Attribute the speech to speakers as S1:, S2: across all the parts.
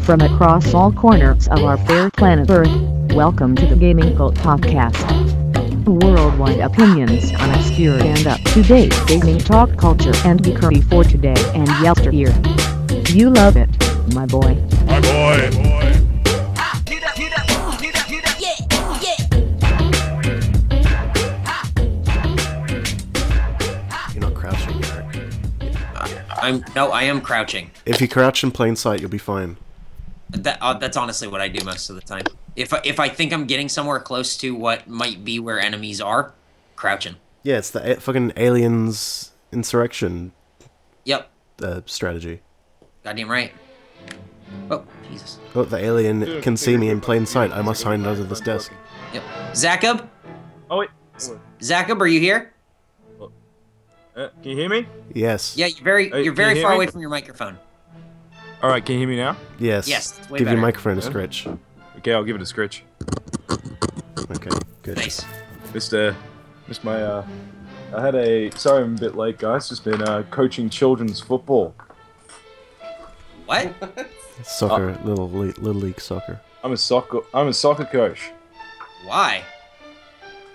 S1: From across all corners of our fair planet Earth, welcome to the Gaming Cult Podcast. Worldwide opinions on obscure and up-to-date gaming talk culture and geekery for today and yesteryear. You love it, my boy.
S2: My boy.
S3: You're not crouching, Eric.
S4: I'm no, I am crouching.
S3: If you crouch in plain sight, you'll be fine.
S4: That uh, that's honestly what I do most of the time. If I, if I think I'm getting somewhere close to what might be where enemies are, crouching.
S3: Yeah, it's the a- fucking aliens insurrection
S4: Yep,
S3: uh, strategy.
S4: goddamn right. Oh Jesus.
S3: Oh, the alien can see me in plain sight. I must hide under this desk.
S4: Yep. Zacob,
S5: Oh wait.
S4: Zacob, are you here?
S5: Uh, can you hear me?
S3: Yes.
S4: Yeah, you're very
S5: Hey,
S4: you're
S5: can you
S4: very
S5: hear
S4: far
S5: me?
S4: away from your microphone.
S5: All right, can you hear me now?
S3: Yes.
S4: Yes, it's way
S3: Give your
S4: better.
S3: microphone a scratch.
S5: Okay, I'll give it a scratch.
S3: Okay. Good.
S4: Nice.
S5: Missed uh, missed my uh, I had a sorry I'm a bit late, guys. Just been uh, coaching children's football.
S4: What?
S3: Soccer,
S4: Uh,
S3: little le- little league soccer.
S5: I'm a soccer I'm a soccer coach
S4: Why?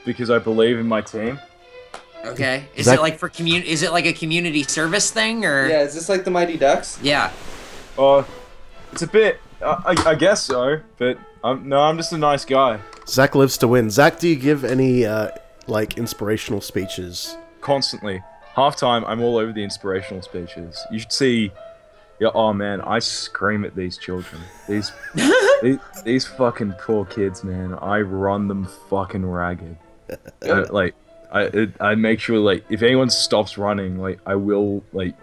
S5: because I believe in my team.
S4: Okay. Is
S3: Zac-
S4: it like for commun? Is it like a community service thing or?
S6: Yeah, is this like the Mighty Ducks?
S4: Yeah.
S5: Uh, it's a bit. I, I, I guess so, but I'm no, I'm just a nice guy.
S3: Zach lives to win. Zach, do you give any uh, like inspirational speeches?
S5: Constantly, halftime, I'm all over the inspirational speeches. You should see. Yeah, oh man, I scream at these children. These these, these fucking poor kids, man. I run them fucking ragged. Uh, like, I it, I make sure like if anyone stops running, like I will like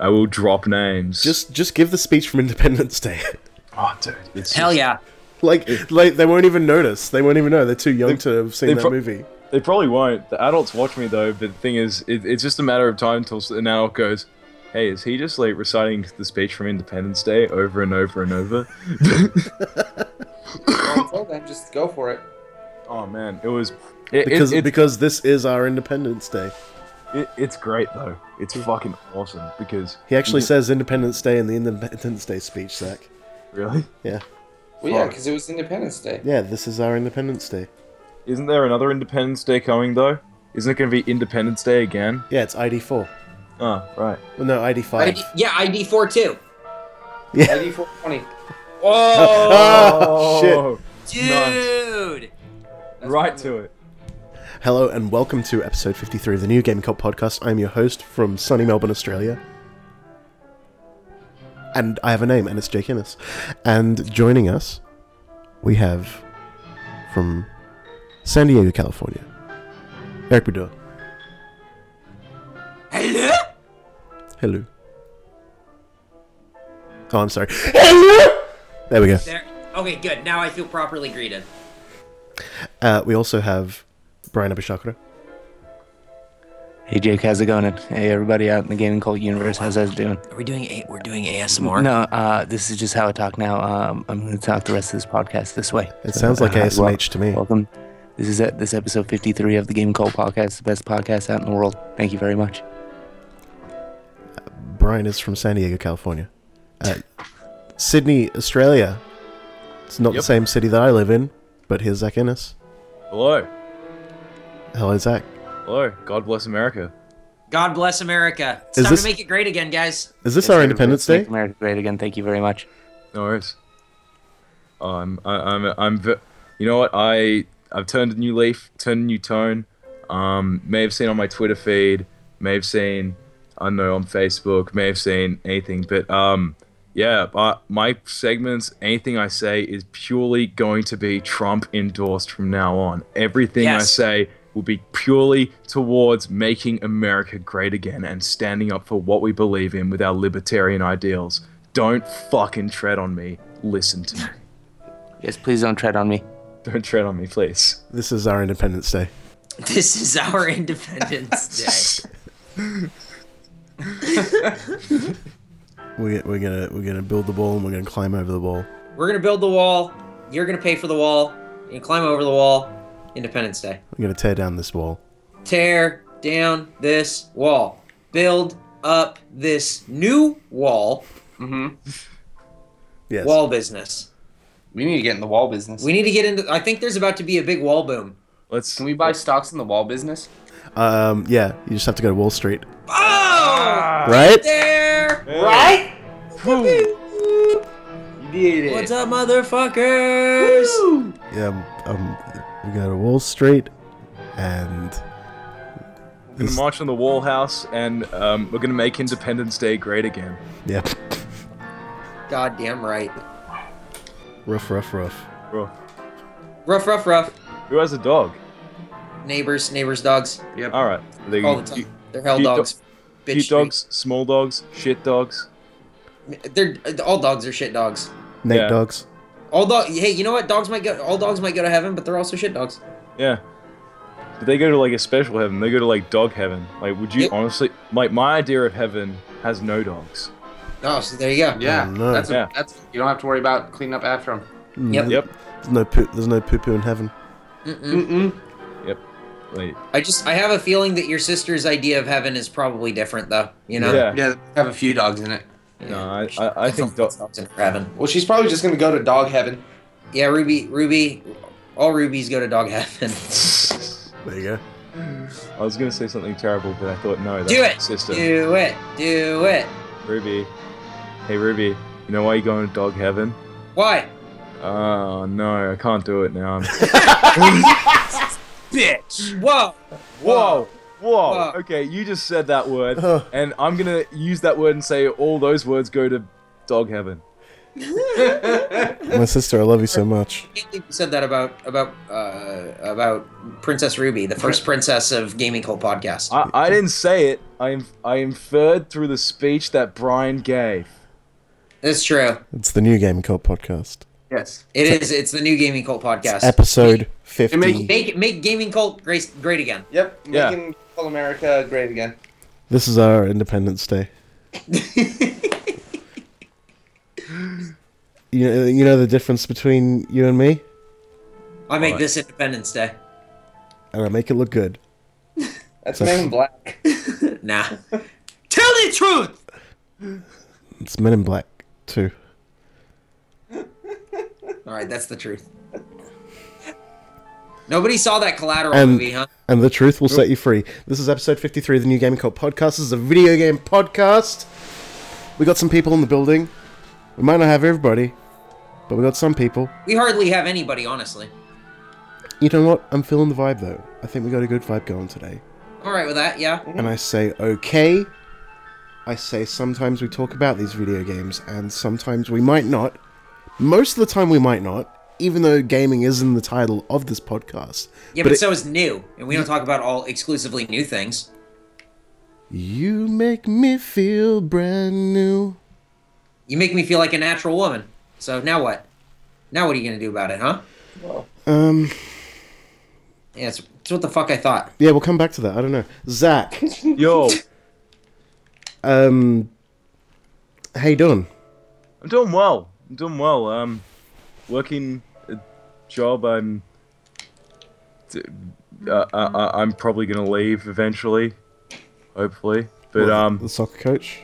S5: I will drop names.
S3: Just just give the speech from Independence Day.
S5: oh, dude, it's
S4: Hell
S5: just-
S4: yeah.
S3: like like they won't even notice. They won't even know. They're too young
S5: They-
S3: to have seen
S5: they
S3: that
S5: pro-
S3: movie.
S5: They probably won't. The adults watch me though. But the thing is, it, it's just a matter of time until an adult goes, "Hey, is he just like reciting the speech from Independence Day over and over and over?"
S6: Until then, just go for it.
S5: oh man, it was. It,
S3: Because
S5: it, it,
S3: because this is our Independence Day.
S5: it- it's great though. It's fucking awesome because
S3: He actually says Independence Day in the Independence Day speech, Zach.
S5: really
S3: Yeah.
S6: Well, yeah,
S5: Fuck.
S6: because it was Independence Day.
S3: Yeah, this is our Independence Day.
S5: isn't there another Independence Day coming though? Isn't it going to be Independence Day again?
S3: Yeah, it's ID4.
S5: Oh, right.
S3: Well, no, ID5.
S4: ID, yeah, ID four too.
S3: Yeah.
S6: ID 420.
S4: Whoa,
S3: Oh, shit.
S4: dude.
S5: Right to it.
S3: Hello and welcome to episode 53 of the New Game Cult podcast. I'm your host from sunny Melbourne, Australia. And I have a name, and it's Jake Innes. And joining us, we have from San Diego, California, Eric Bedour.
S4: Hello.
S3: Hello. Oh, I'm sorry. Hello! There we go.
S4: There. Okay, good. Now I feel properly greeted.
S3: Uh, we also have Brian Abishakra.
S7: Hey Jake, how's it going? And hey everybody out in the gaming cult universe, how's that doing?
S4: Are we doing a- we're doing ASMR?
S7: No, uh, this is just how I talk now. Um, I'm going to talk the rest of this podcast this way.
S3: It sounds like
S7: uh,
S3: ASMH to me.
S7: Welcome. This is it. This is episode 53 of the Gaming Cult podcast, the best podcast out in the world. Thank you very much.
S3: Brian is from San Diego, California. Uh, Sydney, Australia. It's not the
S5: Yep.
S3: same city that I live in, but here's Zach Innes.
S5: Hello,
S3: Hello, Zach.
S5: hello. God bless America.
S4: God bless America. It's
S3: Is
S4: time
S3: this-
S4: to make it great again, guys.
S3: Is this
S7: Yes,
S3: our
S7: everybody.
S3: Independence
S7: Make
S3: Day?
S7: America great again. Thank you very much.
S5: No worries. Oh, I'm, I, I'm, I'm, ve- you know what? I, I've turned a new leaf, turned a new tone. Um, may have seen on my Twitter feed, may have seen, I don't know, on Facebook, may have seen anything, but um, yeah, uh, my segments, anything I say is purely going to be Trump endorsed from now on. Everything I
S4: Yes.
S5: say will be purely towards making America great again and standing up for what we believe in with our libertarian ideals. Don't fucking tread on me. Listen to me.
S7: Yes, please don't tread on me.
S5: Don't tread on me, please.
S3: This is our Independence Day.
S4: This is our Independence Day.
S3: We, we're gonna we're gonna build the wall and we're gonna climb over the wall.
S4: We're gonna build the wall. You're gonna pay for the wall. You climb over the wall. Independence Day.
S3: We're gonna tear down this wall.
S4: Tear down this wall. Build up this new wall.
S6: Mm-hmm.
S3: Yes.
S4: Wall business.
S6: We need to get in the wall business.
S4: We need to get into. I think there's about to be a big wall boom.
S5: Let's.
S6: Can we buy stocks in the wall business?
S3: um, yeah, you just have to go to Wall Street.
S4: Oh,
S3: Right?
S4: there.
S6: Right?
S4: What's up, motherfuckers?
S3: Yeah, um, we go to Wall Street and.
S5: We're gonna march on the Wall House, and um, we're gonna make Independence Day great again.
S3: Yeah,
S4: God damn right.
S3: rough, rough, rough.
S5: Bro,
S4: Rough, rough, rough.
S5: who has a dog?
S4: Neighbors, neighbors, dogs.
S6: Yep.
S5: All right, they,
S4: All the
S5: cute,
S4: time. They're hell
S5: you don't-
S4: dogs. Bitch
S5: cute
S4: street.
S5: dogs, small dogs, shit dogs.
S4: They're all dogs are shit dogs.
S3: Nate
S5: Yeah.
S3: Dogs.
S4: All dog. Hey, you know what? Dogs might go. All dogs might go to heaven, but they're also shit dogs.
S5: Yeah, but they go to like a special heaven. They go to like dog heaven. Like, would you
S4: Yep.
S5: honestly like my idea of heaven has no dogs?
S4: Oh, so there you go.
S6: Yeah.
S3: Oh, no.
S6: That's a,
S5: Yeah.
S6: that's you don't have to worry about cleaning up after them.
S4: Yep.
S5: Yep.
S3: There's no poo. There's no poo poo in heaven.
S4: Mm-mm.
S6: Mm-mm.
S5: Like,
S4: I just. I have a feeling that your sister's idea of heaven is probably different, though. You know.
S5: yeah.
S6: Yeah, have a few dogs in it.
S5: No, I, I, I think dog.
S4: dogs in heaven.
S6: Well, she's probably just gonna go to dog heaven.
S4: Yeah, Ruby, Ruby, all rubies go to dog heaven.
S3: There you go.
S5: I was gonna say something terrible, but I thought no. That's
S4: Do
S5: my
S4: it!
S5: sister.
S4: do it, do it.
S5: Ruby. Hey Ruby, you know why you going to dog heaven?
S4: Why?
S5: Oh no, I can't do it now. I'm-
S4: Whoa!
S5: Whoa! Whoa!
S4: Whoa.
S5: Okay, you just said that word,
S3: Ugh.
S5: and I'm gonna use that word and say all those words go to dog heaven.
S3: My sister, I love you so much.
S4: I can't believe you said that about about uh, about Princess Ruby, the first princess of Gaming Cult podcast.
S5: I, I didn't say it. I inf- I inferred through the speech that Brian gave.
S4: That's true.
S3: It's the new game called podcast.
S6: Yes.
S4: It is. It's the new Gaming Cult podcast.
S3: Episode fifty.
S6: make-
S4: Make make Gaming Cult great, great again.
S6: Yep.
S5: Yeah.
S6: Making all America great again.
S3: this is our Independence Day. you know, you know the difference between you and me,
S4: I make
S5: Alright.
S4: this Independence Day.
S3: and I make it look good.
S6: That's Men in Black.
S4: Nah. Tell the truth.
S3: It's Men in Black too.
S4: All right, that's the truth. Nobody saw that collateral
S3: And-
S4: movie, huh?
S3: And the truth will set you free. This is episode 53 of the New Gaming Cult podcast. This is a video game podcast. We got some people in the building. We might not have everybody, but we got some people.
S4: We hardly have anybody, honestly.
S3: You know what? I'm feeling the vibe though. I think we got a good vibe going today.
S4: All right with that, yeah.
S3: And I say, okay. I say, sometimes we talk about these video games, and sometimes we might not. Most of the time, we might not, even though gaming is in the title of this podcast.
S4: Yeah, but,
S3: it-
S4: so is new, and we don't talk about all exclusively new things.
S3: you make me feel brand new.
S4: You make me feel like a natural woman. So now what? Now what are you gonna do about it, huh?
S3: Um.
S4: Yeah, it's, it's what the fuck I thought.
S3: Yeah, we'll come back to that. I don't know. Zach,
S5: Yo,
S3: um, how you doing?
S5: I'm doing well. I'm doing well. Um, working a job. I'm. d- Uh, I, I- I'm probably gonna leave eventually, hopefully. But um,
S3: the soccer coach.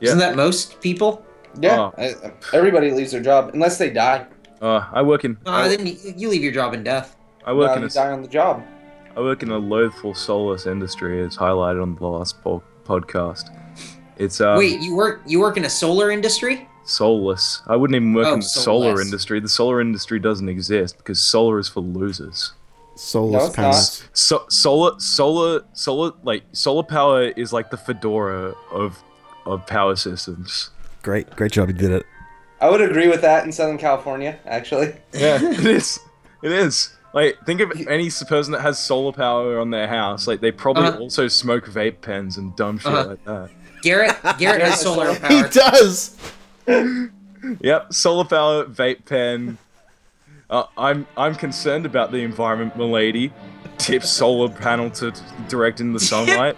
S5: Yeah.
S4: Isn't that most people?
S6: Yeah.
S5: Oh.
S6: I- everybody leaves their job unless they die.
S5: uh, I work in.
S4: Uh, then you, you leave your job in death.
S5: I work
S6: Uh,
S5: in
S6: you
S5: a
S6: die on the job.
S5: I work in a loathful soulless industry, as highlighted on the last po- podcast. It's uh,
S4: Wait, you work you work in a solar industry?
S5: soulless. I wouldn't even work
S4: Oh,
S5: in the solar
S4: soulless.
S5: industry. The solar industry doesn't exist because solar is for losers.
S3: Soulless
S6: No, it's
S3: panels.
S5: So solar, solar, solar, like solar power is like the fedora of of power systems.
S3: Great, great job. You did it.
S6: I would agree with that in Southern California, actually.
S5: Yeah, it is. It is. Like, think of any s- person that has solar power on their house. Like, they probably
S4: Uh-huh.
S5: also smoke vape pens and dumb shit
S4: Uh-huh.
S5: like that.
S4: Garrett Garrett has solar
S3: He
S4: power.
S3: does.
S5: Yep, solar power vape pen. Uh, I'm I'm concerned about the environment, milady. Tip solar panel to t- direct in the sunlight.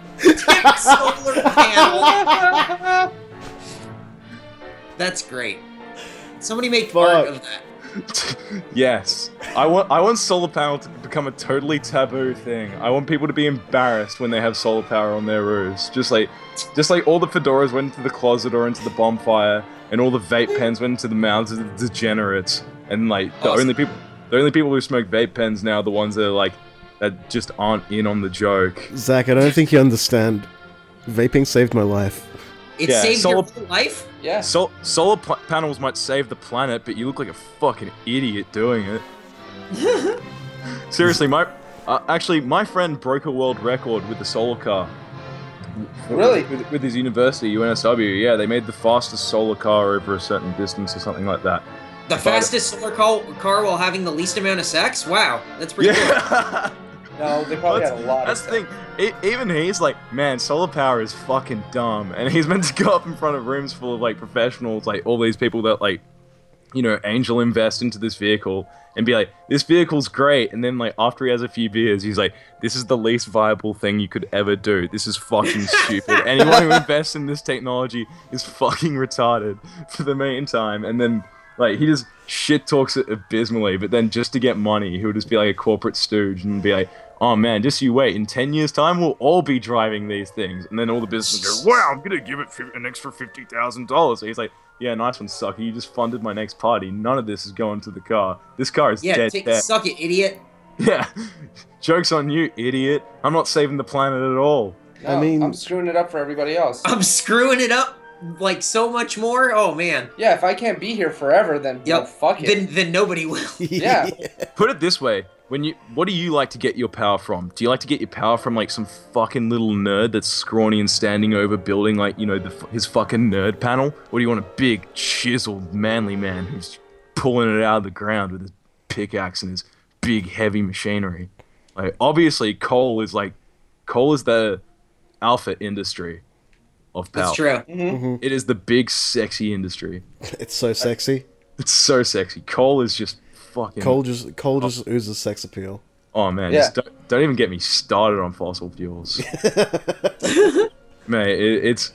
S4: solar panel. That's great. Somebody make
S3: Fuck.
S4: part of that.
S5: yes. I want I want solar power to become a totally taboo thing. I want people to be embarrassed when they have solar power on their roofs. Just like just like all the fedoras went into the closet or into the bonfire and all the vape pens went into the mouths of the degenerates. And like the
S4: Awesome.
S5: only people the only people who smoke vape pens now are the ones that are like that just aren't in on the joke.
S3: Zach, I don't think you understand. Vaping saved my life.
S4: It
S5: Yeah,
S4: saved
S5: solar-
S4: your whole life?
S6: Yeah.
S5: Sol- solar pl- panels might save the planet, but you look like a fucking idiot doing it. Seriously, my uh, actually my friend broke a world record with the solar car.
S6: Really?
S5: With, with his university, UNSW. Yeah, they made the fastest solar car over a certain distance or something like that.
S4: The fastest solar car, car while having the least amount of sex? Wow, that's pretty cool.
S5: yeah.
S6: No, they probably
S5: that's,
S6: had a lot
S5: that's the
S6: of
S5: thing. E- even he's like, man, solar power is fucking dumb, and he's meant to go up in front of rooms full of like professionals, like all these people that like, you know, angel invest into this vehicle and be like, this vehicle's great, and then like after he has a few beers, he's like, this is the least viable thing you could ever do. This is fucking stupid. Anyone who invests in this technology is fucking retarded. For the meantime, and then. Like he just shit talks it abysmally, but then just to get money, he would just be like a corporate stooge and be like, "Oh man, just you wait. In ten years' time, we'll all be driving these things." And then all the businesses go, "Wow, I'm gonna give it fi- an extra fifty thousand dollars." He's like, "Yeah, nice one, sucker. You just funded my next party. None of this is going to the car. This car is
S4: Yeah,
S5: dead.
S4: take,
S5: dead.
S4: suck it, idiot.
S5: yeah, jokes on you, idiot. I'm not saving the planet at all."
S6: No,
S3: I mean-
S6: I'm screwing it up for everybody else.
S4: I'm screwing it up like so much more. Oh man.
S6: Yeah, if I can't be here forever, then
S4: Yep.
S6: well, fuck it.
S4: Then then nobody will.
S6: Yeah.
S5: Put it this way: when you, what do you like to get your power from? Do you like to get your power from like some fucking little nerd that's scrawny and standing over building like you know the, f- his fucking nerd panel, or do you want a big chiseled manly man who's pulling it out of the ground with his pickaxe and his big heavy machinery? Like obviously, coal is like coal is the alpha industry of power.
S4: That's true.
S5: It is the big sexy industry.
S3: It's so sexy.
S5: It's so sexy. Coal is just fucking
S3: Coal just coal just oozes sex appeal.
S5: Oh man,
S6: Yeah.
S5: just don't, don't even get me started on fossil fuels. Mate, it, it's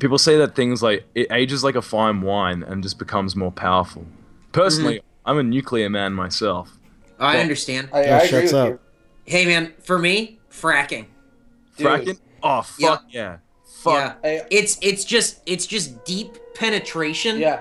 S5: people say that things like it ages like a fine wine and just becomes more powerful.
S6: Mm-hmm.
S5: Personally, I'm a nuclear man myself.
S4: I understand.
S6: I, I
S3: Yeah,
S6: agree
S3: shuts
S6: with
S3: up.
S6: you.
S4: Hey man, for me, fracking.
S6: Dude.
S5: Fracking? Oh fuck yeah. Fuck.
S4: Yeah.
S6: I-
S4: It's it's just it's just deep penetration
S6: yeah.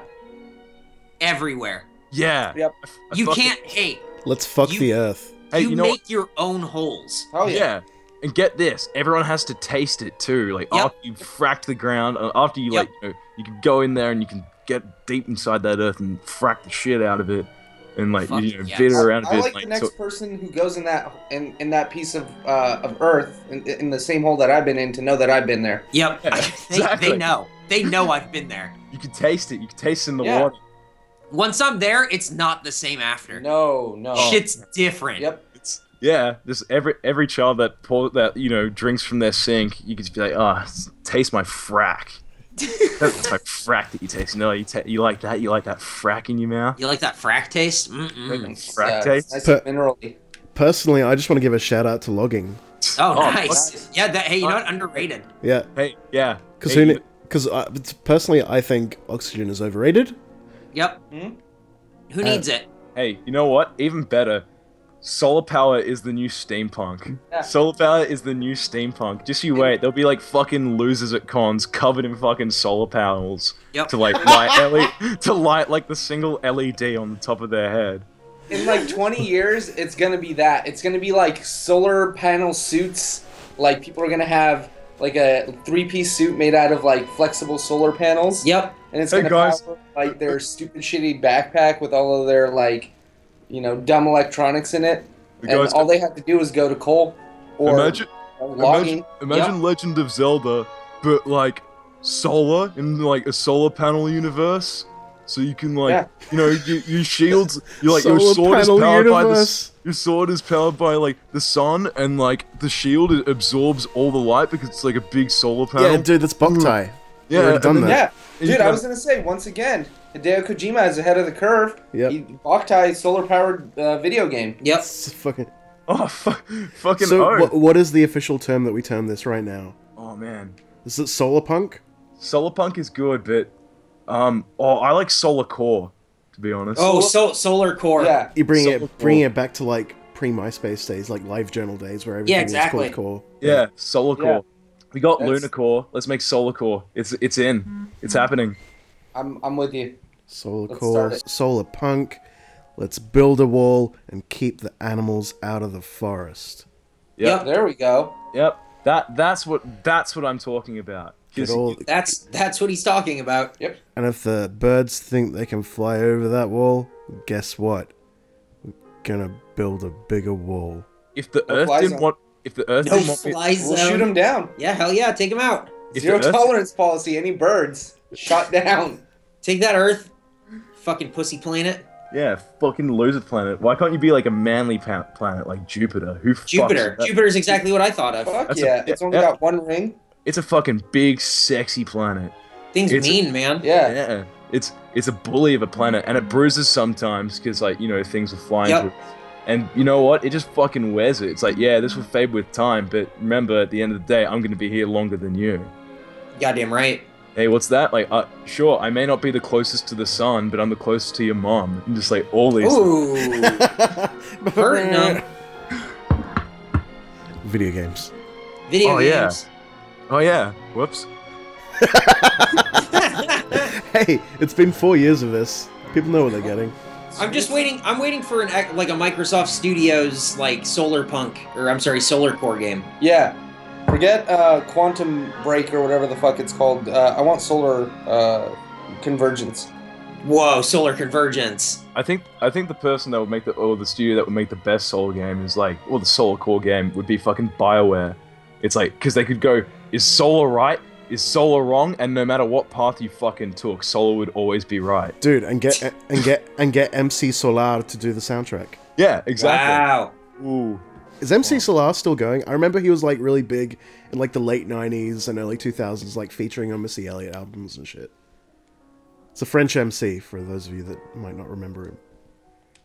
S4: everywhere.
S5: Yeah.
S6: Yep.
S5: I f- I
S4: You
S5: fucking-
S4: can't hey,
S3: Let's fuck
S4: You-
S3: the earth.
S5: Hey,
S4: you,
S5: you know
S4: make
S5: what?
S4: your own holes.
S6: Oh
S5: yeah.
S6: yeah.
S5: And get this, everyone has to taste it too. Like
S4: Yep.
S5: after you fracked the ground, uh, after you
S4: Yep.
S5: like you, know, you can go in there and you can get deep inside that earth and frack the shit out of it, and like
S4: Fuck
S5: you know
S4: yes.
S5: bit
S6: I,
S5: around a
S6: I
S5: bit.
S6: like the next
S5: so-
S6: person who goes in that in, in that piece of uh, of earth in, in the same hole that I've been in to know that I've been there.
S4: Yep.
S5: Yeah,
S4: they, they
S5: exactly.
S4: know. They know I've been there.
S5: you can taste it. You can taste it in the
S6: Yeah.
S5: water.
S4: Once I'm there, it's not the same after.
S6: No, no.
S4: Shit's different.
S6: Yep.
S5: It's yeah. This every every child that pour, that you know drinks from their sink, you can just be like, ah, s- taste my frack. That's my frack that you taste. No, you ta- you like that. You like that frack in your mouth.
S4: You like that frack taste? Mm-mm.
S6: It's,
S5: Frack
S6: uh,
S5: taste.
S6: Nice
S3: Per-
S6: minerally.
S3: Personally, I just want to give a shout out to logging.
S4: Oh,
S5: Oh,
S4: nice. Yeah, that. Hey, you know what? Underrated.
S3: Yeah,
S5: Hey, yeah.
S3: because
S5: Hey,
S3: who? Because personally, I think oxygen is overrated.
S4: Yep. Who needs it?
S5: Hey, you know what? Even better, solar power is the new steampunk.
S6: Yeah.
S5: Solar power is the new steampunk. Just you wait, there'll be like fucking losers at cons covered in fucking solar panels
S4: Yep.
S5: to like light LED, to light like the single LED on the top of their head.
S6: In like 20 years, it's gonna be that. It's gonna be like solar panel suits. Like people are gonna have like a three-piece suit made out of like flexible solar panels.
S4: Yep.
S6: And it's
S5: Hey,
S6: gonna
S5: guys.
S6: power like their stupid shitty backpack with all of their like, you know, dumb electronics in it.
S5: The
S6: and
S5: guys-
S6: all they have to do is go to coal or
S5: imagine,
S6: or logging.
S5: imagine, imagine Legend of Zelda, but like solar in like a solar panel universe. So you can like,
S6: Yeah.
S5: you know, you, you shields, you like your
S3: Solar
S5: sword is
S3: panel
S5: powered by the s-
S3: universe.
S5: your sword is powered by like the sun, and like the shield it absorbs all the light because it's like a big solar panel.
S3: Yeah, dude, that's Boktai.
S5: Yeah,
S3: already
S5: and
S3: done
S5: then-
S3: that.
S6: Yeah,
S5: You
S6: dude,
S5: can
S6: I
S5: have-
S6: was gonna say once again, Hideo Kojima is ahead of the curve.
S3: Yep.
S6: He- Boktai solar powered uh, video game.
S4: Yep.
S3: It's fucking.
S5: Oh fuck, fucking
S3: So,
S5: oath.
S3: what, what is the official term that we term this right now?
S5: oh man,
S3: Is it solar punk?
S5: solar punk is good, but um, oh, I like solar core. to be honest.
S4: Oh, so, Solar Core.
S6: Yeah.
S3: You bring
S5: So
S3: it, bring it back to like pre MySpace days, like live journal days, where everything
S4: exactly.
S3: was called core.
S5: yeah, Solar Core.
S6: Yeah.
S5: We got
S6: That's-
S5: Lunar Core. Let's make Solar Core. It's it's in. It's happening.
S6: I'm I'm with you.
S3: Solar
S6: Let's
S3: core,
S6: start it.
S3: solar punk. Let's build a wall and keep the animals out of the forest.
S5: Yep.
S4: Yep.
S5: Yep.
S6: There we go.
S5: That that's what that's what I'm talking about. 'Cause
S3: Get all,
S4: That's that's what he's talking about.
S6: Yep.
S3: and if the birds think they can fly over that wall, guess what? We're gonna build a bigger wall.
S5: if the
S6: No
S5: Earth
S6: fly
S5: didn't
S6: zone.
S5: want if the Earth
S4: No
S5: didn't want me,
S4: fly zone.
S6: We'll shoot him down.
S4: um, Yeah, hell yeah, take him out.
S5: if
S6: Zero
S5: the Earth-
S6: tolerance policy. Any birds shot down.
S4: Take that Earth, fucking pussy planet.
S5: yeah, fucking loser planet. Why can't you be like a manly pa- planet like Jupiter? Who fucks
S4: Jupiter.
S5: with that?
S4: Jupiter's exactly what I thought of.
S6: Fuck
S5: That's a-
S6: yeah! it's only
S5: yeah.
S6: got one ring.
S5: It's a fucking big sexy planet.
S4: Things
S5: It's-
S4: mean, man.
S6: Yeah.
S5: Yeah, it's it's a bully of a planet, and it bruises sometimes because like you know things will fly
S4: Yep.
S5: into it. And you know what? It just fucking wears it. It's like yeah, this will fade with time, but remember, at the end of the day, I'm gonna be here longer than you.
S4: Goddamn right.
S5: Hey, what's that? Like, uh, sure, I may not be the closest to the sun, but I'm the closest to your mom. And just like all these.
S4: Ooh. Hurting him.
S3: Video games.
S4: Video
S5: Oh, yeah.
S4: games.
S5: Oh yeah. Whoops.
S3: Hey, it's been four years of this. People know what they're getting.
S4: I'm just waiting. I'm waiting for an ec- like a Microsoft Studios like Solar Punk or I'm sorry Solar Core game.
S6: Yeah. Forget uh, quantum break or whatever the fuck it's called. Uh, I want solar uh, convergence.
S4: Whoa, Solar Convergence.
S5: I think I think the person that would make the or the studio that would make the best Soul game is like or the Soul Core game would be fucking Bioware. It's like because they could go is Solar right, is Solar wrong, and no matter what path you fucking took, Solar would always be right.
S3: Dude, and get and get and get MC Solar to do the soundtrack.
S5: Yeah, exactly.
S4: Wow.
S5: Ooh.
S3: Is MC Solar still going? I remember he was like really big in like the late '90s and early 2000s, like featuring on Missy Elliott albums and shit. It's a French MC for those of you that might not remember him.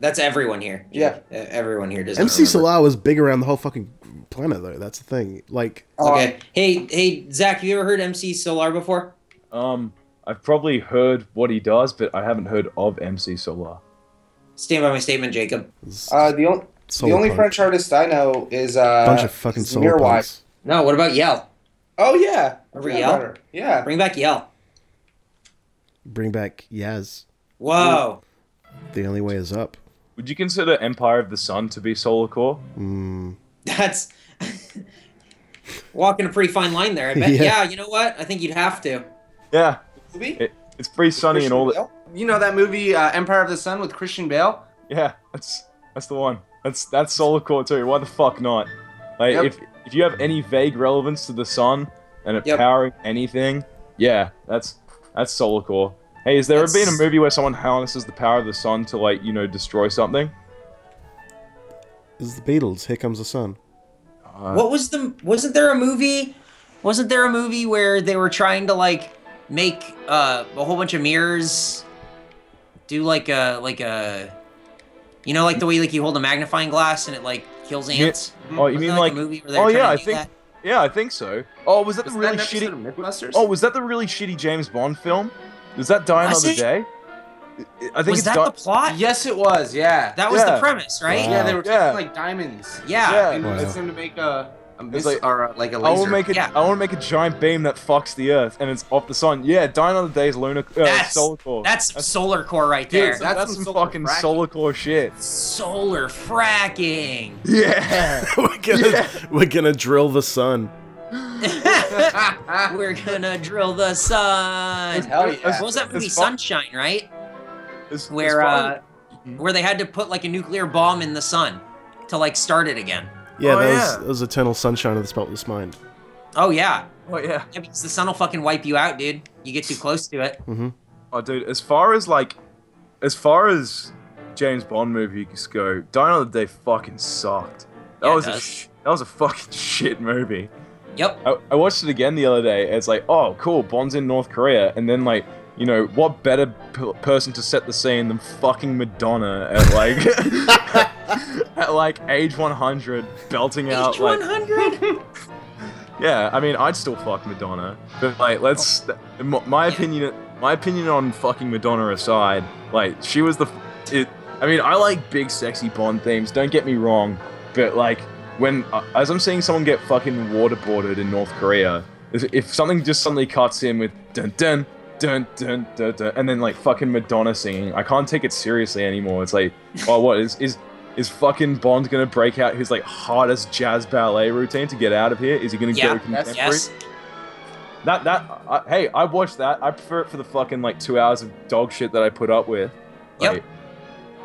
S4: That's everyone here.
S6: Yeah.
S4: Uh, Everyone here does.
S3: MC Solar was big around the whole fucking planet, though. That's the thing. Like,
S5: Uh,
S4: Okay. Hey, hey, Zach, have you ever heard MC Solar before?
S5: Um, I've probably heard what he does, but I haven't heard of MC Solar.
S4: Stand by my statement, Jacob.
S3: it's
S6: Uh, uh, the, on- the
S3: solar
S6: only
S3: punk.
S6: French artist I know is uh,
S3: bunch of fucking
S6: is
S3: solar
S6: Mirwai.
S3: punks.
S4: No, what about Yell?
S6: Oh yeah,
S4: Are
S6: I
S4: we
S6: forgot
S4: out?
S6: about her. Yeah.
S4: Bring back Yell.
S3: Bring back Yaz.
S4: Whoa.
S3: The only way is up.
S5: Would you consider Empire of the Sun to be Solar Core?
S3: Mm.
S4: That's walking a pretty fine line there. I bet.
S3: Yeah.
S4: Yeah. you know what? I think you'd have to.
S5: Yeah,
S6: Movie?
S5: it, it's pretty sunny and all that.
S6: You know that movie uh, Empire of the Sun with Christian Bale?
S5: Yeah, that's that's the one. That's that's solar core too. Why the fuck not? Like
S6: Yep.
S5: if if you have any vague relevance to the sun and it
S4: Yep.
S5: powering anything, yeah, that's that's solar core. Hey, has there ever been a
S4: That's-
S5: movie where someone harnesses the power of the sun to like you know destroy something?
S4: Mm,
S3: This is the Beatles. Here comes the sun.
S5: Uh,
S4: what was the? Wasn't there a movie? Wasn't there a movie where they were trying to like make uh, a whole bunch of mirrors do like a like a, you know, like the way like you hold a magnifying glass and it like kills
S5: Yeah.
S4: ants.
S5: Oh, you
S4: Wasn't
S5: mean
S4: there,
S5: like?
S4: a movie where they
S5: oh
S4: were trying
S5: yeah,
S4: to
S5: I
S4: do
S5: think.
S4: that?
S5: Yeah, I think so. Oh, was that the really
S6: that
S5: shitty?
S6: an episode of MythBusters?
S5: Oh, was that the really shitty James Bond film? Does that die
S4: Was
S5: another
S4: it?
S5: day? I- I think
S4: Was
S5: it's
S4: that
S5: di-
S4: the plot?
S6: yes, it was. Yeah.
S4: That was
S5: Yeah.
S4: the premise, right?
S3: Wow.
S6: Yeah, they were
S5: Yeah.
S6: taking like diamonds.
S4: Yeah.
S5: Yeah.
S6: And
S3: Wow.
S6: used them to make a, a miss
S5: like-
S6: or uh, like a
S5: I
S6: laser.
S5: want to make a,
S4: Yeah.
S5: I want to make a giant beam that fucks the Earth and it's off the sun. Yeah, dying on the day's lunar uh,
S4: That's-
S5: solar core.
S4: That's,
S5: That's-
S4: solar core right
S5: Dude,
S4: there.
S5: that's,
S6: that's
S5: that's
S6: some
S5: some,
S6: solar
S5: fucking
S6: fracking.
S5: solar core shit.
S4: solar fracking.
S5: Yeah.
S3: we're gonna
S5: Yeah.
S3: we're gonna drill the sun.
S4: We're gonna drill the sun.
S6: Hell
S4: What
S6: yeah.
S4: was that movie,
S5: It's fu-
S4: Sunshine? Right?
S5: As- as
S4: Where
S5: far
S4: uh, where they had to put like a nuclear bomb in the sun to like start it again.
S3: Yeah,
S5: Oh,
S3: that,
S5: yeah.
S3: Was, that was eternal sunshine of the spotless mind.
S4: Oh yeah,
S5: as- oh yeah.
S4: yeah because the sun will fucking wipe you out, dude. You get too close to it.
S5: Oh dude, as far as like, as far as James Bond movies go, dying on the day fucking sucked. That
S4: Yeah, it
S5: was a
S4: does.
S5: sh- that was a fucking shit movie.
S4: Yep.
S5: I, I watched it again the other day. and It's like, oh, cool, Bond's in North Korea, and then like, you know, what better p- person to set the scene than fucking Madonna at like, at like age 100, belting out
S4: H
S5: like,
S4: one hundred.
S5: yeah. I mean, I'd still fuck Madonna, but like, let's. th- m- my
S4: Yeah.
S5: opinion my opinion on fucking Madonna aside, like she was the. f- It, I mean, I like big, sexy Bond themes. Don't get me wrong, but like when uh, as I'm seeing someone get fucking waterboarded in North Korea, if, if something just suddenly cuts in with dun dun dun dun dun dun, and then like fucking Madonna singing, I can't take it seriously anymore. It's like, oh, what is is. Is fucking Bond gonna break out his like hardest jazz ballet routine to get out of here? Is he gonna
S4: Yeah,
S5: go
S4: that's-
S5: contemporary?
S4: Yes.
S5: That that I, hey, I watched that. I prefer it for the fucking like two hours of dog shit that I put up with.
S4: Yep.
S5: Like,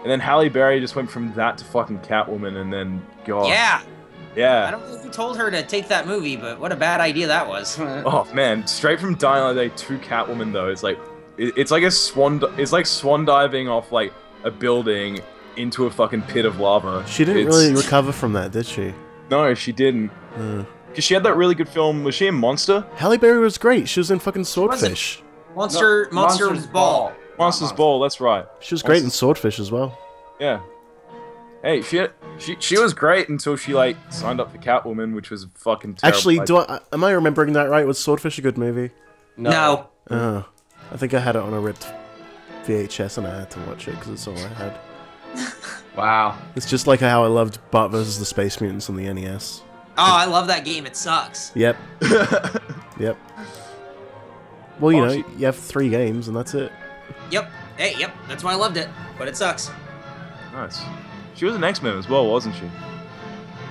S5: And then Halle Berry just went from that to fucking Catwoman, and then God.
S4: Yeah. I
S5: Yeah.
S4: don't know who told her to take that movie, but what a bad idea that was.
S5: Oh man, straight from Dying Light Day to Catwoman though. It's like it, it's like a swan. di- It's like swan diving off like a building into a fucking pit of lava.
S3: She didn't
S5: It's-
S3: really recover from that, did she?
S5: No, she didn't.
S3: Mm.
S5: Cause she had that really good film. Was she in Monster?
S3: Halle Berry was great. She was in fucking
S4: wasn't-
S3: Swordfish.
S4: Monster, Monster's, Ball.
S5: Monsters Ball. That's right.
S3: She was great in Swordfish as well.
S5: Yeah. Hey, she she she was great until she like signed up for Catwoman, which was fucking terrible.
S3: Actually,
S5: idea.
S3: do I am I remembering that right? Was Swordfish a good movie?
S4: No.
S3: Oh, I think I had it on a ripped VHS and I had to watch it because it's all I had.
S6: Wow.
S3: It's just like how I loved Bart versus the Space Mutants on the NES.
S4: Oh, I love that game. It sucks.
S3: Yep. yep. Well, you
S5: Oh,
S3: know,
S5: she-
S3: you have three games and that's it.
S4: Yep. Hey, yep. That's why I loved it. But it sucks.
S5: nice. She was an X Men as well, wasn't she?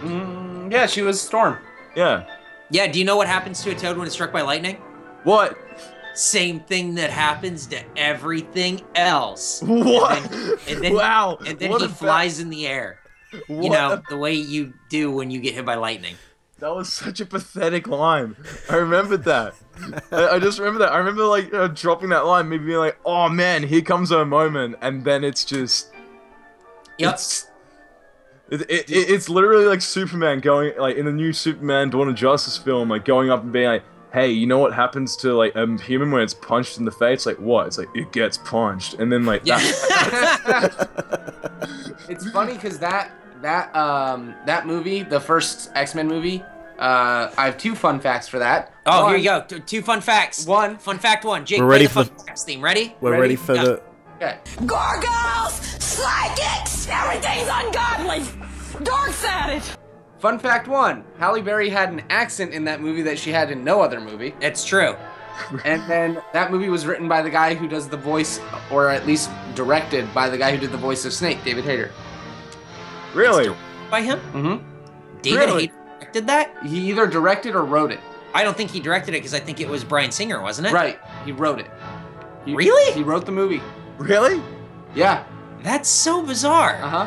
S6: Mm, yeah, she was Storm.
S5: Yeah.
S4: Yeah, do you know what happens to a toad when it's struck by lightning?
S5: What?
S4: Same thing that happens to everything else.
S5: What?
S4: And then, and then-
S5: wow.
S4: and then
S5: what
S4: he
S5: a ba-
S4: flies in the air.
S5: what
S4: You know,
S5: a-
S4: the way you do when you get hit by lightning.
S5: that was such a pathetic line. I remembered that. I, I just remember that. I remember like uh, dropping that line, maybe being like, "Oh man, here comes her moment," and then it's just
S4: Yep.
S5: It's, it, it, it- it's literally like Superman going like in the new Superman Dawn of Justice film, like going up and being like, "Hey, you know what happens to like a human when it's punched in the face? Like what? It's like it gets punched, and then like
S4: Yeah.
S5: that,
S6: It's funny because that that um that movie, the first X Men movie, uh, I have two fun facts for that.
S4: oh,
S6: One-
S4: here you go. T- Two fun facts.
S6: One.
S4: Fun fact one. Jake,
S3: We're
S4: play
S3: ready
S4: the
S3: for
S4: fun
S3: the-
S4: facts theme. Ready?
S3: We're ready,
S6: Ready?
S3: for
S4: Yeah.
S3: the.
S6: Okay.
S8: Gargoyles, psychics, everything's ungodly. Dark's at it.
S6: Fun fact one: Halle Berry had an accent in that movie that she had in no other movie.
S4: It's true.
S6: And then that movie was written by the guy who does the voice, or at least directed by the guy who did the voice of Snake, David Hayter.
S5: really?
S4: By him?
S6: Mm-hmm.
S4: David
S5: Really?
S4: Hayter directed that?
S6: He either directed or wrote it.
S4: I don't think he directed it because I think it was Brian Singer, wasn't it?
S6: Right. He wrote it. He-
S4: Really?
S6: He wrote the movie.
S5: Really?
S6: Yeah.
S4: That's so bizarre.
S6: Uh huh.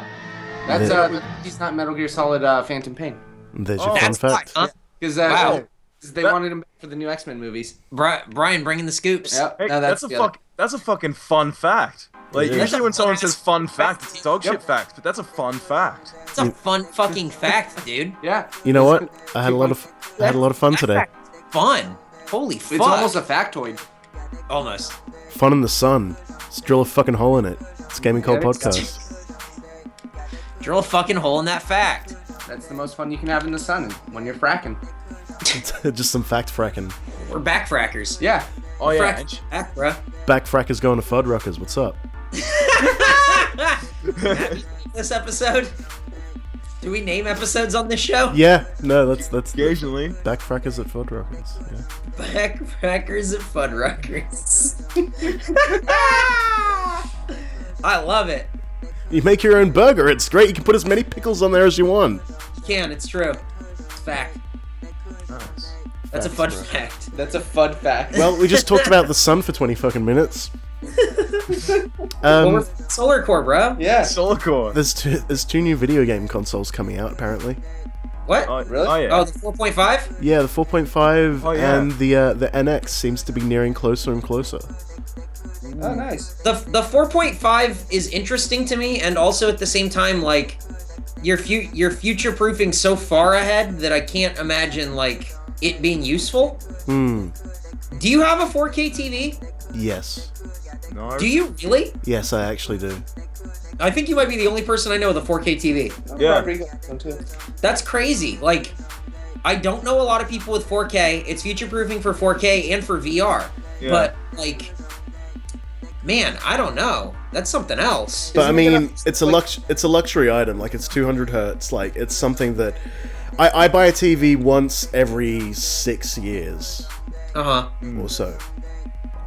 S6: That's
S3: Yeah.
S6: uh. He's not Metal Gear Solid uh, Phantom Pain.
S3: There's your
S5: Oh.
S3: fun
S4: That's
S3: fact.
S4: why, huh?
S6: Because uh,
S4: Wow.
S6: 'cause they
S5: That-
S6: wanted him for the new X Men movies.
S4: Bri- Brian bringing the scoops.
S6: Yep.
S5: Hey,
S6: no,
S5: that's,
S6: that's,
S5: a
S6: the other-
S5: fuck. That's a fucking fun fact. Like
S3: Yeah.
S5: usually when someone says fun fact,
S4: That's-
S5: it's dog shit
S6: Yep.
S5: facts, but that's a fun fact.
S4: It's a fun fucking fact, dude.
S6: Yeah.
S3: You know what? I had a lot of I had a lot of fun today.
S4: Fun. Holy fuck.
S6: It's almost a factoid.
S4: Almost.
S3: Fun in the sun. Let's drill a fucking hole in it. It's gaming cold
S6: Yeah, it's-
S3: podcast.
S4: Drill a fucking hole in that fact.
S6: That's the most fun you can have in the sun when you're fracking.
S3: Just some fact fracking.
S4: We're backfrackers.
S6: Yeah.
S5: Oh yeah.
S4: Frack-
S5: and she-
S4: back, bruh.
S3: Back frackers going to Fuddruckers. What's up?
S4: This episode. Do we name episodes on this show?
S3: Yeah. No, that's that's
S5: Occasionally.
S3: back frackers at Fuddruckers. Yeah.
S4: Backpackers at Fuddruckers. I love it.
S3: You make your own burger. It's great. You can put as many pickles on there as you want.
S4: You can, it's true. It's fact.
S5: Nice.
S4: That's a fun fact.
S6: That's a fud fact.
S3: Well, we just talked about the sun for 20 fucking minutes. Um,
S4: Solar core, bro.
S6: yeah.
S5: Solicore.
S3: there's two, there's two new video game consoles coming out apparently.
S4: What?
S5: Oh,
S6: Really?
S5: oh, yeah.
S4: Oh, the 4.5?
S3: Yeah, the 4.5
S5: Oh, yeah.
S3: and the uh, the NX seems to be nearing closer and closer.
S6: Oh, nice.
S4: The the 4.5 is interesting to me and also at the same time like you're fu- you're future proofing so far ahead that I can't imagine like it being useful.
S3: Hmm.
S4: Do you have a 4K TV?
S3: Yes.
S5: No.
S4: Do you really?
S3: Yes, I actually do.
S4: I think you might be the only person I know with a 4K TV.
S5: Yeah.
S4: That's crazy. Like, I don't know a lot of people with 4K. It's future proofing for 4K and for VR.
S5: Yeah.
S4: But like, man, I don't know. That's something else.
S3: But I
S6: Isn't it
S3: mean,
S6: gonna-
S3: it's a
S6: like-
S3: lux- it's a luxury item. Like it's 200 hertz. Like it's something that I, I buy a TV once every six years
S4: Uh huh.
S3: or so.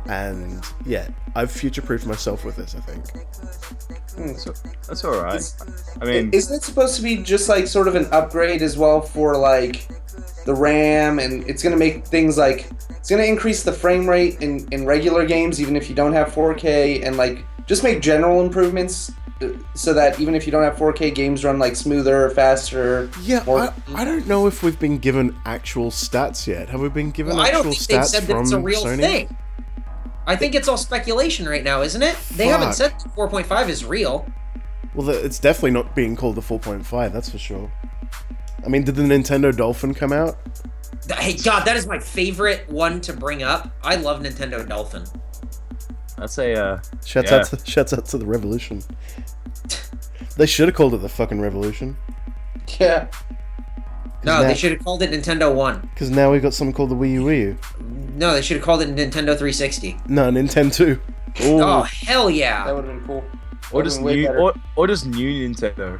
S3: And yeah, I've future-proofed myself with this. I think.
S5: So, that's all right. I mean,
S6: Isn't it supposed to be just like sort of an upgrade as well for like the RAM and it's gonna make things like it's gonna increase the frame rate in, in regular games even if you don't have 4K and like just make general improvements uh, so that even if you don't have 4K games run like smoother, faster.
S3: Yeah,
S6: more-
S3: I, I don't know if we've been given actual stats yet. Have we been given
S4: Well, I
S3: actual
S4: don't think they've
S3: stats
S4: said
S3: from
S4: that it's a real
S3: Sony?
S4: thing. I think it's all speculation right now, isn't it? They haven't said
S3: Fuck.
S4: 4.5 is real.
S3: Well, th- it's definitely not being called the 4.5. That's for sure. I mean, did the Nintendo Dolphin come out?
S4: Th- Hey, God, that is my favorite one to bring up. I love Nintendo Dolphin.
S5: that's a uh,
S3: Shouts out to shouts out to the Revolution. They should have called it the fucking Revolution.
S6: Yeah.
S4: No, they
S3: that-
S4: should have called it Nintendo One.
S3: Because now we've got something called the Wii U Wii U.
S4: No, they should have called it Nintendo 360.
S3: No, Nintendo.
S4: Oh hell
S6: That
S4: yeah!
S6: would have been cool.
S5: or
S6: Would've
S5: just
S6: been way
S5: new
S6: better.
S5: or, or just new Nintendo.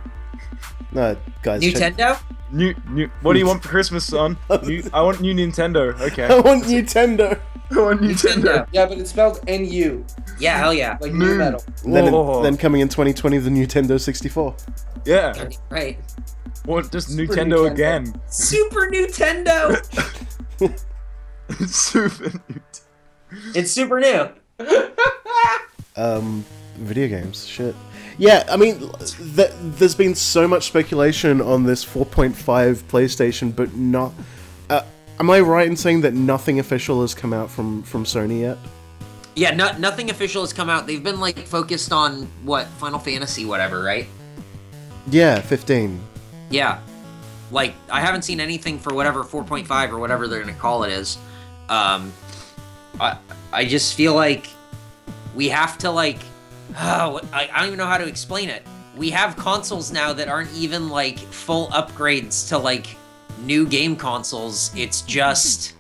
S3: No, guys. check-
S4: Nintendo.
S5: New new. What do you want for Christmas, son? New, I want new Nintendo. Okay.
S3: I want Nintendo.
S5: I want
S4: Nintendo.
S6: Yeah, but it's spelled NU,
S4: Yeah, hell yeah.
S6: like new
S5: Mm.
S6: metal.
S3: And then,
S5: Whoa.
S3: then coming in 2020, the Nintendo 64.
S5: Yeah.
S4: Right.
S5: Or just
S6: Super
S5: Nintendo,
S6: Nintendo.
S5: again.
S4: Super Nintendo.
S5: Super Nintendo.
S4: it's super new.
S3: um, video games. Shit. Yeah, I mean, th- there's been so much speculation on this 4.5 PlayStation, but not. Uh, am I right in saying that nothing official has come out from from Sony yet?
S4: Yeah, no, nothing official has come out. They've been like focused on what Final Fantasy, whatever, right?
S3: Yeah, 15.
S4: Yeah. Like I haven't seen anything for whatever 4.5 or whatever they're going to call it is. Um I I just feel like we have to like oh, I, I don't even know how to explain it. We have consoles now that aren't even like full upgrades to like new game consoles. It's just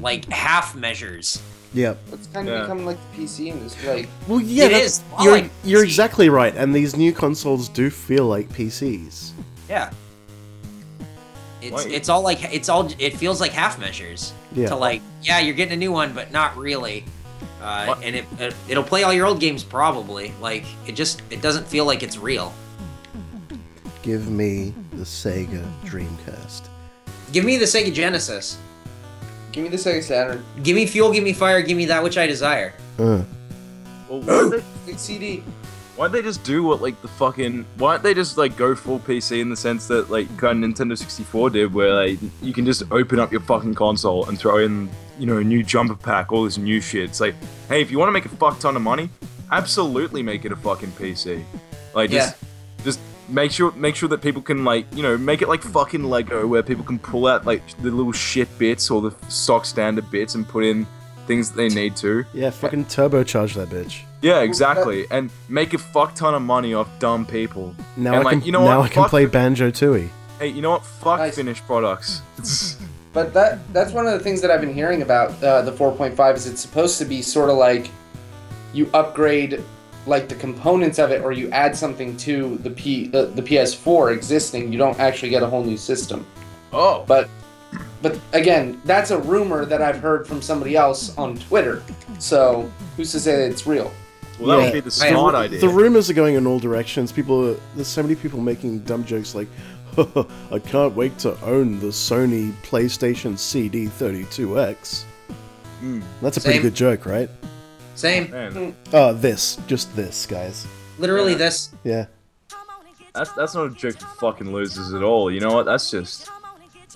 S4: like half measures.
S3: Yeah.
S6: It's kind of
S5: Yeah.
S6: becoming like the PC industry. Like
S3: Well, yeah,
S4: It
S3: that's-
S4: is. I
S3: You're
S4: like
S3: you're
S4: PC.
S3: exactly right, and these new consoles do feel like PCs.
S4: Yeah. It's
S5: Why-
S4: it's all like it's all it feels like half measures.
S3: Yeah.
S4: To like yeah, you're getting a new one, but not really. Uh, and it, it it'll play all your old games probably. Like it just it doesn't feel like it's real.
S3: Give me the Sega Dreamcast.
S4: Give me the Sega Genesis.
S6: give me the Sega Saturn,
S4: Give me fuel. Give me fire. Give me that which I desire.
S3: Uh.
S5: Well, why'd, they,
S6: like CD.
S5: why'd they just do what like the fucking? Why'd they just like go full PC in the sense that like kind of Nintendo 64 did, where like you can just open up your fucking console and throw in you know a new jumper pack, all this new shit. It's like, hey, if you want to make a fuck ton of money, absolutely make it a fucking PC. Like just just make sure make sure that people can like you know make it like fucking Lego where people can pull out like the little shit bits or the stock standard bits and put in things that they need to.
S3: Yeah, fucking turbocharge that bitch.
S5: Yeah, exactly. And make a fuck ton of money off dumb people.
S3: Now
S5: and
S3: I
S5: like,
S3: can
S5: you know
S3: now
S5: what?
S3: I can
S5: Fuck-
S3: play Banjo Tooie.
S5: Hey, you know what? Fuck
S6: Nice.
S5: finished products.
S6: But that that's one of the things that I've been hearing about uh, the 4.5 is it's supposed to be sort of like you upgrade like the components of it or you add something to the P uh, the, the PS4 existing you don't actually get a whole new system
S5: oh,
S6: but but again that's a rumor that I've heard from somebody else on Twitter so who's to say that it's real
S5: well, that
S3: yeah.
S5: would be the
S4: Right.
S5: smart idea.
S3: The rumors are going in all directions. People, are, there's so many people making dumb jokes like, "I can't wait to own the Sony PlayStation CD32X." That's a pretty
S4: Hmm. Same.
S3: good joke, right?
S4: Same.
S5: Man,
S3: Oh, this, just this, guys.
S4: Literally this.
S3: Yeah,
S5: that's that's not a joke for fucking losers at all. You know what? That's just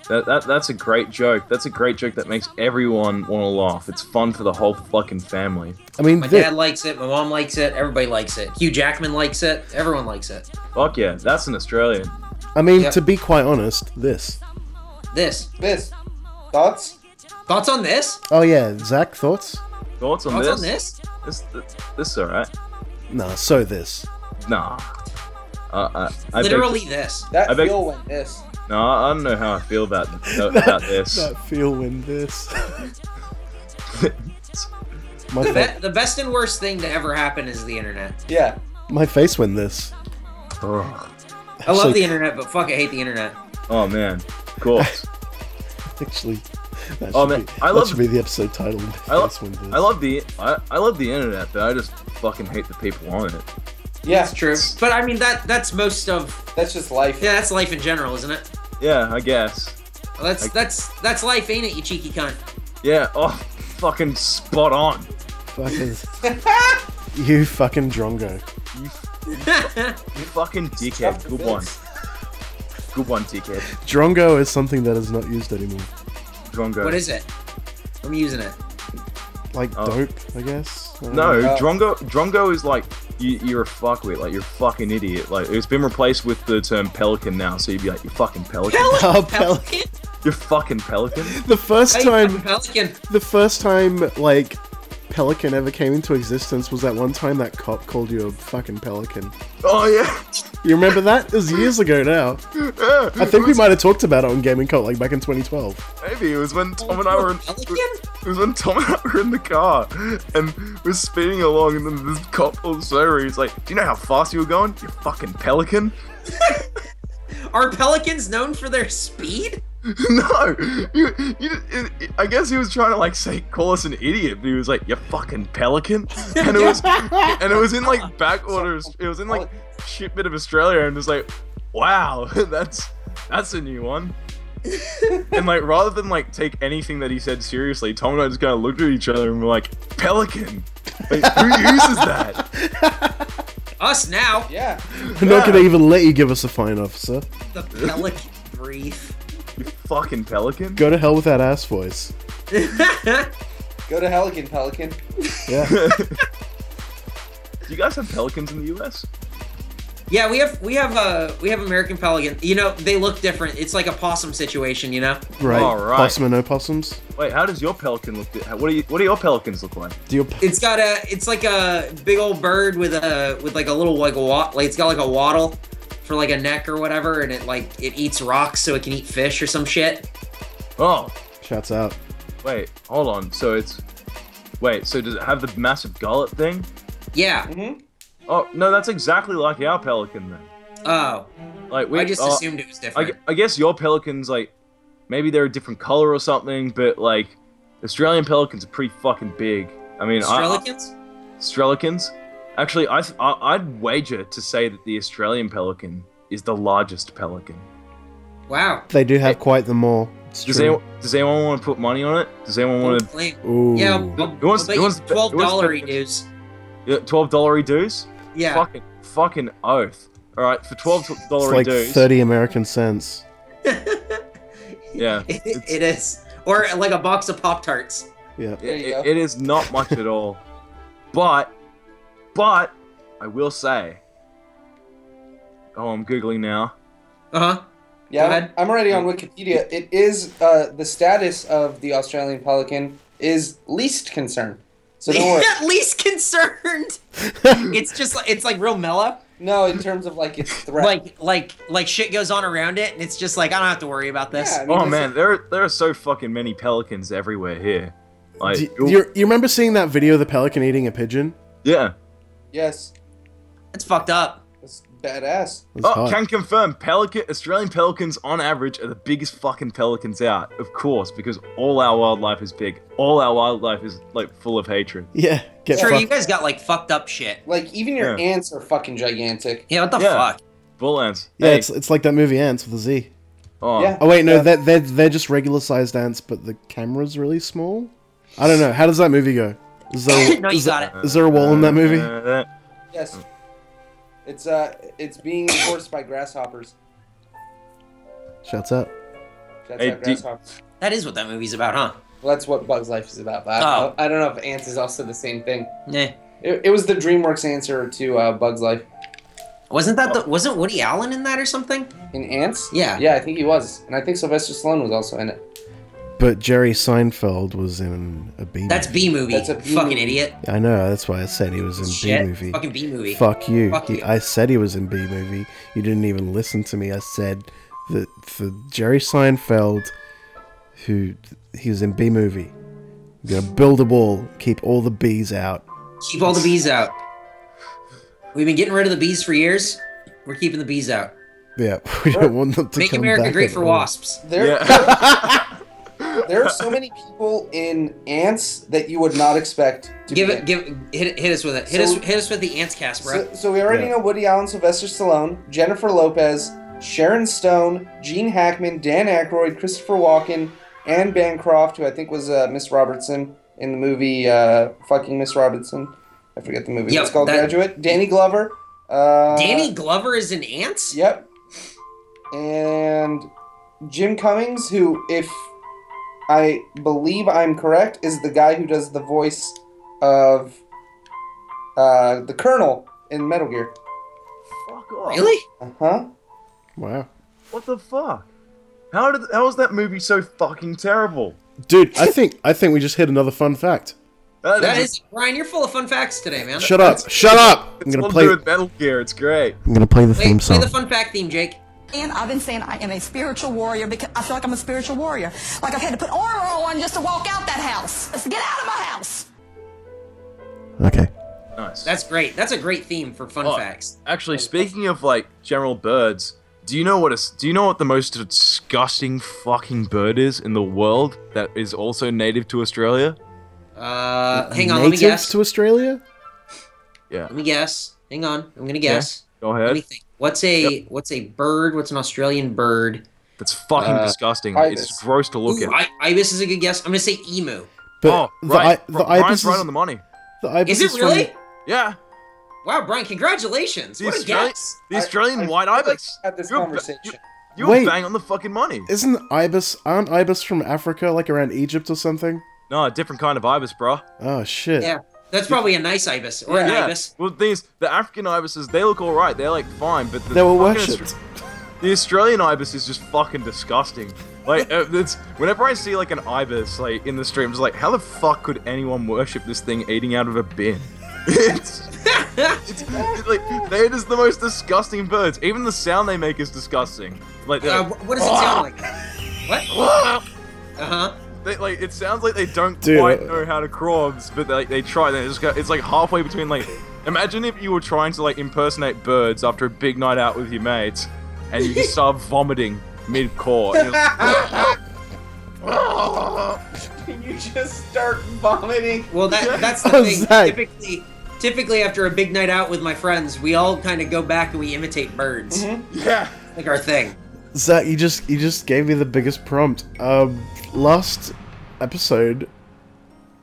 S5: that, that that's a great joke. That's a great joke that makes everyone want to laugh. It's fun for the whole fucking family.
S3: I mean,
S4: My
S3: thi-
S4: dad likes it. My mom likes it. Everybody likes it. Hugh Jackman likes it. Everyone likes it.
S5: Fuck yeah, that's an Australian.
S3: I mean,
S4: Yep.
S3: to be quite honest, this.
S4: This
S6: this thoughts
S4: thoughts on this?
S3: Oh yeah, Zach, thoughts?
S5: Thoughts on
S4: Thoughts
S5: this?
S4: on this?
S5: This this, this is alright.
S3: Nah, so this.
S5: Nah. Uh, I, I beg-
S4: Literally this.
S6: that
S5: I beg-
S6: feel went this
S5: no, I don't know how I feel about about this.
S3: That feel when this. My,
S4: The,
S3: fa-
S4: be- the best and worst thing to ever happen is the internet.
S6: Yeah.
S3: my face went this.
S4: I love
S3: Actually-
S4: the internet, but fuck, I hate the internet.
S5: Oh man, cool.
S3: Actually, that
S5: Oh,
S3: should
S5: man,
S3: be,
S5: I
S3: that
S5: love-
S3: should be the episode title. My
S5: I, lo-
S3: face went this.
S5: I love the I, I love the internet, but I just fucking hate the people on it.
S6: Yeah.
S4: That's true. But I mean, that that's most of
S6: That's just life.
S4: yeah, that's life in general, isn't it?
S5: Yeah, I guess.
S4: That's
S5: Like-
S4: that's that's life, ain't it? You cheeky cunt.
S5: Yeah. Oh, fucking spot on.
S3: Fucking, you fucking drongo.
S5: You fucking dickhead. Good one. Good one, dickhead.
S3: Drongo is something that is not used anymore.
S5: Drongo.
S4: What is it? I'm using it.
S3: Like
S5: Oh.
S3: dope, I guess. I don't
S5: No,
S3: know.
S6: Uh,
S5: Drongo. Drongo is like you, you're a fuckwit. Like you're a fucking idiot. Like it's been replaced with the term pelican now. So you'd be like, you fucking pelican.
S3: Oh, Pel-
S5: you're fucking pelican.
S3: the first
S4: Hey,
S3: time,
S4: Pelican.
S3: the first time, like pelican ever came into existence was that one time that cop called you a fucking pelican.
S5: Oh yeah.
S3: You remember that? It was years ago now. I think we might have talked about it on Gaming Cult, like back in 2012.
S5: Maybe it was when Tom and I were in. It was when Tom and I were in the car and we're speeding along, and then this cop pulls over. He's like, "Do you know how fast you were going? You fucking pelican."
S4: Are pelicans known for their speed?
S5: No, you, you, it- I guess he was trying to like say call us an idiot, but he was like, "You fucking pelican," and it was, and it was in like backwaters. It was in like shit bit of Australia, and it was like, "Wow, that's that's a new one." and like, rather than like take anything that he said seriously, Tom and I just kind of looked at each other and were like, "Pelican." Like, who uses that?
S4: Us now.
S6: Yeah.
S3: I'm not gonna even let you give us a fine, officer.
S4: The pelican brief.
S5: You fucking pelican.
S3: Go to hell with that ass voice.
S6: Go to Hell again, Pelican.
S3: Yeah.
S5: Do you guys have pelicans in the U.S.?
S4: Yeah, we have we have uh we have American pelican. You know, they look different. It's like a possum situation, you know.
S3: right.
S5: All right.
S3: Possum and opossums.
S5: Wait, how does your pelican look? di- What do you? What do your pelicans look like?
S3: Do your pe-
S4: It's got a it's like a big old bird with a with like a little like a wa- like it's got like a waddle for like a neck or whatever, and it like it eats rocks so it can eat fish or some shit.
S5: Oh,
S3: shouts out.
S5: Wait, hold on. So it's wait. So does it have the massive gullet thing?
S4: Yeah.
S5: Oh no, that's exactly like our pelican then.
S4: Oh,
S5: Like we
S4: I just
S5: uh,
S4: assumed it was
S5: I,
S4: different.
S5: gu- I guess your pelicans like maybe they're a different color or something, but like Australian pelicans are pretty fucking big. I mean, I,
S4: Strelicans?
S5: Strelicans. Actually, I, th- I I'd wager to say that the Australian pelican is the largest pelican.
S4: Wow.
S3: They do have quite the more. It's
S5: Does
S3: true.
S5: anyone, does anyone want to put money on it? Does anyone want to
S4: Claim.
S3: Ooh.
S4: Yeah, I'll- I'll-
S5: Who wants-
S4: I'll bet
S5: who
S4: you
S5: wants- who
S4: twelve
S5: wants-
S4: dollar dues.
S5: yeah, twelve dollar dues?
S4: Yeah.
S5: Fucking fucking oath. All right, for twelve
S3: it's
S5: dollar
S3: like
S5: dues.
S3: 30 American cents.
S5: Yeah,
S4: It-
S5: it's-
S4: it is. Or like a box of Pop Tarts.
S3: Yeah.
S5: It-
S6: you
S5: it-
S6: go.
S5: it is not much at all. But, but, I will say. Oh, I'm googling now.
S4: Uh huh.
S6: Yeah,
S4: Go ahead.
S6: I'm already on Wikipedia. It is uh, the status of the Australian pelican is least concern. So don't worry.
S4: At least concerned. it's just like it's like real mellow.
S6: No, in terms of like its threat.
S4: Like like like shit goes on around it, and it's just like I don't have to worry about this.
S6: Yeah, I mean,
S5: Oh
S6: that's-
S5: man, there are, there are so fucking many pelicans everywhere here. Like,
S3: Do, do you, you remember seeing that video of the pelican eating a pigeon?
S5: yeah.
S6: Yes,
S4: It's fucked up.
S6: that's badass.
S3: It was
S5: Oh,
S3: hot.
S5: can confirm. Pelican Australian pelicans on average are the biggest fucking pelicans out, of course, because all our wildlife is big. All our wildlife is like full of hatred.
S3: yeah. Get
S4: Sure, you
S3: fucked.
S4: guys got like fucked up shit.
S6: Like even your
S5: Yeah.
S6: ants are fucking gigantic.
S4: Yeah, what the
S5: Yeah.
S4: fuck?
S5: Bull ants.
S3: Yeah,
S5: Hey,
S3: it's, it's like that movie Ants with a Z.
S5: oh,
S6: Yeah.
S3: Oh wait, no,
S6: Yeah.
S3: they're, they're they're just regular sized ants, but the camera's really small. I don't know. How does that movie go? Is there,
S4: No, you
S3: is there-
S4: got it.
S3: is there a wall in that movie?
S5: Uh,
S6: Yes. It's uh, it's being enforced by grasshoppers.
S3: Shouts out.
S6: That's
S5: Hey,
S6: how
S5: do-
S6: grasshoppers.
S4: That is what that movie's about, huh?
S6: Well, that's what Bugs Life is about. But I,
S4: Oh.
S6: don't know, I don't know if ants is also the same thing.
S4: Yeah.
S6: It, it was the DreamWorks answer to uh, Bugs Life.
S4: Wasn't that the wasn't Woody Allen in that or something?
S6: In ants?
S4: Yeah.
S6: Yeah, I think he was, and I think Sylvester Stallone was also in it.
S3: But Jerry Seinfeld was in a B.
S4: That's
S3: movie.
S4: B movie.
S6: That's a B
S4: fucking
S6: movie.
S4: idiot.
S3: I know. That's why I said he was in
S4: Shit.
S3: B movie.
S4: Fucking B movie.
S3: Fuck you.
S4: Fuck
S3: He-
S4: you.
S3: I said he was in B movie. You didn't even listen to me. I said that for Jerry Seinfeld, who he was in B movie. We're gonna build a wall, keep all the bees out.
S4: Keep all the bees out. We've been getting rid of the bees for years. We're keeping the bees out.
S3: Yeah, we don't want them to
S4: Make
S3: come
S4: America
S3: back
S4: great
S3: at
S4: for
S3: all.
S4: wasps.
S6: There,
S5: Yeah.
S6: there are so many people in ants that you would not expect. To
S4: Give
S6: be
S4: it,
S6: in.
S4: give, hit, hit us with it. Hit
S6: So-
S4: us, hit us with the ants cast, bro.
S6: So, so we already
S3: Yeah.
S6: know Woody Allen, Sylvester Stallone, Jennifer Lopez, Sharon Stone, Gene Hackman, Dan Aykroyd, Christopher Walken, Anne Bancroft, who I think was uh, Miss Robertson in the movie uh, "Fucking Miss Robinson." I forget the movie.
S4: Yeah,
S6: it's called
S4: that-
S6: Graduate. Danny Glover. Uh,
S4: Danny Glover is an ants.
S6: Yep. And Jim Cummings, who, if I believe I'm correct, is the guy who does the voice of uh, the Colonel in Metal Gear.
S5: Fuck off.
S4: Really?
S6: Uh huh.
S3: Wow.
S5: What the fuck? How did how is that movie so fucking terrible?
S3: Dude, I think I think we just hit another fun fact.
S4: That is Ryan. You're full of fun facts today, man.
S3: Shut up! Shut up! I'm
S5: It's
S3: gonna
S5: one
S3: play.
S5: to do with Metal Gear. It's great.
S3: I'm gonna play the
S4: Play,
S3: theme
S4: play
S3: song.
S4: the fun fact theme, Jake.
S8: And I've been saying I am a spiritual warrior because I feel like I'm a spiritual warrior. Like I've had to put armor on just to walk out that house. Let's get out of my house.
S3: Okay.
S5: Nice.
S4: That's great. That's a great theme for fun
S5: Oh,
S4: facts.
S5: Actually, speaking of like general birds, do you know what a, do you know what the most disgusting fucking bird is in the world that is also native to Australia?
S4: Uh, hang on. Let me
S3: Natives
S4: guess.
S3: to Australia?
S5: Yeah.
S4: Let me guess. Hang on. I'm gonna guess.
S5: Go
S4: Let me
S5: ahead.
S4: think. What's a what's a bird? What's an Australian bird?
S5: That's fucking
S6: Uh,
S5: disgusting.
S6: ibis.
S5: It's gross to look
S4: Ooh,
S5: at.
S4: I, ibis is a good guess. I'm gonna say emu.
S3: But
S5: oh,
S3: the,
S5: right.
S3: I, the
S5: Bri-
S3: ibis
S5: Brian's
S3: is,
S5: right on the money.
S3: the ibis
S4: Is it
S3: from-
S4: really?
S5: Yeah.
S4: Wow, Brian! Congratulations.
S5: The,
S4: What a
S5: Australi-
S4: guess.
S5: the
S6: I-
S5: Australian
S6: I
S5: white
S6: feel like
S5: ibex.
S6: we had this
S5: You're ba-
S6: conversation.
S5: you- You're
S3: Wait.
S5: bang on the fucking money.
S3: Isn't ibis? Aren't ibis from Africa, like around Egypt or something?
S5: No, a different kind of ibis, bro.
S3: Oh shit.
S4: Yeah, that's probably a nice ibis or an
S5: Yeah.
S4: ibis.
S5: Well, the thing is, the African ibises, they look alright. They're like fine, but the
S3: They were
S5: fucking
S3: worshipped.
S5: The Australian ibis is just fucking disgusting. Like, uh, it's whenever I see like an ibis like in the street, I'm just like, how the fuck could anyone worship this thing eating out of a bin? it's, it's, it's like they're just the most disgusting birds. Even the sound they make is disgusting. Like, they're
S4: Uh,
S5: like,
S4: wh- what does it sound like? What? Uh huh.
S5: they, like it sounds like they don't
S3: Dude,
S5: quite
S3: uh,
S5: know how to crawl, but they, they try. They just go, it's like halfway between like. Imagine if you were trying to like impersonate birds after a big night out with your mates, and you just start vomiting mid-core. And you're just-
S6: You just start vomiting.
S4: Well, that that's the
S3: Oh,
S4: thing.
S3: Zach.
S4: Typically, typically after a big night out with my friends, we all kind of go back and we imitate birds,
S5: yeah.
S4: like our thing.
S3: Zach, you just you just gave me the biggest prompt. Um, last episode,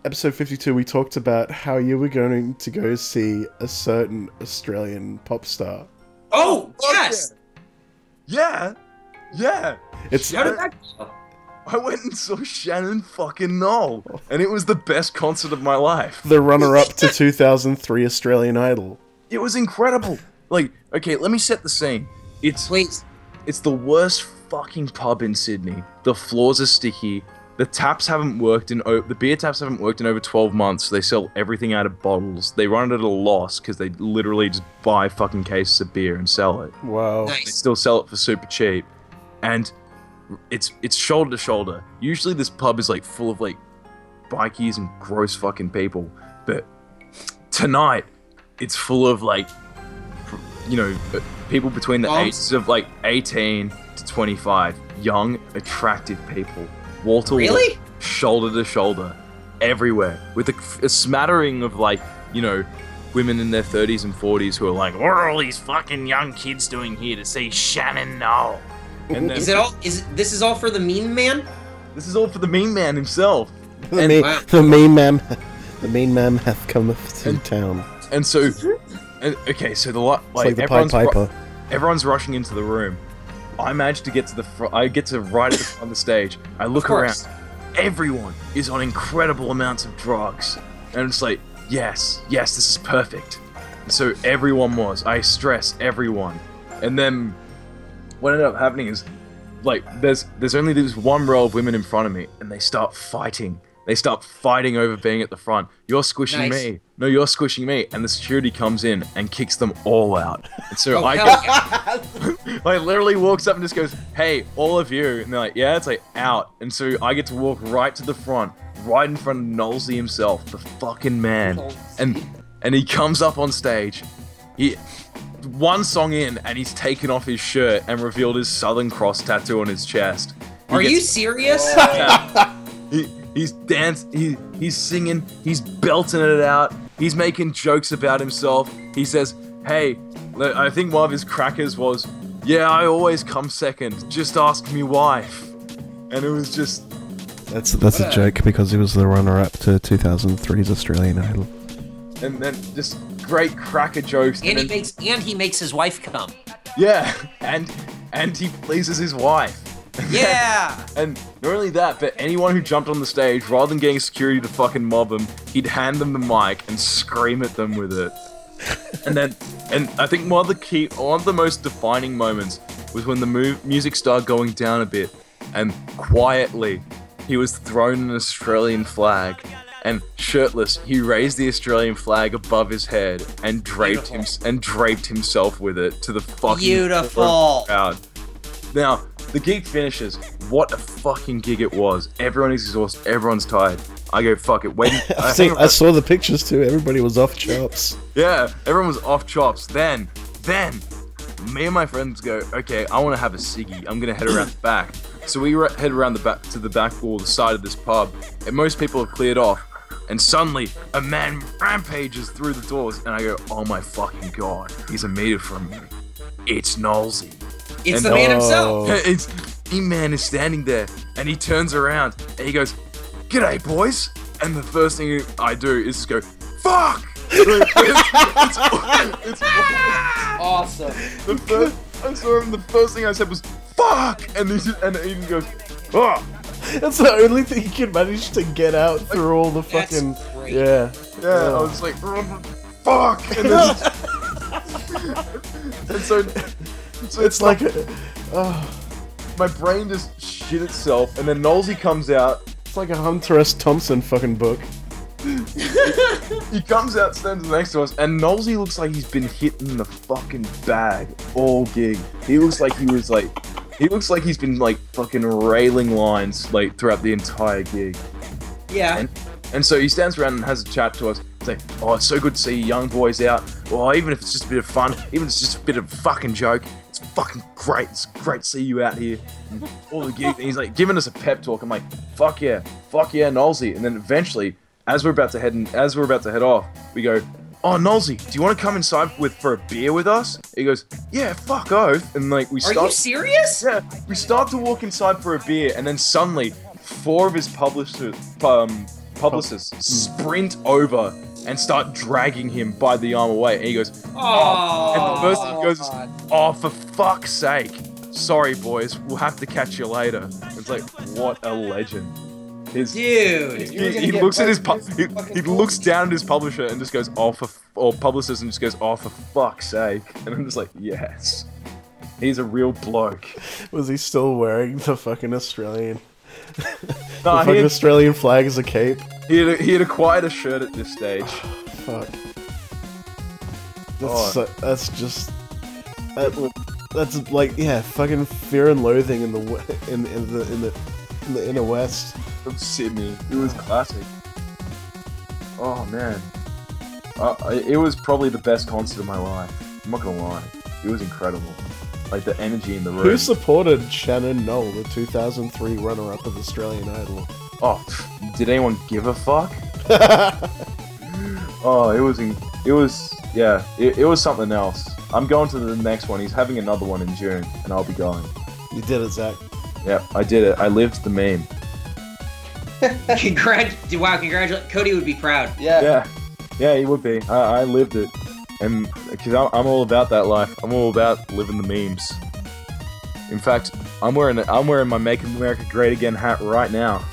S3: episode fifty-two, we talked about how you were going to go see a certain Australian pop star.
S4: Oh yes!
S5: Yeah. Yeah.
S3: It's
S4: How did that go?
S5: I went and saw Shannon fucking Knoll, and it was the best concert of my life.
S3: the runner-up to two thousand three Australian Idol.
S5: It was incredible. Like, okay, let me set the scene. It's
S4: Please,
S5: it's the worst fucking pub in Sydney. The floors are sticky. The taps haven't worked in o- the beer taps haven't worked in over 12 months. They sell everything out of bottles. They run it at a loss because they literally just buy fucking cases of beer and sell it.
S3: Wow.
S5: they
S4: nice.
S5: still sell it for super cheap and it's it's shoulder to shoulder usually this pub is like full of like bikies and gross fucking people but tonight it's full of like pr- you know uh, people between the
S4: Moms?
S5: ages of like 18 to 25 young attractive people wall to wall
S4: Really?
S5: shoulder to shoulder everywhere with a, a smattering of like you know women in their 30s and 40s who are like what are all these fucking young kids doing here to see shannon no and then,
S4: Is it all? Is this is all for the mean man?
S5: this is all for the mean man himself
S3: The
S5: And-
S3: main,
S4: wow.
S3: the main man, the main man hath cometh to town. It's
S5: and so and, okay so the lot like,
S3: like the Pied
S5: everyone's ru-
S3: Piper.
S5: everyone's rushing into the room i managed to get to the fr- i get to right at the front of the stage i look
S4: course.
S5: around everyone is on incredible amounts of drugs and it's like yes yes this is perfect And so everyone was i stress everyone and then what ended up happening is like there's there's only this one row of women in front of me and they start fighting they start fighting over being at the front you're squishing
S4: Nice.
S5: me no you're squishing me and the security comes in and kicks them all out and so
S4: Oh,
S5: i
S4: hell
S5: get,
S4: yeah.
S5: like literally walks up and just goes, "Hey, all of you," and they're like, "Yeah," it's like out, and so I get to walk right to the front, right in front of Knowlesley himself, the fucking man. And and he comes up on stage. He one song in and he's taken off his shirt and revealed his Southern Cross tattoo on his chest. He
S4: Are
S5: gets
S4: you serious?
S5: Oh, he, he's dancing, he, he's singing, he's belting it out, he's making jokes about himself. He says, Hey, le- I think one of his crackers was, Yeah, I always come second, just ask me why. And it was just,
S3: That's that's a joke because he was the runner-up to 2003's Australian Idol.
S5: and then just great cracker jokes.
S4: and he
S5: then-
S4: makes and he makes his wife come.
S5: yeah, and, and he pleases his wife.
S4: Yeah.
S5: And not only that, but anyone who jumped on the stage, rather than getting security to fucking mob him, he'd hand them the mic and scream at them with it. and then, and I think one of the key, one of the most defining moments was when the mu- music started going down a bit, and quietly, he was thrown an Australian flag, and shirtless, he raised the Australian flag above his head and draped him and draped himself with it to the fucking
S4: Beautiful.
S5: crowd. Now, the gig finishes. What a fucking gig it was. Everyone is exhausted. Everyone's tired. I go, fuck it. Wait. I
S3: I, see,
S5: hang
S3: I
S5: around-
S3: saw the pictures too. Everybody was off chops.
S5: yeah, everyone was off chops. Then, then, me and my friends go, okay, I want to have a ciggy. I'm gonna head around the back. So we re- head around the back to the back wall, the side of this pub, and most people have cleared off. And suddenly, a man rampages through the doors, and I go, oh my fucking god, he's a meter from me. It's Knowlesy.
S4: It's
S5: And- oh.
S4: the man himself.
S3: Oh.
S5: It's E-Man is standing there, and he turns around and he goes, "G'day, boys!" And the first thing I do is go, "Fuck!" Like, it's- it's- it's-
S6: Awesome.
S5: the first, I saw him. The first thing I said was "fuck," and he just, and Eden goes, "Oh!"
S3: That's the only thing he could manage to get out through all the
S4: That's
S3: fucking.
S4: great.
S3: Yeah.
S5: Yeah, I was like, "Fuck!" And, then, and so, so
S3: It's like a,
S5: my brain just shit itself, and then Nolsey comes out.
S3: it's like a Hunter S. Thompson fucking book.
S5: He comes out, stands next to us, and Knowlesy looks like he's been hit in the fucking bag all gig. He looks like he was like, he looks like he's been like fucking railing lines like throughout the entire gig.
S4: Yeah.
S5: And, and so he stands around and has a chat to us. He's like, oh, it's so good to see you young boys out. Well, even if it's just a bit of fun, even if it's just a bit of a fucking joke, it's fucking great. It's great to see you out here. And all the gig. And he's like giving us a pep talk. I'm like, fuck yeah, fuck yeah, Nolsey. And then eventually, as we're about to head in, as we're about to head off, we go, oh, Nolsey, do you want to come inside with for a beer with us? He goes, yeah, fuck oath. And like we
S4: Are
S5: start.
S4: you serious?
S5: Yeah, we start to walk inside for a beer, and then suddenly, four of his publishers, um,
S6: Hmm.
S5: publicists sprint over and start dragging him by the arm away. And he goes,
S4: Oh.
S5: and the first thing he goes, is, "Oh, for fuck's sake! Sorry, boys, we'll have to catch you later." It's like, what a legend! His,
S4: Dude.
S6: You were
S5: he,
S6: gonna
S5: he
S6: get
S5: looks at his pu-
S6: fucked.
S5: he,
S6: Fucking
S5: he
S6: cool.
S5: looks down at his publisher and just goes, "Oh, for f- or publicist," and just goes, "Oh, for fuck's sake!" And I'm just like, "Yes." He's a real bloke.
S3: Was he still wearing the fucking Australian?
S5: Nah,
S3: the fucking
S5: he had-
S3: Australian flag as a cape.
S5: He had, he had acquired a shirt at this stage.
S3: Fuck. That's
S5: Oh.
S3: so, that's just. That, that's like yeah, fucking fear and loathing in the we- in in the in the in the inner west.
S5: From Sydney. It was classic. Oh, man. Uh, I- it was probably the best concert of my life. I'm not gonna lie. It was incredible. Like, the energy in the room.
S3: Who supported Shannon Knoll, the 2003 runner-up of Australian Idol?
S5: oh, pff, did anyone give a fuck? oh, it was... In- it was... Yeah, it, it was something else. I'm going to the next one. He's having another one in June, and I'll be going.
S3: You did it, Zach.
S5: Yep, I did it. I lived the meme.
S4: Congrat. Wow. Congratulations. Cody would be proud.
S6: Yeah.
S5: yeah, yeah, he would be. I, I lived it, and because I'm, I'm all about that life. I'm all about living the memes. In fact, I'm wearing I'm wearing my "Make America Great Again" hat right now.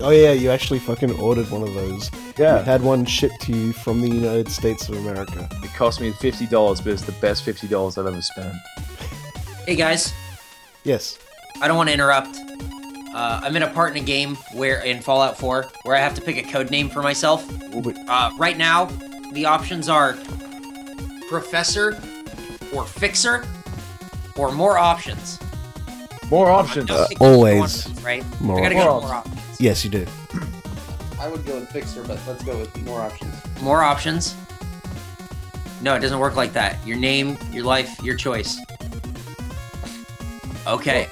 S3: Oh yeah, you actually fucking ordered one of those.
S5: Yeah.
S3: You had one shipped to you from the United States of America.
S5: It cost me fifty dollars, but it's the best fifty dollars I've ever spent.
S4: Hey guys.
S3: Yes.
S4: I don't want to interrupt. Uh, I'm in a part in a game where in Fallout 4 where I have to pick a code name for myself.
S3: Wait.
S4: Uh, right now, the options are Professor or Fixer or more options.
S5: More options.
S3: Oh
S4: I don't think there's more
S3: Uh, always
S4: options, right?
S3: more
S4: I gotta go
S5: options.
S4: to more options.
S3: Yes, you do.
S6: I would go with Fixer, but let's go with more options.
S4: More options. No, it doesn't work like that. Your name, your life, your choice. Okay.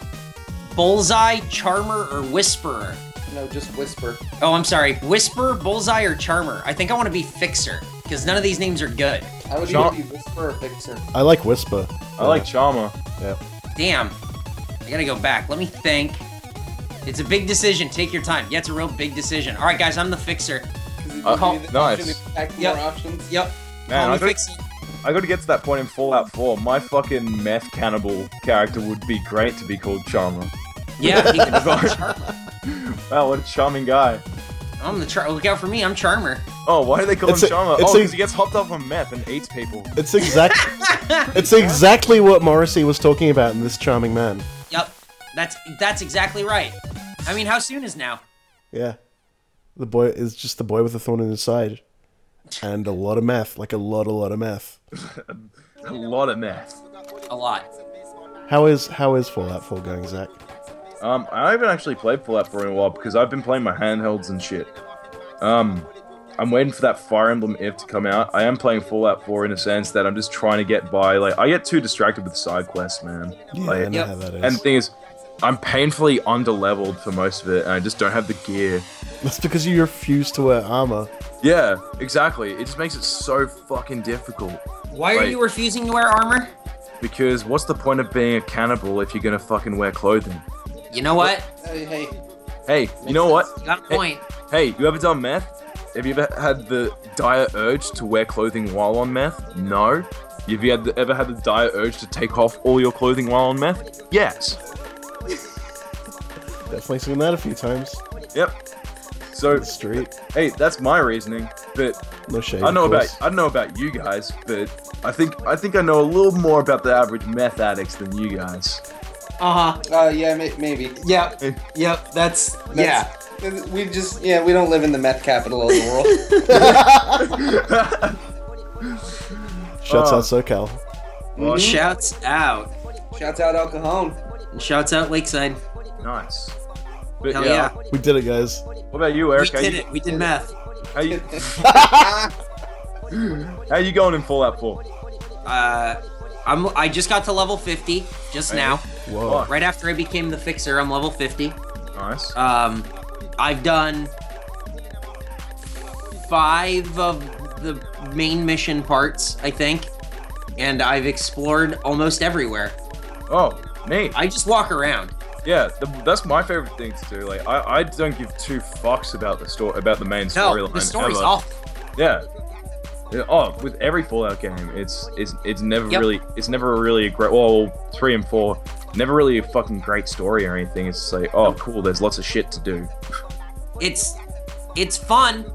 S4: Bullseye, Charmer, or Whisperer?
S6: No, just Whisper.
S4: Oh, I'm sorry. Whisper, Bullseye, or Charmer? I think I want to be Fixer because none of these names are good.
S6: I would
S5: Sean-
S6: either be Whisper or Fixer.
S3: I like Whisper.
S5: I like Chama.
S4: Damn. I gotta go back. Let me think. It's a big decision. Take your time. Yeah, it's a real big decision. All right, guys, I'm the Fixer.
S6: 'Cause it
S5: Uh,
S6: gives you the
S5: nice.
S6: option to Pack
S4: Yep.
S6: more options.
S4: Yep.
S5: Man,
S4: Call
S5: I
S4: me
S5: got,
S4: Fixer.
S5: I got to get to that point in Fallout 4. My fucking meth cannibal character would be great to be called Charmer.
S4: Yeah, he could be Charmer.
S5: Wow, what a charming guy.
S4: I'm the Char. Look out for me. I'm Charmer.
S5: Oh, why do they call
S3: It's
S5: him
S3: a-
S5: Charmer?
S3: it's
S5: Oh,
S3: a-
S5: because he gets hopped up on meth and eats people.
S3: It's exact. it's exactly what Morrissey was talking about in this charming man.
S4: Yep. That's that's exactly right. I mean, how soon is now?
S3: Yeah, the boy is just the boy with a thorn in his side, and a lot of meth, like a lot, a lot of meth.
S5: A lot of meth.
S4: A lot.
S3: How is how is Fallout 4 going, Zach?
S5: Um, I haven't actually played Fallout for a while because I've been playing my handhelds and shit. Um, I'm waiting for that Fire Emblem if to come out. I am playing Fallout 4 in a sense that I'm just trying to get by. Like, I get too distracted with side quests, man.
S3: Yeah,
S5: Like,
S3: I know
S4: Yep.
S3: how that is.
S5: and the thing is, I'm painfully underleveled for most of it, and I just don't have the gear.
S3: That's because you refuse to wear armor.
S5: Yeah, exactly. It just makes it so fucking difficult.
S4: Why are
S5: Right.
S4: you refusing to wear armor?
S5: Because what's the point of being a cannibal if you're gonna fucking wear clothing?
S4: You know what?
S6: Hey, hey.
S5: Hey, you know what?
S4: You got a point.
S5: Hey, you ever done meth? Have you ever had the dire urge to wear clothing while on meth? No. Have you had the, ever had the dire urge to take off all your clothing while on meth? Yes.
S3: Definitely seen that a few times.
S5: Yep. So,
S3: The street,
S5: hey, that's my reasoning, but
S3: no shade.
S5: I know
S3: of
S5: about
S3: course.
S5: I don't know about you guys, but I think I think I know a little more about the average meth addicts than you guys.
S4: Uh huh.
S6: Uh, yeah, may- maybe.
S4: Yep.
S5: Hey.
S4: Yep. That's,
S6: That's- We just, yeah, we don't live in the meth capital of the world.
S3: Shouts
S5: Oh.
S3: out SoCal.
S5: Well,
S4: Shouts out.
S6: Shouts out Al Cajon.
S4: And Shouts out Lakeside.
S5: nice. But
S4: Hell
S5: yeah.
S4: yeah.
S3: We did it, guys.
S5: What about you, Eric?
S4: we
S5: How
S4: did
S5: you-
S4: it. We did math.
S5: How you, how you going in Fallout 4?
S4: Uh, I'm. I just got to level 50 just now.
S3: Whoa.
S4: Right after I became the fixer, I'm level 50.
S5: Oh, Nice.
S4: Um, I've done five of the main mission parts, I think, and I've explored almost everywhere.
S5: Oh, neat.
S4: I just walk around.
S5: Yeah, the, that's my favorite thing to do. Like, I, I don't give two fucks about the story, about the main
S4: No,
S5: storyline.
S4: the story's
S5: ever.
S4: awful.
S5: Yeah. Yeah, Oh, with every Fallout game, it's it's it's never
S4: Yep.
S5: really it's never really a great. Well, three and four, never really a fucking great story or anything. It's just like, oh, cool. There's lots of shit to do.
S4: It's it's fun.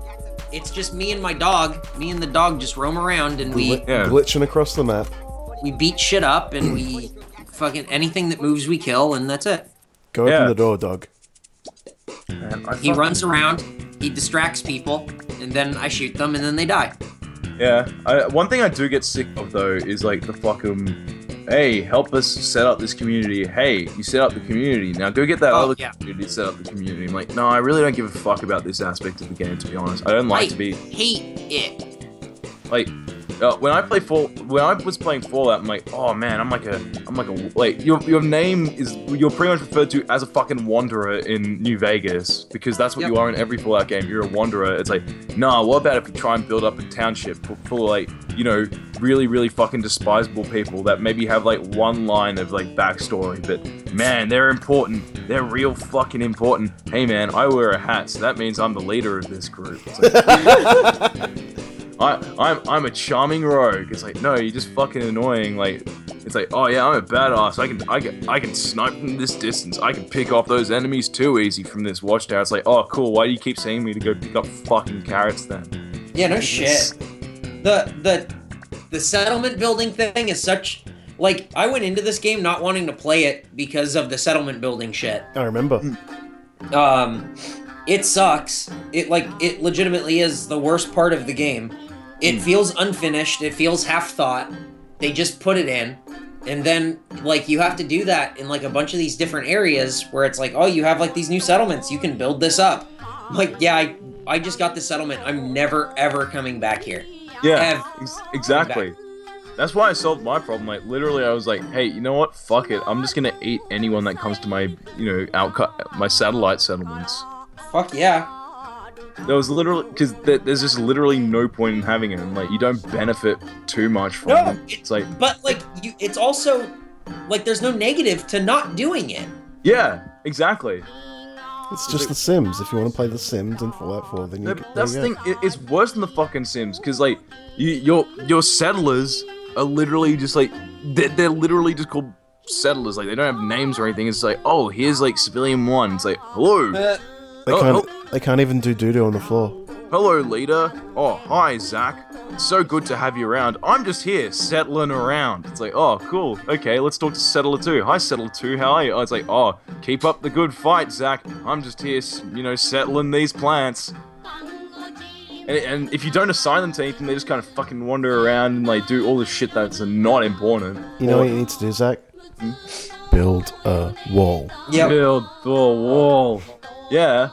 S4: It's just me and my dog. Me and the dog just roam around and we
S5: Yeah.
S3: Glitching across the map.
S4: we beat shit up and we fucking anything that moves we kill and that's it.
S3: Go
S5: Yeah.
S3: open the door, dog.
S5: Man, I
S4: He
S5: fucking-
S4: runs around, he distracts people, and then I shoot them and then they die.
S5: Yeah. I, one thing I do get sick of though is like the fucking, hey, help us set up this community. Hey, you set up the community. Now go get that
S4: Oh,
S5: other
S4: yeah.
S5: community to set up the community. I'm like, no, I really don't give a fuck about this aspect of the game. To be honest, I don't like
S4: I
S5: to be
S4: hate it.
S5: like. Uh, when I play Fall, when I was playing Fallout, I'm like, oh man, I'm like a, I'm like a, like your your name is you're pretty much referred to as a fucking wanderer in New Vegas because that's what
S4: Yep.
S5: you are in every Fallout game. You're a wanderer. It's like, nah, what about if we try and build up a township full, full of like, you know, really really fucking despisable people that maybe have like one line of like backstory, but man, they're important. They're real fucking important. Hey man, I wear a hat, so that means I'm the leader of this group. It's like, I, I'm, I'm a charming rogue. It's like, no, you're just fucking annoying. Like, it's like, oh yeah, I'm a badass. I can, I can, I can snipe from this distance. I can pick off those enemies too easy from this watchtower. It's like, oh cool. Why do you keep saying me to go pick up fucking carrots then?
S4: Yeah, no shit. The the the settlement building thing is such like I went into this game not wanting to play it because of the settlement building shit.
S3: I remember.
S4: um it sucks it like it legitimately is the worst part of the game it feels unfinished it feels half thought they just put it in and then like you have to do that in like a bunch of these different areas where it's like oh you have like these new settlements you can build this up I'm like yeah i I just got the settlement. I'm never ever coming back here.
S5: Yeah,
S4: Have-
S5: ex- exactly. That's why I solved my problem. Like literally, I was like, "Hey, you know what? Fuck it. I'm just gonna eat anyone that comes to my, you know, outcut my satellite settlements."
S4: Fuck yeah.
S5: There was literally because th- there's just literally no point in having it. And, like you don't benefit too much from
S4: No,
S5: it. It's like,
S4: But like you it's also like there's no negative to not doing it.
S5: yeah, exactly.
S3: It's just The Sims. If you want to play The Sims and Fallout 4, then you,
S5: No,
S3: can- there
S5: that's
S3: you
S5: the
S3: go.
S5: thing. It, it's worse than the fucking Sims because like you, your your settlers are literally just like they're, they're literally just called settlers. Like they don't have names or anything. It's like oh here's like civilian one. It's like hello
S6: Eh,
S3: They
S5: Oh,
S3: can't. They can't even do doo doo on the floor.
S5: hello leader. Oh hi Zach. It's so good to have you around. I'm just here settling around. It's like oh cool okay let's talk to settler two. Hi settler two how are you? Oh, it's like oh keep up the good fight Zach. I'm just here s- you know settling these plants. And, and if you don't assign them to anything, they just kind of fucking wander around and like do all this shit that's not important.
S3: You know what you need to do, Zach? Build a wall.
S4: Yeah.
S5: Build the wall. Yeah.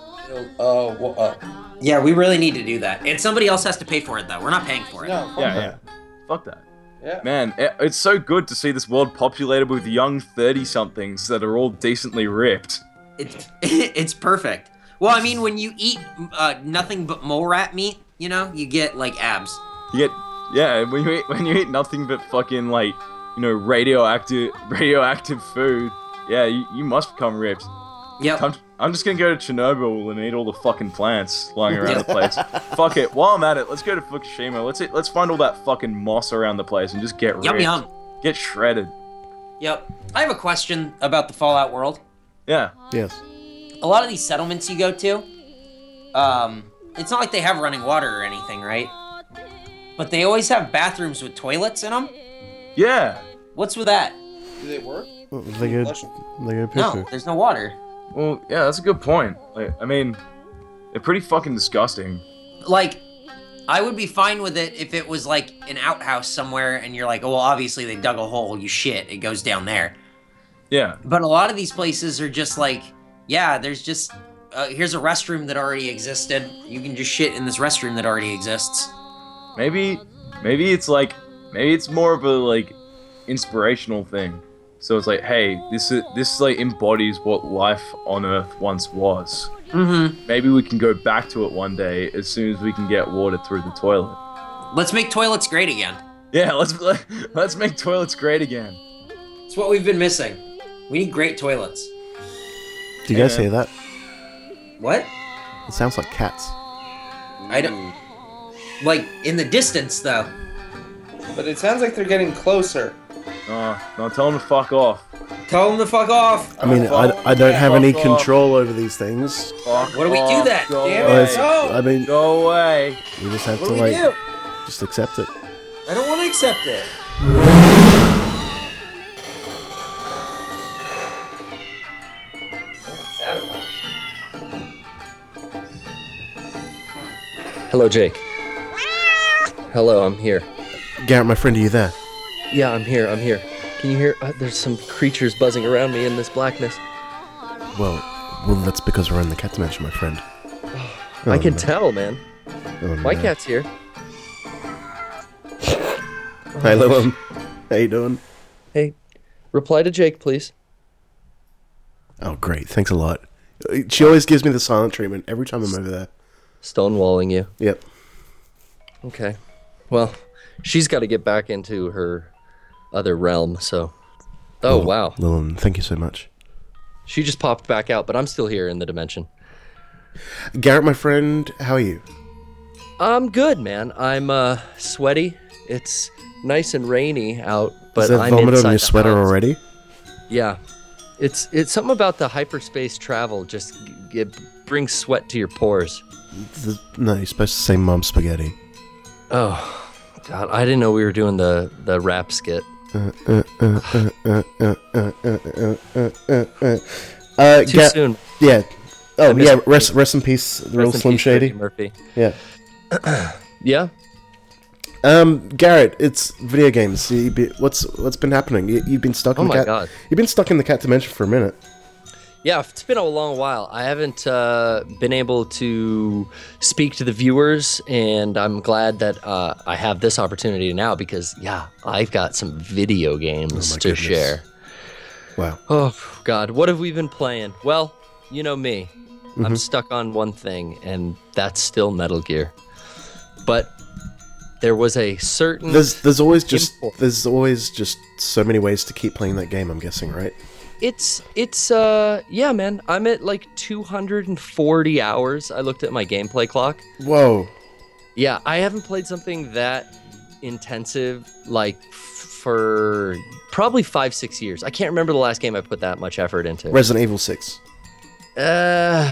S6: Oh, wha- uh,
S4: Yeah, we really need to do that. And somebody else has to pay for it though. We're not paying for it.
S6: no. fuck
S5: Yeah,
S6: that.
S5: yeah. Fuck that.
S6: Yeah.
S5: Man, it- it's so good to see this world populated with young 30 somethings that are all decently ripped.
S4: It's it's perfect. Well, I mean when you eat uh, nothing but mole rat meat, you know, you get like abs.
S5: You get, yeah, when you eat, when you eat nothing but fucking like, you know, radioactive radioactive food, yeah, you, you must become ripped.
S4: Yep.
S5: I'm, I'm just gonna go to Chernobyl and eat all the fucking plants lying around the place. Fuck it. While I'm at it, let's go to Fukushima. Let's eat, let's find all that fucking moss around the place and just get
S4: Yum
S5: ripped.
S4: yum.
S5: Get shredded.
S4: Yep. I have a question about the Fallout world.
S5: Yeah.
S3: Yes.
S4: A lot of these settlements you go to, um, it's not like they have running water or anything, right? But they always have bathrooms with toilets in them.
S5: Yeah.
S4: What's with that?
S6: Do they work?
S3: They go. They go poo
S4: No, there's no water.
S5: Well, yeah, that's a good point. Like, I mean, they're pretty fucking disgusting.
S4: Like, I would be fine with it if it was like an outhouse somewhere, and you're like, oh, well, obviously they dug a hole. You shit, it goes down there.
S5: Yeah.
S4: But a lot of these places are just like, yeah, there's just uh, here's a restroom that already existed. You can just shit in this restroom that already exists.
S5: Maybe, maybe it's like, maybe it's more of a like, inspirational thing. So it's like, hey, this is this like embodies what life on Earth once was.
S4: Mm-hmm.
S5: Maybe we can go back to it one day as soon as we can get water through the toilet.
S4: Let's make toilets great again.
S5: Yeah, let's let, let's make toilets great again.
S4: It's what we've been missing. We need great toilets.
S3: Do you guys
S5: Yeah.
S3: hear that?
S4: What?
S3: It sounds like cats.
S4: I don't. Like in the distance, though.
S6: But it sounds like they're getting closer.
S5: No, no, tell them to fuck off.
S4: Tell them the fuck off.
S3: I mean, I, I don't have any control over these things.
S5: Fuck
S4: Why do we do
S5: off,
S4: that?
S5: Go
S6: Damn
S3: I,
S5: away.
S6: it. No!
S3: I mean,
S5: Go away. Oh,
S3: we just have
S4: What
S3: to
S4: do we do?
S3: like just accept it.
S4: I don't want to accept it.
S7: Hello, Jake. Hello, I'm here.
S3: Garrett, my friend, are you there?
S7: Yeah, I'm here. I'm here. Can you hear? Uh, there's some creatures buzzing around me in this blackness.
S3: Well, well, that's because we're in the cat dimension, my friend.
S7: I can tell, man.
S3: Oh,
S7: My
S3: no.
S7: cat's here.
S3: Hey, Lilum. How you doing?
S7: Hey, reply to Jake, please.
S3: Oh, great. Thanks a lot. Uh, She always gives me the silent treatment every time I'm over there.
S7: Stonewalling you.
S3: Yep.
S7: Okay. Well, she's got to get back into her other realm. So. Oh wow.
S3: Lilum, um, thank you so much.
S7: She just popped back out, but I'm still here in the dimension.
S3: Garrett, my friend, how are you?
S7: I'm good, man. I'm uh sweaty. It's nice and rainy out, but
S3: Is there
S7: I'm
S3: vomit
S7: inside
S3: on your
S7: the
S3: sweater
S7: house.
S3: already?
S7: Yeah, it's it's something about the hyperspace travel. Just g- it brings sweat to your pores.
S3: Th- no, you're supposed to say mom spaghetti.
S7: Oh, God! I didn't know we were doing the the rap skit.
S3: Uh,
S7: Too
S3: Ga-
S7: soon.
S3: Yeah. Oh,
S7: miss
S3: yeah.
S7: you.
S3: Rest, rest in peace, the real
S7: Rest in
S3: Slim
S7: peace,
S3: Shady.
S7: Eddie Murphy.
S3: Yeah.
S7: Yeah.
S3: Um, Garrett, it's video games. You be, what's what's been happening? You, you've been stuck in the
S7: Oh my
S3: cat.
S7: God.
S3: You've been stuck in the cat dimension for a minute.
S4: Yeah, it's been a long while. I haven't uh, been able to speak to the viewers, and I'm glad that uh, I have this opportunity now because, yeah, I've got some video games
S3: Oh my
S4: to
S3: goodness.
S4: share.
S3: Wow.
S4: Oh, God. What have we been playing? Well, you know me.
S3: Mm-hmm.
S4: I'm stuck on one thing, and that's still Metal Gear. But there was a certain.
S3: There's there's always just
S4: Mm. Import.
S3: there's always just so many ways to keep playing that game. I'm guessing, right?
S4: it's it's uh yeah man i'm at like 240 hours i looked at my gameplay clock
S3: Whoa.
S4: yeah i haven't played something that intensive like f- for probably five six years i can't remember the last game i put that much effort into
S3: Resident Evil Six.
S4: uh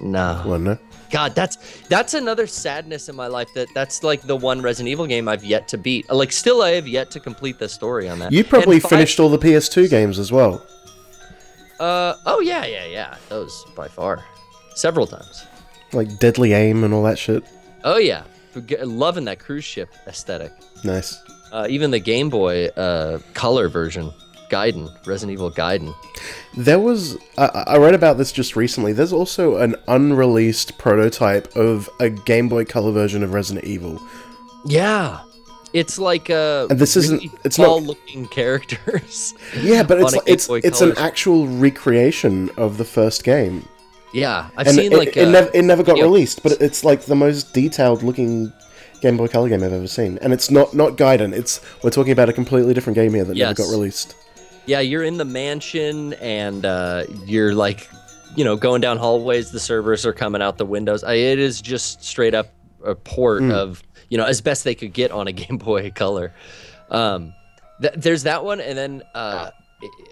S4: no
S3: Well, no.
S4: god that's that's another sadness in my life that that's like the one resident evil game i've yet to beat like still i have yet to complete the story on that
S3: You
S4: And
S3: probably
S4: five-
S3: finished all the PS2 games as well.
S4: uh oh yeah yeah yeah those by far several times
S3: Like Deadly Aim and all that shit.
S4: Oh yeah, G- loving that cruise ship aesthetic.
S3: Nice.
S4: Uh, even the Game Boy uh, color version, Gaiden, Resident Evil Gaiden.
S3: There was I, I I read about this just recently. There's also an unreleased prototype of a Game Boy Color version of Resident Evil.
S4: Yeah, it's like uh,
S3: And this isn't-
S4: really
S3: it's not-
S4: tall-looking characters.
S3: Yeah, but
S4: On
S3: it's
S4: a
S3: like,
S4: Game
S3: it's
S4: Boy
S3: it's an
S4: Color.
S3: actual recreation of the first game.
S4: yeah, I've
S3: and
S4: seen
S3: it,
S4: like
S3: it,
S4: uh,
S3: never, it never got
S4: video
S3: released, but
S4: clips.
S3: it's like the most detailed looking Game Boy Color game I've ever seen. And it's not not Gaiden. It's we're talking about a completely different game here that never
S4: Yes.
S3: got released.
S4: yeah, you're in the mansion and uh, you're like, you know, going down hallways. The servers are coming out the windows. I, it is just straight up a port of you know as best they could get on a Game Boy Color. Um, th- there's that one, and then uh,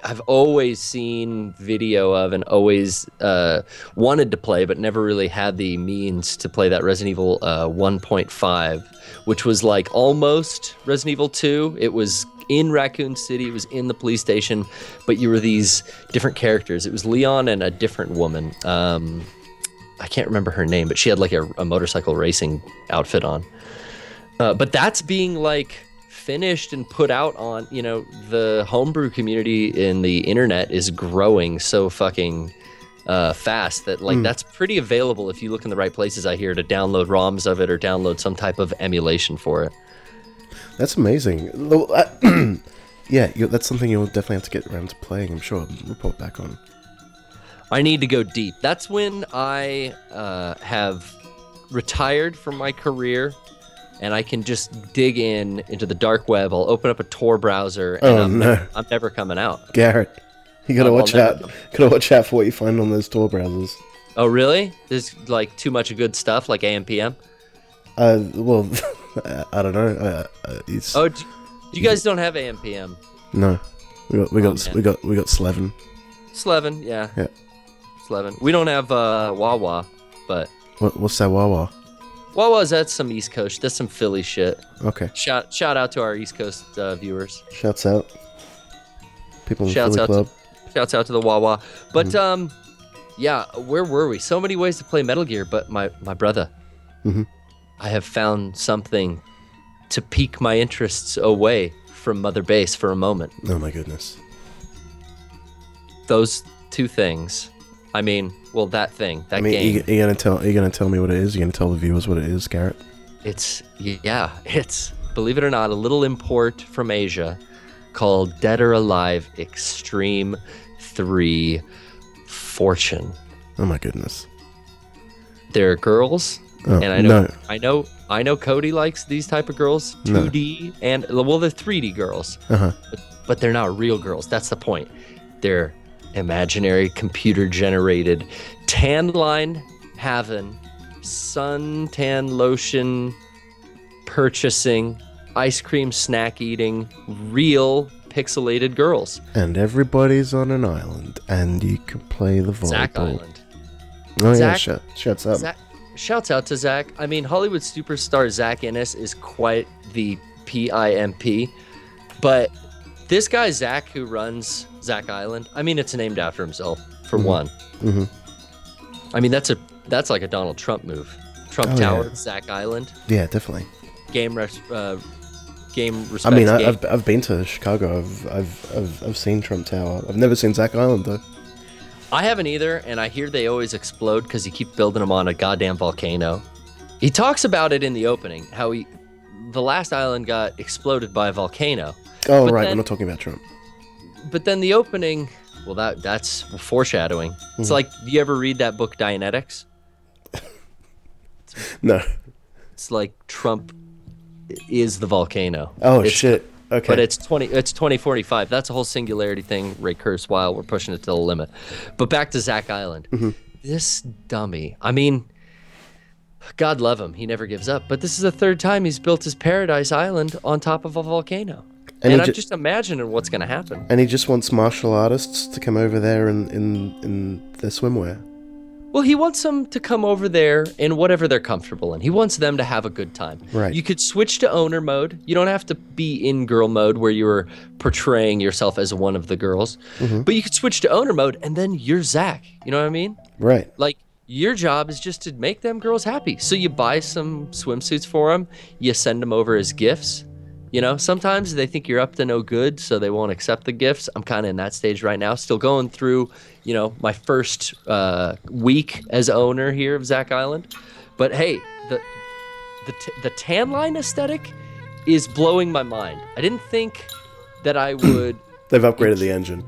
S4: I've always seen video of and always uh, wanted to play, but never really had the means to play that Resident Evil uh, 1.5, which was like almost Resident Evil 2. It was in Raccoon City, it was in the police station, but you were these different characters. It was Leon and a different woman. Um, I can't remember her name, but she had like a, a motorcycle racing outfit on. Uh, but that's being like finished and put out on, you know, the homebrew community in the internet is growing so fucking uh, fast that
S3: Hmm.
S4: like that's pretty available if you look in the right places. I hear to download ROMs of it or download some type of emulation for it.
S3: That's amazing. Well, I- yeah, you, that's something you'll definitely have to get around to playing. I'm sure. and report back on.
S4: I need to go deep. That's when I uh, have retired from my career and I can just dig in into the dark web. I'll open up a Tor browser and
S3: Oh,
S4: I'm,
S3: no.
S4: I'm never coming out.
S3: Garrett, you gotta
S4: I'll- I'll
S3: watch
S4: never
S3: out. Gotta watch out for what you find on those Tor browsers.
S4: Oh, really? There's like too much good stuff like AMPM?
S3: Uh, well, I don't know. Uh, uh, it's
S4: Oh, do, you guys don't have AMPM?
S3: no. We got we got
S4: man.
S3: we got we got Slevin.
S4: Slevin, yeah.
S3: Yeah.
S4: Slevin. We don't have uh, Wawa, but
S3: What, what's that Wawa?
S4: Wawa's that's some East Coast. That's some Philly shit.
S3: Okay.
S4: Shout shout out to our East Coast uh, viewers.
S3: Shouts out. People in the
S4: Shouts
S3: Philly
S4: out to-
S3: Club.
S4: Shouts out to the Wawa. But um, yeah, where were we? So many ways to play Metal Gear, but my my brother, I have found something to pique my interests away from Mother Base for a moment.
S3: Oh my goodness.
S4: Those two things. I mean, well, that thing, that
S3: I mean,
S4: game.
S3: you, you gonna tell you gonna tell me what it is? You gonna tell the viewers what it is, Garrett?
S4: It's yeah, it's believe it or not, a little import from Asia called Dead or Alive Extreme Three Fortune.
S3: Oh my goodness.
S4: they're girls
S3: Oh,
S4: and i know
S3: no.
S4: i know i know cody likes these type of girls 2d and well they're 3d girls
S3: Uh-huh.
S4: but, but they're not real girls that's the point they're imaginary computer generated tan line having suntan lotion purchasing ice cream snack eating real pixelated girls
S3: And everybody's on an island, and you can play the volleyball.
S4: zach island
S3: Oh yeah,
S4: Zach-
S3: shut, shuts up.
S4: Zach, shouts out to Zach. I mean, Hollywood superstar Zach Innes is quite the PIMP, but this guy Zach, who runs Zach Island, I mean, it's named after himself for
S3: Mm-hmm.
S4: one. I mean, that's a that's like a Donald Trump move. Trump
S3: Oh,
S4: Tower,
S3: yeah.
S4: Zach Island,
S3: Yeah, definitely.
S4: game res- uh, game
S3: I
S4: respect.
S3: mean, I,
S4: game.
S3: I've, I've been to Chicago. I've, I've I've I've seen Trump Tower. I've never seen Zach Island though.
S4: I haven't either, and I hear they always explode because you keep building them on a goddamn volcano. He talks about it in the opening how he, the last island got exploded by a volcano,
S3: Oh,
S4: But
S3: right.
S4: then-
S3: we're not talking about Trump.
S4: but then the opening, well, that that's foreshadowing. It's like, do you ever read that book Dianetics?
S3: No.
S4: It's like Trump is the volcano.
S3: Oh,
S4: It's-
S3: shit. Okay.
S4: But it's twenty. It's twenty forty five. That's a whole singularity thing. Ray Kurzweil. We're pushing it to the limit. But back to Zach Island.
S3: Mm-hmm.
S4: This dummy. I mean, God love him. He never gives up. But this is the third time he's built his paradise island on top of a volcano. And,
S3: he
S4: I'm
S3: ju-
S4: just imagining what's going to happen.
S3: And he just wants martial artists to come over there in, in, in their swimwear.
S4: Well, he wants them to come over there in whatever they're comfortable in. He wants them to have a good time.
S3: Right.
S4: You could switch to owner mode. You don't have to be in girl mode where you're portraying yourself as one of the girls. But you could switch to owner mode and then you're Zach. You know what I mean?
S3: Right.
S4: Like your job is just to make them girls happy. So you buy some swimsuits for them, you send them over as gifts. You know, sometimes they think you're up to no good, so they won't accept the gifts. I'm kind of in that stage right now, still going through, you know, my first uh, week as owner here of Zach Island. But hey, the the t- the tan line aesthetic is blowing my mind. I didn't think that I would.
S3: They've upgraded the engine.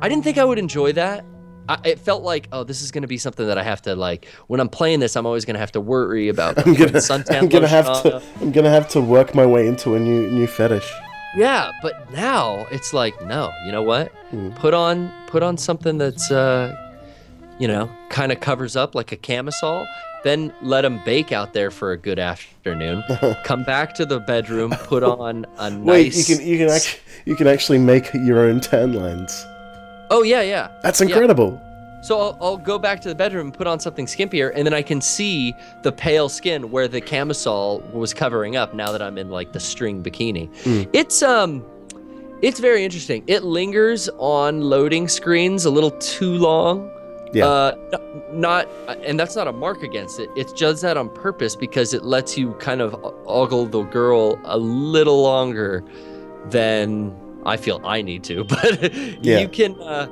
S4: I didn't think I would enjoy that. I, it felt like, oh, this is going to be something that I have to like. When I'm playing this, I'm always going to have to worry about
S3: I'm gonna,
S4: suntan
S3: I'm gonna
S4: lotion
S3: have
S4: on.
S3: to. I'm gonna have to work my way into a new new fetish.
S4: Yeah, but now it's like, no, you know what?
S3: Mm.
S4: Put on, put on something that's, uh, you know, kind of covers up like a camisole. Then let them bake out there for a good afternoon. Come back to the bedroom, put on a nice.
S3: Wait, you can you can actually you can actually make your own tan lines.
S4: Oh yeah, yeah.
S3: That's
S4: Yeah.
S3: incredible.
S4: So I'll, I'll go back to the bedroom and put on something skimpier, and then I can see the pale skin where the camisole was covering up. Now that I'm in like the string bikini, it's um, it's very interesting. It lingers on loading screens a little too long.
S3: Yeah.
S4: Uh, n- not, uh, and that's not a mark against it. It's just that on purpose because it lets you kind of ogle the girl a little longer than I feel I need to. But
S3: Yeah.
S4: you can, uh,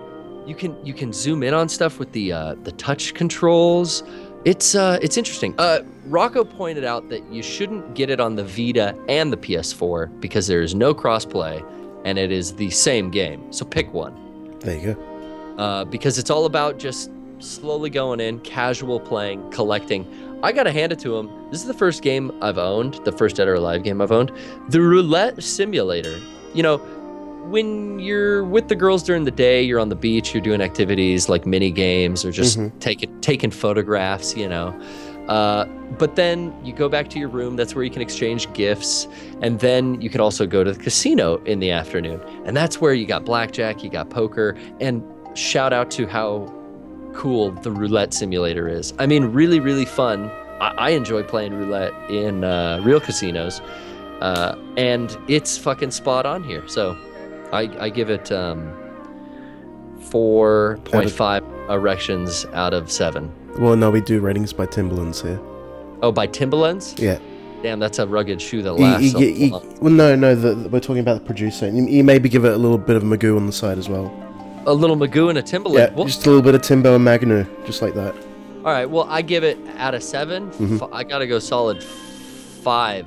S4: you can, you can zoom in on stuff with the uh, the touch controls. It's uh, it's interesting. Uh, Rocco pointed out that you shouldn't get it on the Vita and the PS4 because there is no crossplay, and it is the same game. So pick one
S3: There you go.
S4: uh, because it's all about just slowly going in, casual playing, collecting. I gotta hand it to him. This is the first game I've owned, the first Dead or Alive game I've owned, the Roulette Simulator. You know, when you're with the girls during the day, you're on the beach, you're doing activities like mini games or just taking taking photographs. You know. Uh, but then you go back to your room. That's where you can exchange gifts. And then you can also go to the casino in the afternoon. And that's where you got blackjack, you got poker. And shout out to how cool the roulette simulator is. I mean, really, really fun. I, I enjoy playing roulette in uh, real casinos. Uh, and it's fucking spot on here. So I, I give it um, 4.5 erections out of 7.
S3: Well, no, we do ratings by Timberlands here.
S4: Oh, by Timberlands?
S3: Yeah.
S4: Damn, that's a rugged shoe that
S3: You-
S4: lasts.
S3: you-
S4: a
S3: you- you-
S4: long-
S3: well, no, no, the, the- we're talking about the producer. You, you maybe give it a little bit of Magoo on the side as well.
S4: a little Magoo and a
S3: Yeah,
S4: Timberland. Well,
S3: just a little bit of Timbo and Magnu, just like that.
S4: all right. Well, I give it out of 7
S3: Mm-hmm.
S4: F- I gotta go solid f- five.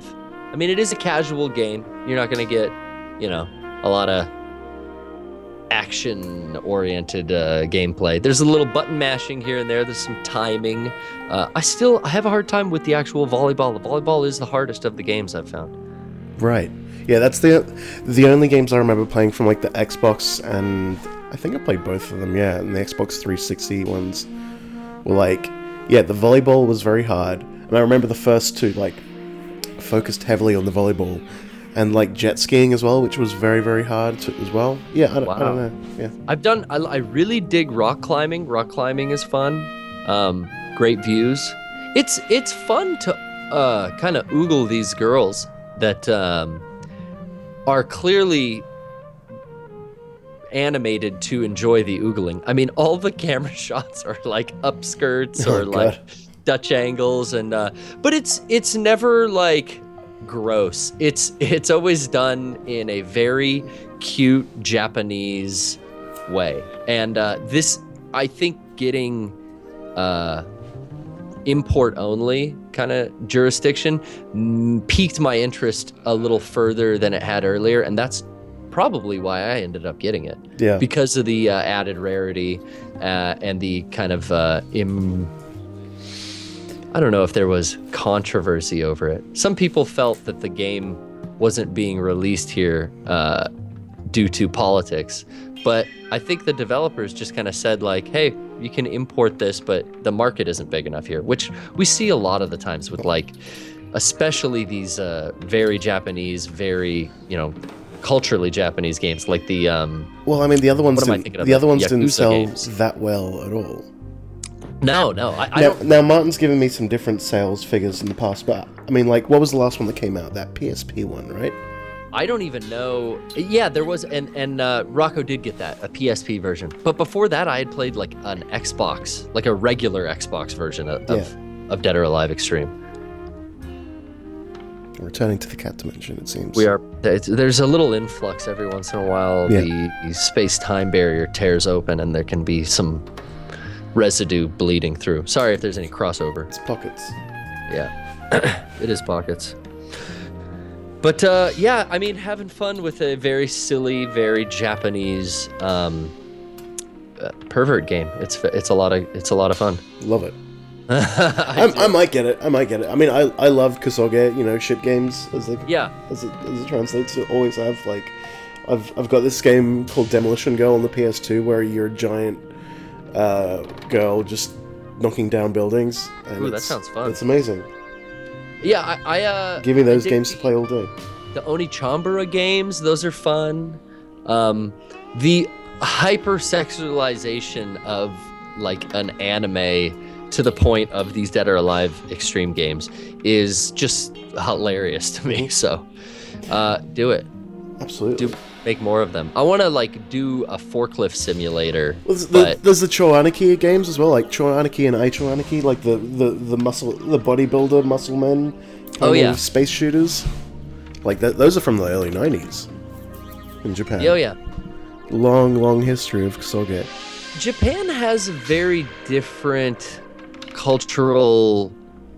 S4: I mean, it is a casual game. You're not gonna get, you know, a lot of action-oriented uh, gameplay. There's a little button mashing here and there. There's some timing. Uh, I still I have a hard time with the actual volleyball. The volleyball is the hardest of the games I've found.
S3: Right. Yeah, that's the the only games I remember playing from like the Xbox and I think I played both of them. Yeah, and the Xbox 360 ones were like, yeah, the volleyball was very hard, and I remember the first two like focused heavily on the volleyball and like jet skiing as well, which was very very hard to, as well. Yeah, I don't, I
S4: Wow.
S3: don't know. Yeah.
S4: I've done. I, I really dig rock climbing. Rock climbing is fun. Um, great views. It's it's fun to uh, kind of oogle these girls that um, are clearly animated to enjoy the oogling. I mean, all the camera shots are like upskirts or
S3: Oh, God.
S4: like Dutch angles, and uh, but it's it's never like gross. It's it's always done in a very cute Japanese way, and uh, this I think getting uh, import only kind of jurisdiction mm, piqued my interest a little further than it had earlier, and that's probably why I ended up getting it
S3: Yeah.
S4: because of the uh, added rarity uh, and the kind of uh, Im- I don't know if there was controversy over it. Some people felt that the game wasn't being released here uh, due to politics, but I think the developers just kind of said like, "Hey, you can import this, but the market isn't big enough here," which we see a lot of the times with like, especially these uh, very Japanese, very you know, culturally Japanese games like the. Um,
S3: Well, I mean, the other ones
S4: What am I
S3: didn't,
S4: thinking of?
S3: the other ones didn't
S4: Yakuza
S3: sell
S4: games.
S3: that well at all.
S4: No, no, I, I
S3: Now,
S4: don't.
S3: now, Martin's given me some different sales figures in the past, but I mean, like, what was the last one that came out? That PSP one, right?
S4: I don't even know. Yeah, there was, and and uh, Rocco did get that a PSP version. But before that, I had played like an Xbox, like a regular Xbox version of of, of Dead or Alive Extreme.
S3: Returning to the cat dimension, it seems.
S4: We are it's, there's a little influx every once in a while.
S3: Yeah.
S4: The, the space time barrier tears open, and there can be some residue bleeding through. Sorry if there's any crossover.
S3: It's pockets.
S4: Yeah, it is pockets. But uh, yeah, I mean, having fun with a very silly, very Japanese um, uh, pervert game. It's it's a lot of it's a lot of fun.
S3: Love it. I, I might get it. I might get it. I mean, I, I love Kasoge, you know, ship games, as they
S4: yeah,
S3: as it, as it translates to always have like I've, I've got this game called Demolition Girl on the PS2 where you're a giant uh, girl just knocking down buildings. And
S4: Ooh, that
S3: it's-
S4: sounds fun.
S3: It's amazing.
S4: yeah. I, I uh,
S3: Give me those
S4: I did
S3: games to
S4: the-
S3: play all day.
S4: The Onichambara games, those are fun. Um, the hypersexualization of like an anime to the point of these Dead or Alive extreme games is just hilarious to me. So, uh, do it.
S3: Absolutely.
S4: Do make more of them. I want to like do a forklift simulator,
S3: Well, there's, the,
S4: but
S3: there's the Choaniki games as well, like Choaniki and Ichoaniki, like the, the, the muscle the bodybuilder muscle men. kind
S4: Oh,
S3: of
S4: yeah.
S3: space shooters. Like that, those are from the early '90s in Japan.
S4: oh yeah,
S3: Long, long history of Kasoge.
S4: Japan has a very different cultural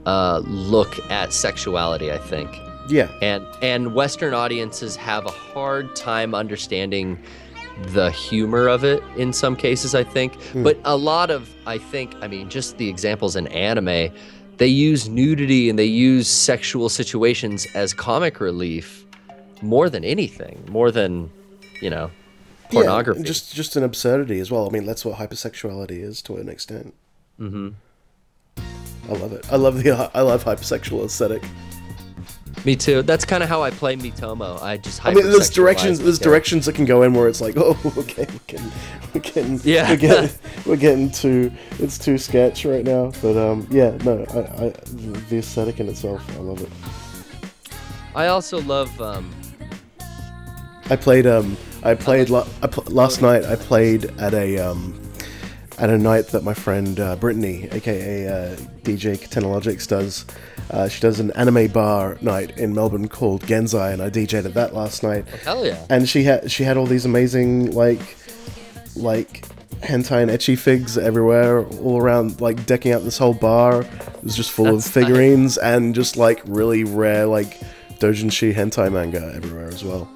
S4: uh, look at sexuality. I think.
S3: Yeah.
S4: and and western audiences have a hard time understanding the humor of it in some cases i think but a lot of i think i mean just the examples in anime they use nudity and they use sexual situations as comic relief more than anything more than you know
S3: Yeah,
S4: pornography
S3: and just just an absurdity as well. I mean, that's what hypersexuality is to an extent. Mm-hmm. I love it. I love the I love hypersexual aesthetic.
S4: me too that's kind of how i play mitomo i just
S3: I mean, there's directions
S4: hypersexualize
S3: there's
S4: it.
S3: directions that can go in where it's like, oh, okay, we can, we can,
S4: Yeah.
S3: we're getting, we're getting too it's too sketch right now. But um, yeah, no, I, I the the aesthetic in itself, I love it.
S4: i also love um
S3: I played um I played la- I pl- last night. I played at a um at a night that my friend uh, Brittany, aka uh, DJ Technologics, does. Uh, she does an anime bar night in Melbourne called Genzai, and I DJed at that last night.
S4: hell yeah
S3: And she had she had all these amazing like like hentai and etchy figs everywhere, all around, like decking out this whole bar. It was just full of figurines and just like really rare like doujinshi hentai manga everywhere as well.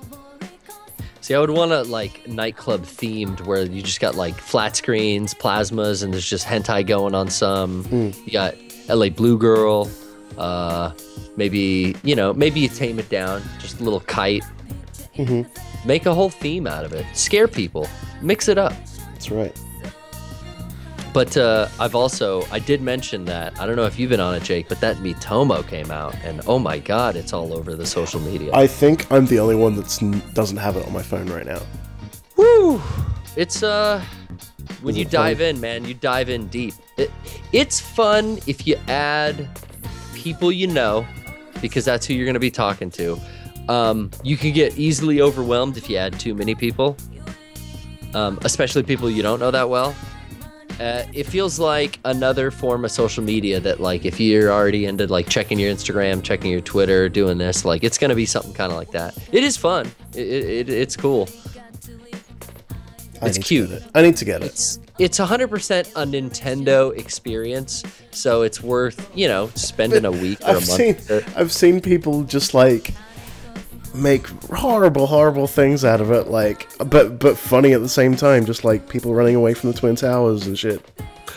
S4: See, I would want to like nightclub themed where you just got like flat screens, plasmas, and there's just hentai going on some. You got LA Blue Girl, uh, maybe, you know, maybe you tame it down, just a little kite. Make a whole theme out of it. Scare people. Mix it up.
S3: That's right.
S4: But uh, I've also, I did mention that, I don't know if you've been on it, Jake, but that Mitomo came out, and oh my God, it's all over the social media.
S3: I think I'm the only one that's n- doesn't have it on my phone right now.
S4: Woo! It's uh when
S3: Is
S4: you
S3: it
S4: dive in, man, you dive in deep. It, it's fun if you add people you know because that's who you're going to be talking to. Um, you can get easily overwhelmed if you add too many people, um, especially people you don't know that well. Uh, it feels like another form of social media that, like, if you're already into like checking your Instagram, checking your Twitter, doing this, like, it's gonna be something kind of like that. It is fun. It, it, it, it's cool.
S3: I
S4: It's
S3: need to
S4: cute.
S3: get it. I need to get it.
S4: It's it's 100% a Nintendo experience, so it's worth you know spending a week or a
S3: I've
S4: month.
S3: seen
S4: with it.
S3: I've seen people just like make horrible, horrible things out of it, like but but funny at the same time, just like people running away from the twin towers and shit.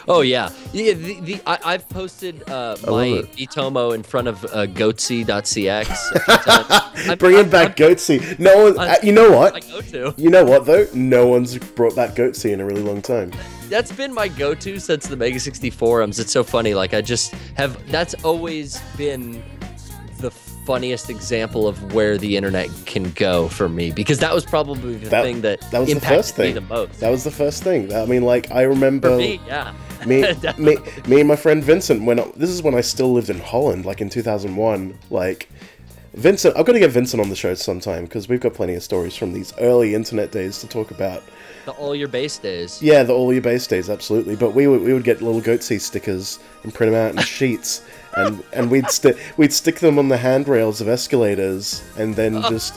S4: Oh yeah, yeah. The, the I, I've posted uh, my
S3: it.
S4: Itomo in front of uh, goatsy.cx. a few times. I'm-
S3: Bringing
S4: I'm-
S3: back Goatsy. No one.
S4: I'm-
S3: uh, you know what?
S4: I go to.
S3: You know what though? No one's brought back Goatsy in a really long time.
S4: That's been my go-to since the Mega 60 forums. It's so funny. Like I just have. That's always been the funniest example of where the internet can go for me because that was probably the
S3: That
S4: thing that,
S3: that was the
S4: impacted
S3: first
S4: me
S3: thing.
S4: the most.
S3: That was the first thing. I mean, like I remember
S4: for me, yeah.
S3: me,
S4: Definitely.
S3: me, me and my friend Vincent. When I, this is when I still lived in Holland, like in 2001. Like Vincent, I've got to get Vincent on the show sometime because we've got plenty of stories from these early internet days to talk about.
S4: The all your base days.
S3: Yeah, the all your base days, absolutely. But we would, we would get little goatsey stickers and print them out in sheets, and and we'd sti- we'd stick them on the handrails of escalators, and then just.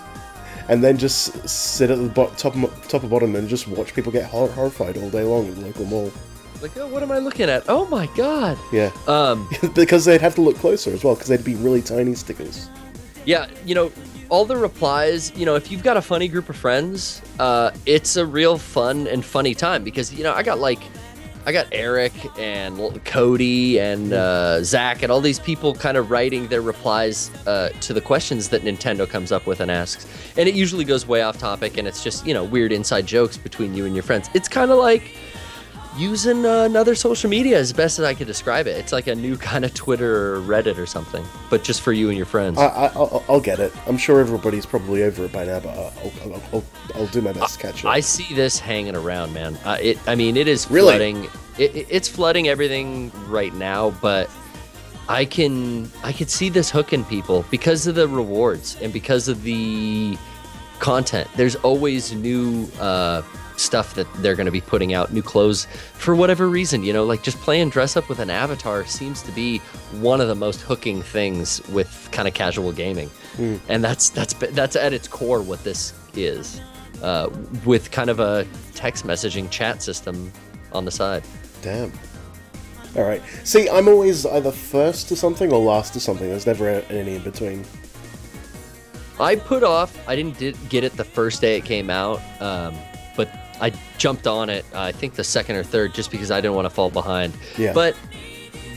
S3: And then just sit at the bo- top, mo- top of bottom and just watch people get hor- horrified all day long at the local mall.
S4: Like, oh, what am I looking at? Oh my god.
S3: Yeah.
S4: Um.
S3: because they'd have to look closer as well because they'd be really tiny stickers.
S4: Yeah, you know, all the replies, you know, if you've got a funny group of friends, uh, it's a real fun and funny time because, you know, I got like, I got Eric and L- Cody and uh, Zach and all these people kind of writing their replies uh, to the questions that Nintendo comes up with and asks. And it usually goes way off topic and it's just, you know, weird inside jokes between you and your friends. It's kind of like, Using uh, another social media as best as I could describe it. It's like a new kind of Twitter or Reddit or something, but just for you and your friends.
S3: I, I, I'll, I'll get it. I'm sure everybody's probably over it by now, but uh, I'll, I'll, I'll, I'll do my best to catch it.
S4: I see this hanging around, man. Uh, it, I mean, it is
S3: Really?
S4: flooding. It, it- it's flooding everything right now, but I can I can see this hooking people because of the rewards and because of the content. There's always new uh, stuff that they're going to be putting out, new clothes for whatever reason. You know, like just playing dress up with an avatar seems to be one of the most hooking things with kind of casual gaming, and that's that's that's at its core what this is, uh, with kind of a text messaging chat system on the side.
S3: Damn. All right. See, I'm always either first to something or last to something. There's never a- any in between.
S4: I put off. I didn't di- get it the first day it came out, um, but I jumped on it. Uh, I think the second or third, just because I didn't want to fall behind.
S3: Yeah.
S4: But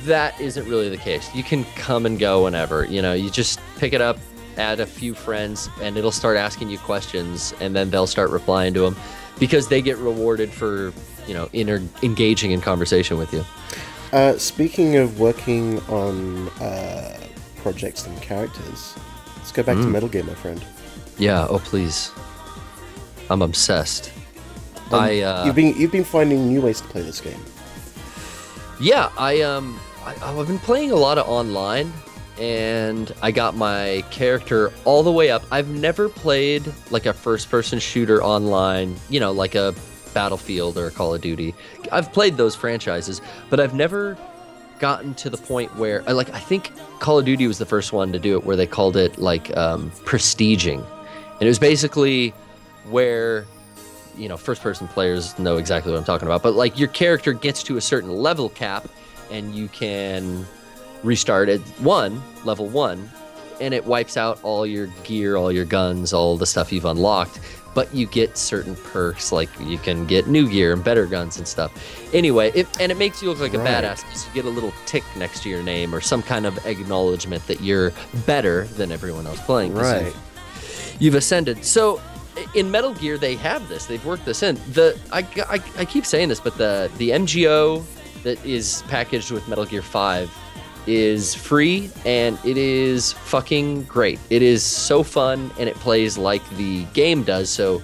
S4: that isn't really the case. You can come and go whenever. You know, you just pick it up, add a few friends, and it'll start asking you questions, and then they'll start replying to them because they get rewarded for you know inter- engaging in conversation with you.
S3: Uh, speaking of working on uh, projects and characters, let's go
S4: Hmm.
S3: back to Metal Gear, my friend.
S4: Yeah. Oh please. I'm obsessed.
S3: Um,
S4: I uh,
S3: you've been you've been finding new ways to play this game.
S4: Yeah, I um, I, I've been playing a lot of online, and I got my character all the way up. I've never played like a first-person shooter online, you know, like a Battlefield or a Call of Duty. I've played those franchises, but I've never gotten to the point where I like I think Call of Duty was the first one to do it where they called it like um, prestiging. And it was basically where you know, first person players know exactly what I'm talking about, but like your character gets to a certain level cap and you can restart at one, level one, and it wipes out all your gear, all your guns, all the stuff you've unlocked. But you get certain perks, like you can get new gear and better guns and stuff. Anyway, it, and it makes you look like a
S3: Right.
S4: badass because you get a little tick next to your name or some kind of acknowledgement that you're better than everyone else playing. 'cause you've- you've ascended. So in Metal Gear, they have this. They've worked this in. The I, I, I keep saying this, but the the MGO that is packaged with Metal Gear Five is free and it is fucking great. It is so fun and it plays like the game does. So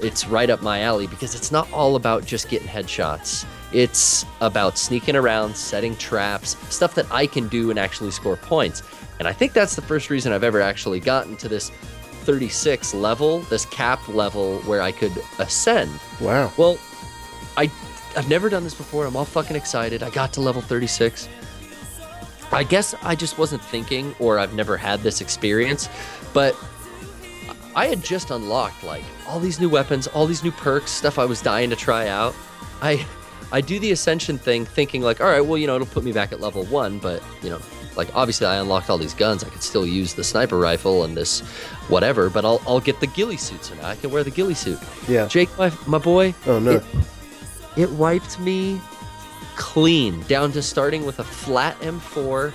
S4: it's right up my alley because it's not all about just getting headshots. It's about sneaking around, setting traps, stuff that I can do and actually score points. And I think that's the first reason I've ever actually gotten to this 36 level, this cap level where I could ascend.
S3: Wow.
S4: Well, I I've never done this before. I'm all fucking excited. I got to level 36. I guess I just wasn't thinking or I've never had this experience, but I had just unlocked like all these new weapons, all these new perks, stuff I was dying to try out. I I do the ascension thing thinking like, all right, well, you know, it'll put me back at level 1, but, you know, like obviously I unlocked all these guns. I could still use the sniper rifle and this whatever, but I'll I'll get the ghillie suit so now I can wear the ghillie suit.
S3: Yeah.
S4: Jake, my my boy,
S3: Oh no.
S4: It- it wiped me clean down to starting with a flat M4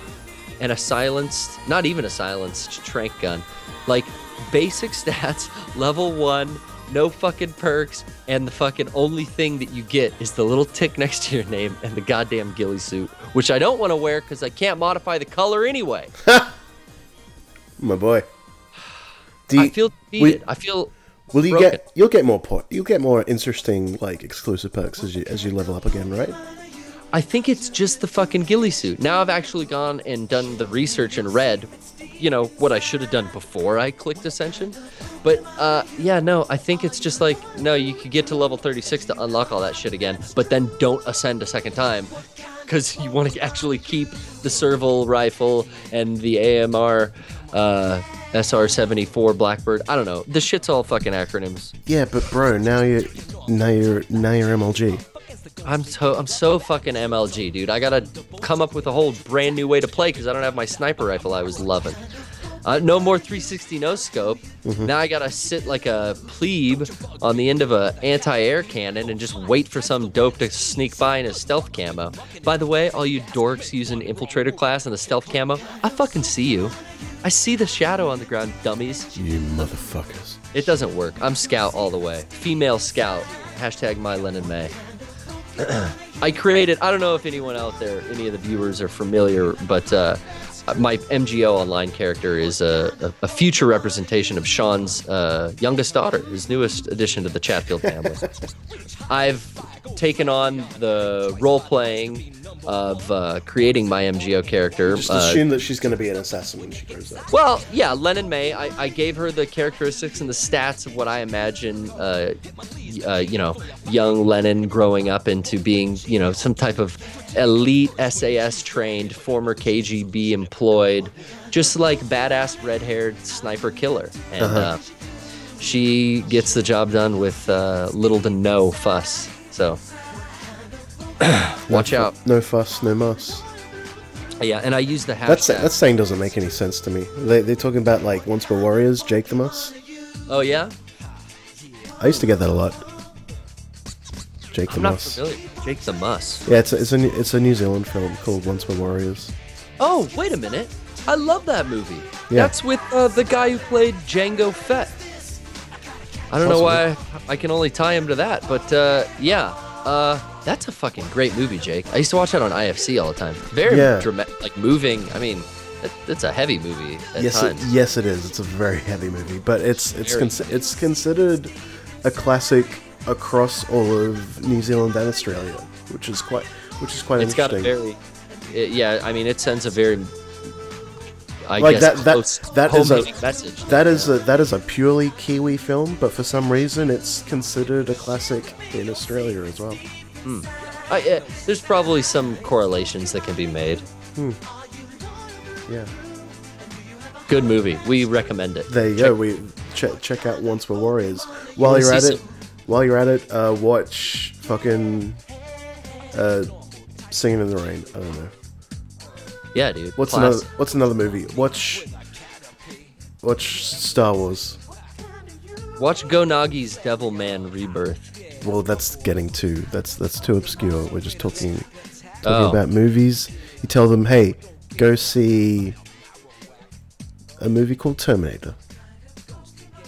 S4: and a silenced, not even a silenced trank gun. Like basic stats, level one, no fucking perks, and the fucking only thing that you get is the little tick next to your name and the goddamn ghillie suit, which I don't want to wear because I can't modify the color anyway.
S3: My boy. Do you,
S4: I feel defeated. I feel.
S3: will you
S4: broken.
S3: get you'll get more por- you'll get more interesting like exclusive perks as you as you level up again, right?
S4: I think it's just the fucking ghillie suit. Now I've actually gone and done the research and read, you know, what I should have done before I clicked Ascension. But uh, yeah, no, I think it's just like, no, you could get to level 36 to unlock all that shit again, but then don't ascend a second time because you want to actually keep the serval rifle and the AMR uh, SR 74 Blackbird. I don't know. The shit's all fucking acronyms.
S3: Yeah, but bro, now you now you're now you're MLG.
S4: I'm so I'm so fucking MLG, dude. I gotta come up with a whole brand new way to play because I don't have my sniper rifle I was loving. Uh, no more 360 no scope. Now I gotta sit like a plebe on the end of a anti-air cannon and just wait for some dope to sneak by in his stealth camo. By the way, all you dorks using infiltrator class and the stealth camo, I fucking see you. I see the shadow on the ground, dummies.
S3: You motherfuckers.
S4: It doesn't work. I'm scout all the way. Female scout. Hashtag my Lennon May. I created. I don't know if anyone out there, any of the viewers, are familiar, but uh, my MGO online character is a, a, a future representation of Sean's uh, youngest daughter, his newest addition to the Chatfield family. I've taken on the role playing of uh, creating my MGO character.
S3: Just
S4: uh,
S3: assume that she's gonna be an assassin when she grows up.
S4: well, yeah, Lennon May. I, I gave her the characteristics and the stats of what I imagine, uh, y- uh, you know, young Lennon growing up into being, you know, some type of elite SAS trained, former KGB employed, just like badass red haired sniper killer. And
S3: Uh-huh.
S4: uh she gets the job done with uh, little to no fuss. So watch out.
S3: No fuss, no muss.
S4: Yeah, and I use the hashtag.
S3: That's that saying doesn't make any sense to me. They they're talking about like once were warriors, Jake the Muss.
S4: oh, yeah?
S3: I used to get that a lot. Jake the
S4: I'm not
S3: Muss.
S4: familiar. Jake the Muss.
S3: Yeah, it's a, it's a New- it's a New Zealand film called Once Were Warriors.
S4: Oh, wait a minute. I love that movie.
S3: Yeah.
S4: That's with uh, the guy who played Django Fett. I don't know
S3: Possibly.
S4: why I can only tie him to that, but uh, yeah. Uh, that's a fucking great movie, Jake. I used to watch that on IFC all the time. Very
S3: Yeah.
S4: dramatic, like moving. I mean, it, it's a heavy movie at
S3: Yes, it,
S4: times.
S3: yes, it is. It's a very heavy movie, but it's it's
S4: Very
S3: consi- it's considered a classic across all of New Zealand and Australia, which is quite which is quite
S4: it's got a
S3: interesting.
S4: very, it- yeah. I mean, it sends a very, I
S3: Like
S4: guess,
S3: that- that-
S4: close
S3: that is a-
S4: homemaking message.
S3: that is a that is a purely Kiwi film, but for some reason it's considered a classic in Australia as well.
S4: I, uh, there's probably some correlations that can be made.
S3: Yeah,
S4: Good movie. We recommend it.
S3: there you go. We check check out Once Were Warriors. While
S4: Wanna
S3: you're at
S4: see
S3: it, while you're at it, uh, watch fucking uh, Singing in the Rain. I don't know.
S4: Yeah, dude.
S3: What's
S4: classic.
S3: another What's another movie? Watch Watch Star Wars.
S4: Watch Gonagi's Devil Man Rebirth.
S3: Well, that's getting too that's that's too obscure. We're just talking talking
S4: Oh.
S3: about movies. You tell them, hey, go see a movie called Terminator.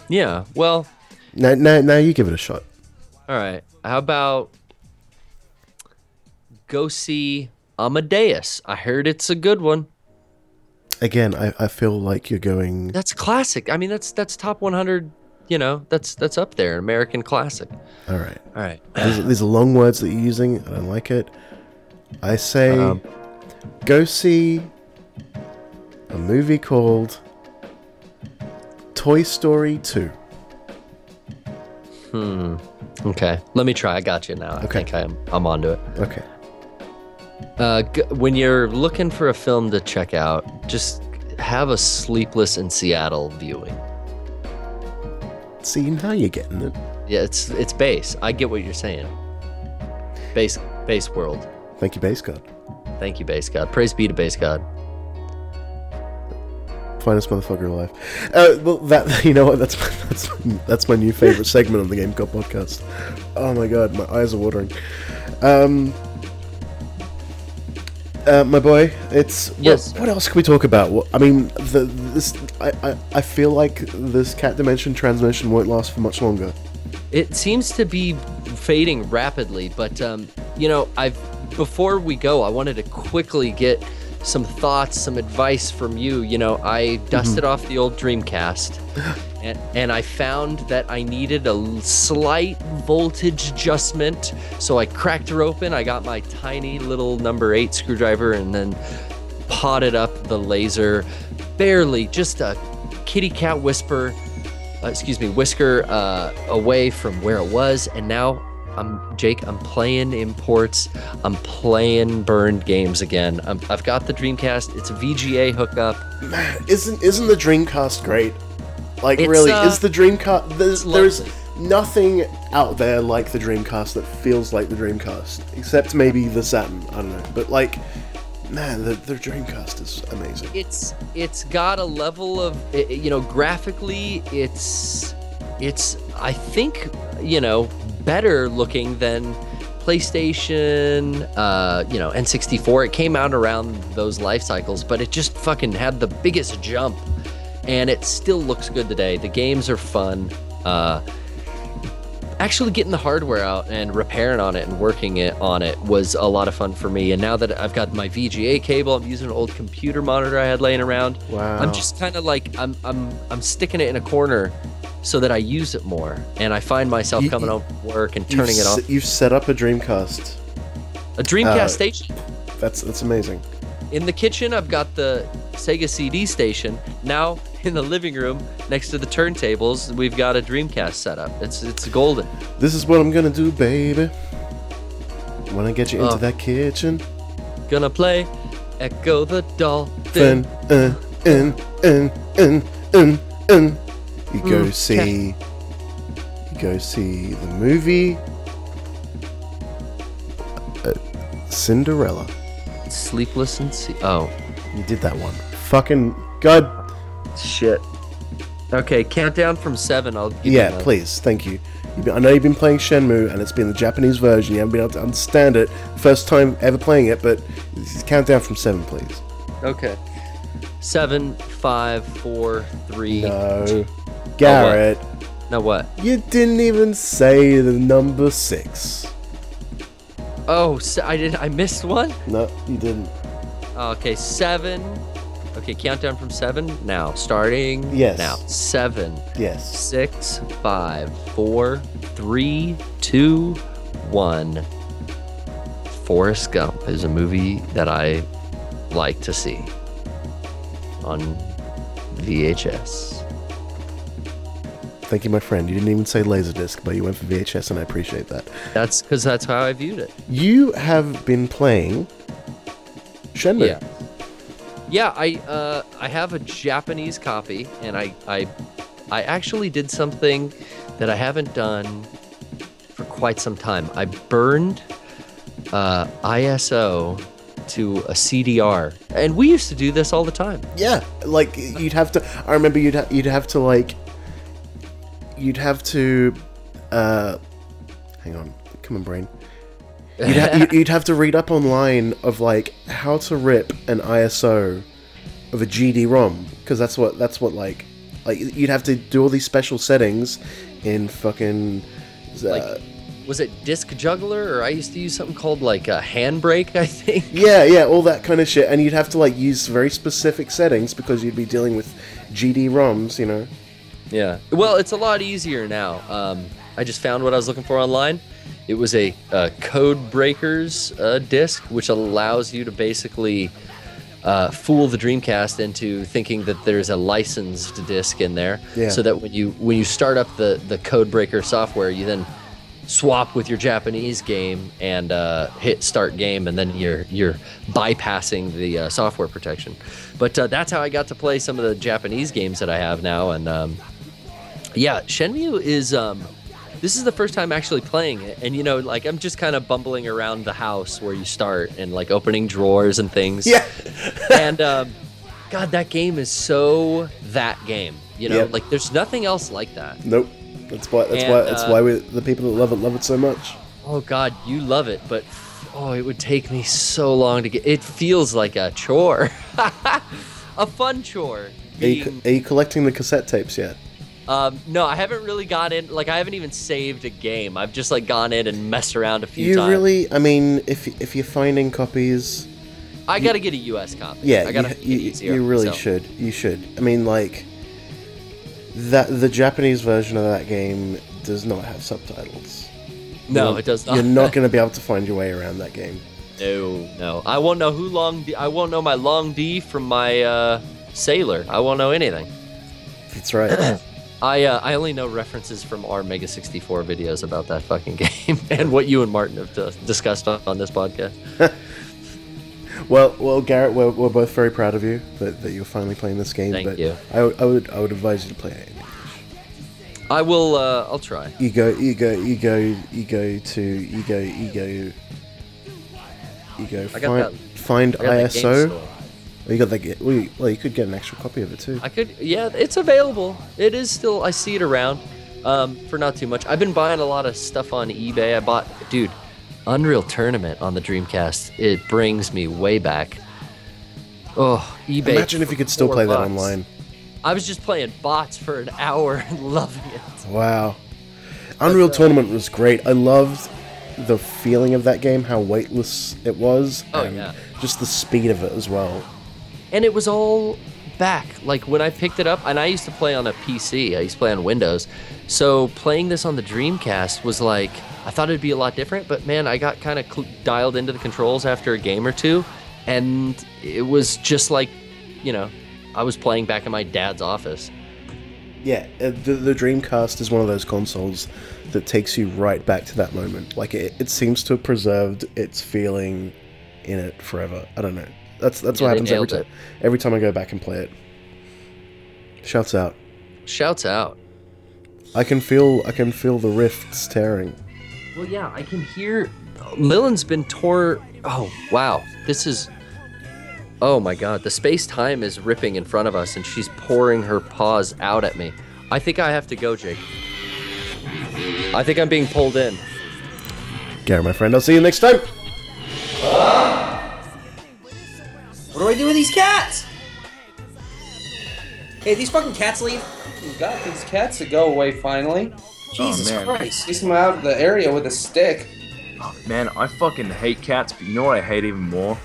S4: Yeah. Well,
S3: Now, now, now you give it a shot.
S4: all right. How about go see Amadeus? I heard it's a good one.
S3: Again, I, I feel like you're going.
S4: That's classic. I mean, that's that's top 100. You know, that's that's up there. American classic.
S3: All right,
S4: All right.
S3: these, these are long words that you're using. I don't like it. I say,
S4: Um.
S3: go see a movie called Toy Story Two.
S4: Okay. Let me try. I got you now. I
S3: Okay.
S4: think I'm I'm onto it.
S3: Okay.
S4: Uh, g- when you're looking for a film to check out, just have a sleepless in Seattle viewing.
S3: See, now you're getting it.
S4: Yeah, it's it's base. I get what you're saying. Base base world.
S3: Thank you, Base God.
S4: Thank you, base god. Praise be to base god.
S3: Finest motherfucker alive. Uh, well, that you know what? That's my, that's that's my new favorite segment on the Game Cop podcast. Oh my god, my eyes are watering. Um, uh, my boy, it's what-
S4: Yes.
S3: What, else can we talk about? What, I mean, the this I, I I feel like this cat dimension transmission won't last for much longer.
S4: It seems to be fading rapidly, but um, you know, I've before we go, I wanted to quickly get some thoughts, some advice from you. You know, I dusted off the old Dreamcast, and, and I found that I needed a l- slight voltage adjustment. So I cracked her open. I got my tiny little number eight screwdriver, and then potted up the laser, barely, just a kitty cat whisper uh, excuse me, Whisker uh, away from where it was, and now I'm Jake. I'm playing imports. I'm playing burned games again. i I've got the Dreamcast. It's a VGA hookup.
S3: Isn't isn't the Dreamcast great? Like
S4: It's,
S3: really,
S4: uh,
S3: is the Dreamcast? There's,
S4: it's
S3: there's
S4: lovely.
S3: nothing out there like the Dreamcast that feels like the Dreamcast, except maybe the Saturn. I don't know, but like, man, the, the Dreamcast is amazing.
S4: It's it's got a level of i- i- you know graphically it's it's I think you know better looking than PlayStation, uh, you know N64. It came out around those life cycles, but it just fucking had the biggest jump, and it still looks good today. The games are fun. Uh, actually getting the hardware out and repairing on it and working it on it was a lot of fun for me. And now that I've got my VGA cable, I'm using an old computer monitor I had laying around.
S3: Wow.
S4: I'm just kind of like I'm I'm I'm sticking it in a corner so that I use it more. And I find myself
S3: You-
S4: coming
S3: you-
S4: home from work and
S3: You've
S4: turning it off.
S3: se- You've set up a Dreamcast.
S4: A Dreamcast
S3: uh,
S4: station
S3: That's that's amazing.
S4: in the kitchen. I've got the Sega CD station. Now in the living room next to the turntables, we've got a Dreamcast setup. It's it's golden.
S3: This is what I'm gonna do, baby. When I get you into
S4: Oh.
S3: that kitchen,
S4: Gonna play Echo the
S3: then
S4: Dolphin.
S3: uh, in in in in in, you go
S4: Mm,
S3: see, you go see the movie uh, Cinderella.
S4: Sleepless and see. Oh.
S3: You did that one. Fucking god.
S4: Shit. Okay, countdown from seven. I'll give
S3: Yeah,
S4: you my-
S3: please, thank you. You've been, I know you've been playing Shenmue, and it's been the Japanese version. You haven't been able to understand it. First time ever playing it, but count down from seven, please.
S4: Okay. Seven, five, four, three.
S3: No. Garrett,
S4: Now Oh, what?
S3: you didn't even say the number six.
S4: Oh, se- I did. I missed one.
S3: No, you didn't.
S4: Oh, okay, seven. Okay, countdown from seven now. Starting
S3: Yes.
S4: now. Seven,
S3: Yes.
S4: six, five, four, three, two, one. Forrest Gump is a movie that I like to see on VHS.
S3: Thank you, my friend. You didn't even say Laserdisc, but you went for VHS, and I appreciate that.
S4: That's because that's how I viewed it.
S3: You have been playing Shenmue.
S4: Yeah. Yeah, I uh, I have a Japanese copy, and I I I actually did something that I haven't done for quite some time. I burned uh, ISO to a CDR, and we used to do this all the time.
S3: Yeah, like you'd have to. I remember you'd ha- you'd have to like. You'd have to, uh, hang on, come on, brain. You'd, ha- you'd- you'd have to read up online of like how to rip an ISO of a GD-ROM because that's what that's what like like you'd have to do all these special settings in fucking. Uh,
S4: Like, was it Disc Juggler, or I used to use something called like a Handbrake, I think.
S3: Yeah, yeah, all that kind of shit, and you'd have to like use very specific settings because you'd be dealing with GD ROMs, you know.
S4: Yeah. Well, it's a lot easier now. Um, I just found what I was looking for online. It was a uh, Code Breakers uh, disc, which allows you to basically uh, fool the Dreamcast into thinking that there's a licensed disc in there,
S3: Yeah.
S4: so that when you when you start up the the Code Breaker software, you then swap with your Japanese game and uh, hit start game, and then you're you're bypassing the uh, software protection. But uh, that's how I got to play some of the Japanese games that I have now, and um, Yeah, Shenmue is um this is the first time actually playing it and you know like I'm just kind of bumbling around the house where you start and like opening drawers and things.
S3: Yeah.
S4: and um god that game is so that game, you know?
S3: Yeah.
S4: Like there's nothing else like that.
S3: Nope. That's why. That's
S4: And,
S3: why. That's
S4: uh,
S3: why we, the people that love it love it so much.
S4: Oh god, you love it, but oh, it would take me so long to get it feels like a chore. a fun chore.
S3: Are you,
S4: being-
S3: co- are you collecting the cassette tapes yet?
S4: Um, no, I haven't really got in. Like, I haven't even saved a game. I've just like gone in and messed around a few
S3: You
S4: times.
S3: really? I mean, if if you're finding copies,
S4: I gotta get a US copy.
S3: yeah,
S4: I gotta
S3: you-
S4: make it
S3: you,
S4: easier,
S3: you really
S4: so.
S3: should. You should. I mean, like that the Japanese version of that game does not have subtitles.
S4: No,
S3: You're-
S4: it does not.
S3: You're not going to be able to find your way around that game.
S4: no, no. I won't know who long. D, I won't know my long D from my uh, sailor. I won't know anything.
S3: That's right.
S4: I uh, I only know references from our Mega 64 videos about that fucking game and what you and Martin have dis- discussed on, on this podcast.
S3: well, well, Garrett, we're, we're both very proud of you that, that you're finally playing this game.
S4: Thank
S3: but
S4: you.
S3: I, would- I would I would advise you to play it.
S4: I will. Uh, I'll try.
S3: You go, you go, you go, you go to, you go, you go, you go.
S4: I got that-
S3: Find, find
S4: I got that game
S3: ISO.
S4: store.
S3: Or Oh, you got that. ge- Well you, well, you could get an extra copy of it too.
S4: I could, yeah, it's available. It is still, I see it around um, for not too much. I've been buying a lot of stuff on eBay. I bought, dude, Unreal Tournament on the Dreamcast. It brings me way back. Oh, eBay.
S3: Imagine if
S4: for
S3: you could still
S4: four
S3: play that
S4: bucks.
S3: online.
S4: I was just playing bots for an hour and loving it.
S3: Wow.
S4: uh,
S3: Unreal Tournament was great. I loved the feeling of that game, how weightless it was,
S4: Oh,
S3: and
S4: yeah.
S3: just the speed of it as well.
S4: and it was all back like when i picked it up and i used to play on a pc i used to play on windows so playing this on the dreamcast was like i thought it'd be a lot different but man i got kind of cl- dialed into the controls after a game or two and it was just like you know i was playing back in my dad's office
S3: Yeah, uh, the, the Dreamcast is one of those consoles that takes you right back to that moment. Like it, it seems to have preserved its feeling in it forever. I don't know. That's that's
S4: Yeah,
S3: what
S4: they
S3: happens every
S4: nailed
S3: time.
S4: it.
S3: Every time I go back and play it, shouts out.
S4: shouts out
S3: I can feel I can feel the rifts tearing.
S4: Well, yeah, I can hear. Millen's been tore. Oh wow, this is. Oh my god, the space time is ripping in front of us, and she's pouring her paws out at me. I think I have to go, Jake. I think I'm being pulled in.
S3: Gary, my friend, I'll see you next time.
S9: What do I do with these cats? Hey, these fucking cats leave.
S6: You got these cats to go away finally.
S9: Jesus
S5: man.
S9: Christ.
S6: Chase them out of the area with a stick.
S5: Man, I fucking hate cats, but you know what I hate even more?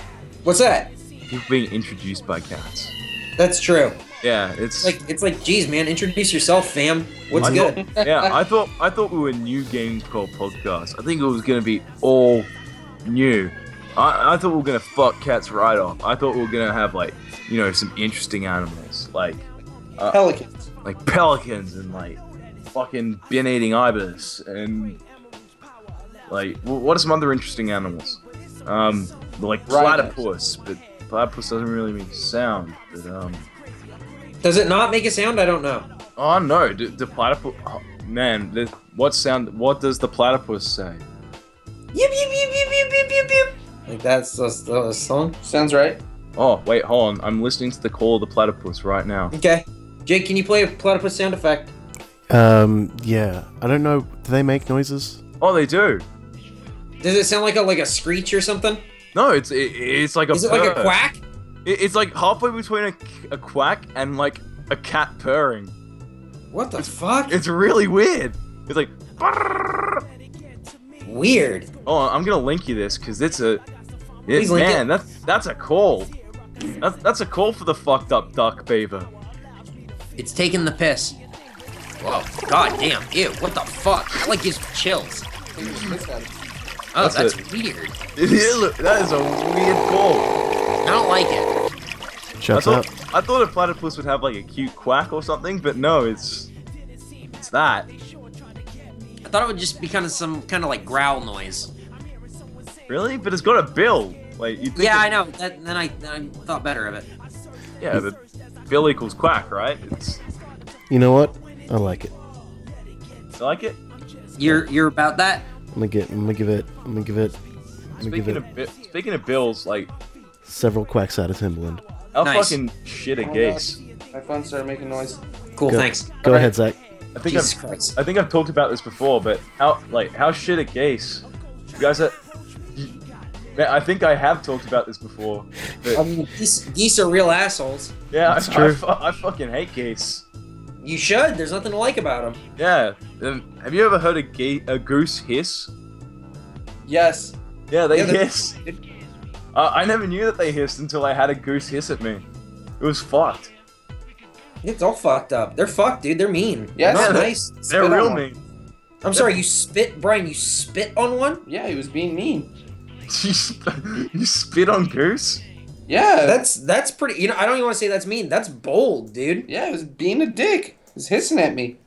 S9: What's that?
S5: People being introduced by cats.
S9: That's true.
S5: Yeah, it's
S9: Like it's like, geez, man, introduce yourself, fam. What's
S5: I
S9: good?
S5: thought- yeah, I thought I thought we were new games called podcast. I think it was gonna be all new. I, I thought we were gonna fuck cats right off. I thought we were gonna have like you know some interesting animals like
S6: Pelicans.
S5: like pelicans and like fucking bin eating ibis and like wh- what are some other interesting animals? Um, like
S6: Rhinos.
S5: platypus, but platypus doesn't really make sound. But um,
S9: Does it not make a sound? I don't know.
S5: oh no, do, do platypus? Oh, man, the, what sound? What does the platypus say?
S9: Yip, yip, yip, yip, yip, yip, yip, yip. Like that's the, the song.
S6: Sounds right.
S5: Oh, wait, hold on. I'm listening to the call of the platypus right now.
S9: Okay. Jake, can you play a platypus sound effect?
S3: Um, yeah, I don't know. Do they make noises?
S5: Oh, they do.
S9: Does it sound like a like a screech or something?
S5: No, it's it, it's like a
S9: Is it like a
S5: purr.
S9: quack?
S5: It- it's like halfway between a, a quack and like a cat purring.
S9: What the fuck?
S5: It's really weird. It's like
S9: Weird.
S5: Oh, I'm gonna link you this because it's a it,
S9: Please link
S5: man.
S9: it.
S5: That's that's a call. That's that's a call for the fucked up duck beaver.
S9: It's taking the piss. Whoa. God damn. Ew. What the fuck? That like gives me chills. Oh,
S5: That's
S9: that's, weird.
S5: It is- that is a weird call.
S9: I don't like it.
S5: I
S3: Shouts
S5: thought
S3: out.
S5: I thought a platypus would have like a cute quack or something, but no, it's it's that.
S9: I thought it would just be kind of some kind of like growl noise.
S5: Really? But it's got a bill. Like you think
S9: Yeah,
S5: it-
S9: I know. That, then I then I thought better of it.
S5: Yeah, but Bill equals quack, right? It's
S3: You know what? I like it.
S5: You like it?
S6: You're you're about that.
S3: I'm gonna get. I'm gonna give it. I'm gonna give it. I'm gonna give
S5: Speaking
S3: it
S5: of bi- speaking of bills, like
S3: several quacks out of Timberland.
S5: I'll
S6: Nice.
S5: fucking shit a gaze.
S9: My phone started making noise.
S6: Cool.
S3: Go,
S6: Thanks.
S3: Go ahead, Zach.
S5: I think
S6: Jesus
S5: I've,
S6: Christ.
S5: I think I've talked about this before, but how like how shit at Gase? You guys are. you- Man, I think I have talked about this before. but-
S6: I mean, geese, geese are real assholes.
S5: yeah, I,
S3: Um, That's
S5: I
S3: true.
S5: fu- I fucking hate Gase.
S6: You should. There's nothing to like about them.
S5: Yeah. um, Have you ever heard a, ga- a goose hiss?
S9: Yes.
S5: Yeah, they
S9: Yeah, they-
S5: hiss. Uh, I never knew that they hissed until I had a goose hiss at me. It was fucked.
S6: It's all fucked up. They're fucked, dude. They're mean.
S9: Yes.
S6: They're
S5: Yeah,
S6: not
S5: they-
S6: nice.
S5: They're
S9: on
S5: real
S9: one.
S5: mean.
S6: I'm sorry. You spit, Brian. You spit on one.
S9: Yeah, he was being mean.
S5: you sp- you spit on goose?
S9: Yeah.
S6: That's that's pretty. You know, I don't even want to say that's mean. That's bold, dude.
S9: yeah, he was being a dick. He was hissing at me.